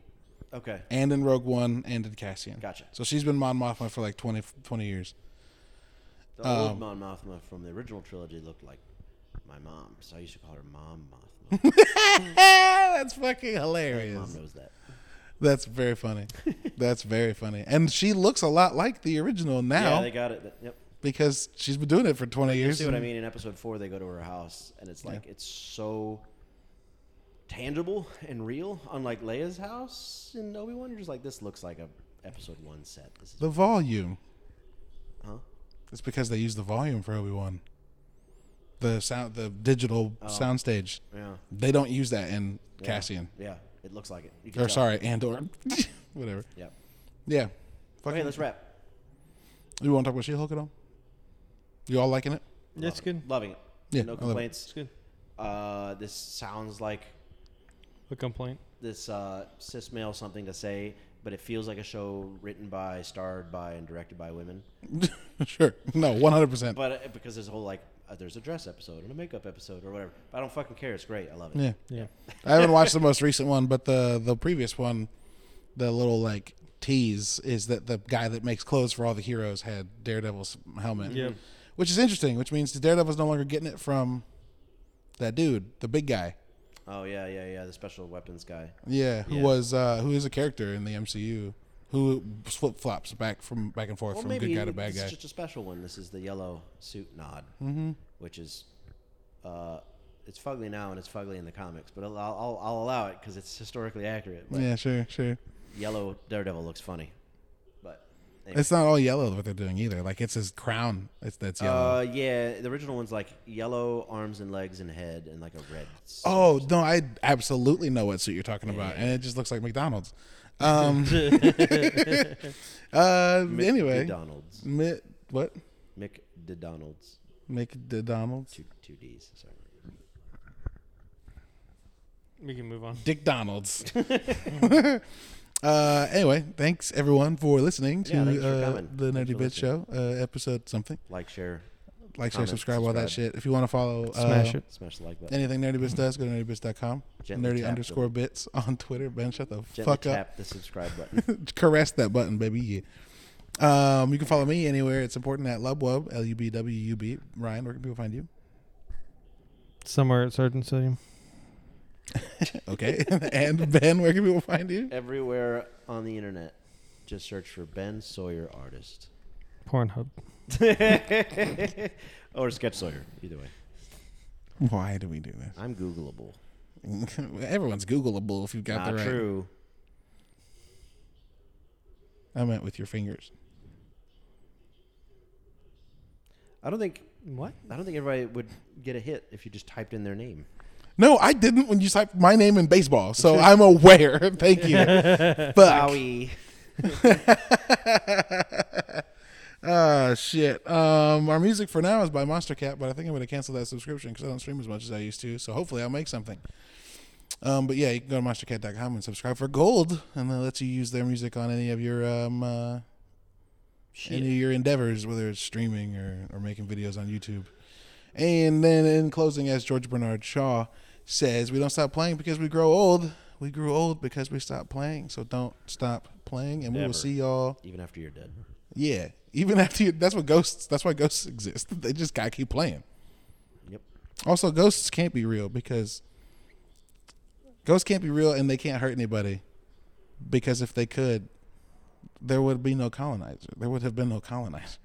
[SPEAKER 2] Okay.
[SPEAKER 1] and in Rogue One, and in Cassian.
[SPEAKER 2] Gotcha.
[SPEAKER 1] So she's been Mon Mothma for like 20, 20 years.
[SPEAKER 2] The
[SPEAKER 1] Um,
[SPEAKER 2] old Mon Mothma from the original trilogy looked like my mom, so I used to call her Mom Mothma. Mm.
[SPEAKER 1] Eh, That's fucking
[SPEAKER 2] mom
[SPEAKER 1] hilarious.
[SPEAKER 2] knows that.
[SPEAKER 1] That's very funny. That's very funny. And she looks a lot like the original now.
[SPEAKER 2] Yeah, they got it. Yep.
[SPEAKER 1] because she's been doing it for 20 years.
[SPEAKER 2] See what I mean? In episode four, they go to her house, and it's like it's so tangible and real, unlike Leia's house in Obi Wan. You're just like, this looks like a episode one set. This is
[SPEAKER 1] The volume.
[SPEAKER 2] huh?
[SPEAKER 1] It's because they use the volume for Obi Wan. The sound, the digital soundstage.
[SPEAKER 2] Yeah,
[SPEAKER 1] They don't use that in Cassian.
[SPEAKER 2] Oh. yeah. It looks like it. You can
[SPEAKER 1] Or
[SPEAKER 2] tell.
[SPEAKER 1] sorry, Andor. Whatever.
[SPEAKER 2] Yeah.
[SPEAKER 1] Yeah. Fuck
[SPEAKER 2] Okay,
[SPEAKER 1] it.
[SPEAKER 2] let's wrap.
[SPEAKER 1] You want to talk about She Hulk at all? You all liking it?
[SPEAKER 3] That's
[SPEAKER 2] Loving
[SPEAKER 3] good.
[SPEAKER 2] it. Loving it.
[SPEAKER 1] Yeah, I
[SPEAKER 2] no
[SPEAKER 1] love it.
[SPEAKER 2] complaints.
[SPEAKER 3] That's good.
[SPEAKER 2] Uh, this sounds like
[SPEAKER 3] A complaint.
[SPEAKER 2] this uh, cis male something to say, but it feels like a show written by, starred by, and directed by women.
[SPEAKER 1] sure. No, 100%.
[SPEAKER 2] But uh, because there's a whole like, uh, there's a dress episode and a makeup episode or whatever. But I don't fucking care. It's great. I love it.
[SPEAKER 1] yeah.
[SPEAKER 3] Yeah.
[SPEAKER 1] I haven't watched the most recent one, but the the previous one, the little like tease is that the guy that makes clothes for all the heroes had Daredevil's helmet.
[SPEAKER 3] Yeah.
[SPEAKER 1] Which is interesting, which means Daredevil's no longer getting it from that dude, the big guy.
[SPEAKER 2] Oh yeah, yeah, yeah. The special weapons guy.
[SPEAKER 1] Yeah, who
[SPEAKER 3] Yeah.
[SPEAKER 1] was uh who is a character in the MCU who flip flops back from back and forth
[SPEAKER 2] Well,
[SPEAKER 1] from
[SPEAKER 2] maybe
[SPEAKER 1] good guy to bad
[SPEAKER 2] this
[SPEAKER 1] guy. Mm-hmm.
[SPEAKER 2] is just a special one. This is the yellow suit nod, which is, uh, it's fugly now and it's fugly in the comics, but I'll I'll, I'll allow it because it's historically accurate. But
[SPEAKER 1] yeah, sure, sure.
[SPEAKER 2] yellow Daredevil looks funny, but anyway.
[SPEAKER 1] It's not all yellow what they're doing either. Like it's his crown. It's that's yellow.
[SPEAKER 2] uh, yeah, the original one's like yellow arms and legs and head and like a red. suit.
[SPEAKER 1] oh no, I absolutely know what suit you're talking about, and it just looks like McDonald's. Um. uh.
[SPEAKER 2] Mick
[SPEAKER 1] Anyway,
[SPEAKER 2] McDonald's.
[SPEAKER 1] Mi- what?
[SPEAKER 2] Mick DeDonald's.
[SPEAKER 1] McDonald's.
[SPEAKER 2] Two two D's. Sorry.
[SPEAKER 3] We can move on.
[SPEAKER 1] Dick Donald's. uh, anyway, thanks everyone for listening to
[SPEAKER 2] Yeah, thanks for
[SPEAKER 1] uh,
[SPEAKER 2] coming.
[SPEAKER 1] the
[SPEAKER 2] Thanks
[SPEAKER 1] Nerdy
[SPEAKER 2] for
[SPEAKER 1] Bit Show, uh, episode something.
[SPEAKER 2] Like, share,
[SPEAKER 1] Like, share,
[SPEAKER 2] Comment,
[SPEAKER 1] subscribe, all that
[SPEAKER 2] subscribe.
[SPEAKER 1] shit. If you want to follow,
[SPEAKER 3] Smash
[SPEAKER 1] uh,
[SPEAKER 3] it.
[SPEAKER 2] smash the like button.
[SPEAKER 1] Anything Nerdy Bits does, go to nerdybits.com.
[SPEAKER 2] Gently
[SPEAKER 1] Nerdy
[SPEAKER 2] tap
[SPEAKER 1] underscore bits on Twitter. Ben, shut the
[SPEAKER 2] Gently
[SPEAKER 1] fuck up.
[SPEAKER 2] tap the subscribe button.
[SPEAKER 1] caress that button, baby. Yeah. Um, you can follow me anywhere. It's important at Lubwub, L U B W U B. Ryan, where can people find you?
[SPEAKER 3] Somewhere at Sergeant Stadium.
[SPEAKER 1] Okay. and Ben, where can people find you?
[SPEAKER 2] Everywhere on the internet, Just search for Ben Sawyer artist.
[SPEAKER 3] Pornhub.
[SPEAKER 2] or Sketch Sawyer, either way.
[SPEAKER 1] Why do we do this?
[SPEAKER 2] I'm Googleable.
[SPEAKER 1] Everyone's Googleable if you've got
[SPEAKER 2] Not
[SPEAKER 1] the right.
[SPEAKER 2] true.
[SPEAKER 1] I meant with your fingers.
[SPEAKER 2] I don't think
[SPEAKER 3] What?
[SPEAKER 2] I don't think everybody would get a hit if you just typed in their name.
[SPEAKER 1] No, I didn't when you typed my name in baseball, so I'm aware. Thank you. Fuck.
[SPEAKER 2] Bowie.
[SPEAKER 1] Ah, shit. Um, our music for now is by Monster Cat, but I think I'm going to cancel that subscription because I don't stream as much as I used to. So hopefully I'll make something. Um, but yeah, you can go to monstercat.com and subscribe for gold, and that lets you use their music on any of your um, uh, any of your endeavors, whether it's streaming or, or making videos on YouTube. And then in closing, as George Bernard Shaw says, we don't stop playing because we grow old. We grew old because we stopped playing. So don't stop playing, and we will
[SPEAKER 2] Never.
[SPEAKER 1] see y'all.
[SPEAKER 2] Even after you're dead.
[SPEAKER 1] Yeah, even after you, that's what ghosts. That's why ghosts exist. They just gotta keep playing.
[SPEAKER 2] Yep.
[SPEAKER 1] Also, ghosts can't be real because ghosts can't be real, and they can't hurt anybody. Because if they could, there would be no colonizer. There would have been no colonizer.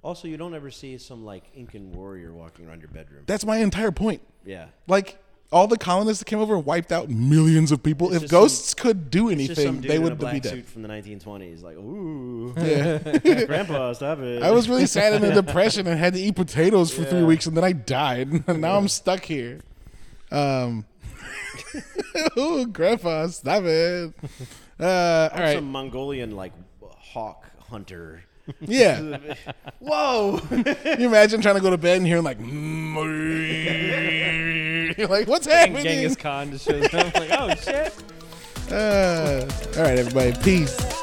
[SPEAKER 2] Also, you don't ever see some like Incan warrior walking around your bedroom.
[SPEAKER 1] That's my entire point.
[SPEAKER 2] Yeah.
[SPEAKER 1] Like all the colonists that came over and wiped out millions of people.
[SPEAKER 2] It's
[SPEAKER 1] if
[SPEAKER 2] just some-
[SPEAKER 1] ghosts could do
[SPEAKER 2] It's just some
[SPEAKER 1] anything,
[SPEAKER 2] dude
[SPEAKER 1] they
[SPEAKER 2] in a
[SPEAKER 1] would be
[SPEAKER 2] black
[SPEAKER 1] dead.
[SPEAKER 2] suit from the 1920s. Like, ooh,
[SPEAKER 1] Yeah.
[SPEAKER 2] grandpa, stop it.
[SPEAKER 1] I was really sad in the depression and had to eat potatoes for three
[SPEAKER 2] Yeah.
[SPEAKER 1] weeks and then I died. And now I'm stuck here. Um Ooh, grandpa, stop it. Uh, all right.
[SPEAKER 2] some Mongolian like hawk hunter.
[SPEAKER 1] Yeah.
[SPEAKER 2] Whoa!
[SPEAKER 1] Can you imagine trying to go to bed and hearing like "Mmm." You're like, what's
[SPEAKER 3] And
[SPEAKER 1] happening?
[SPEAKER 3] Genghis Khan just shows up. like, oh shit.
[SPEAKER 1] Uh, all right, everybody. Peace.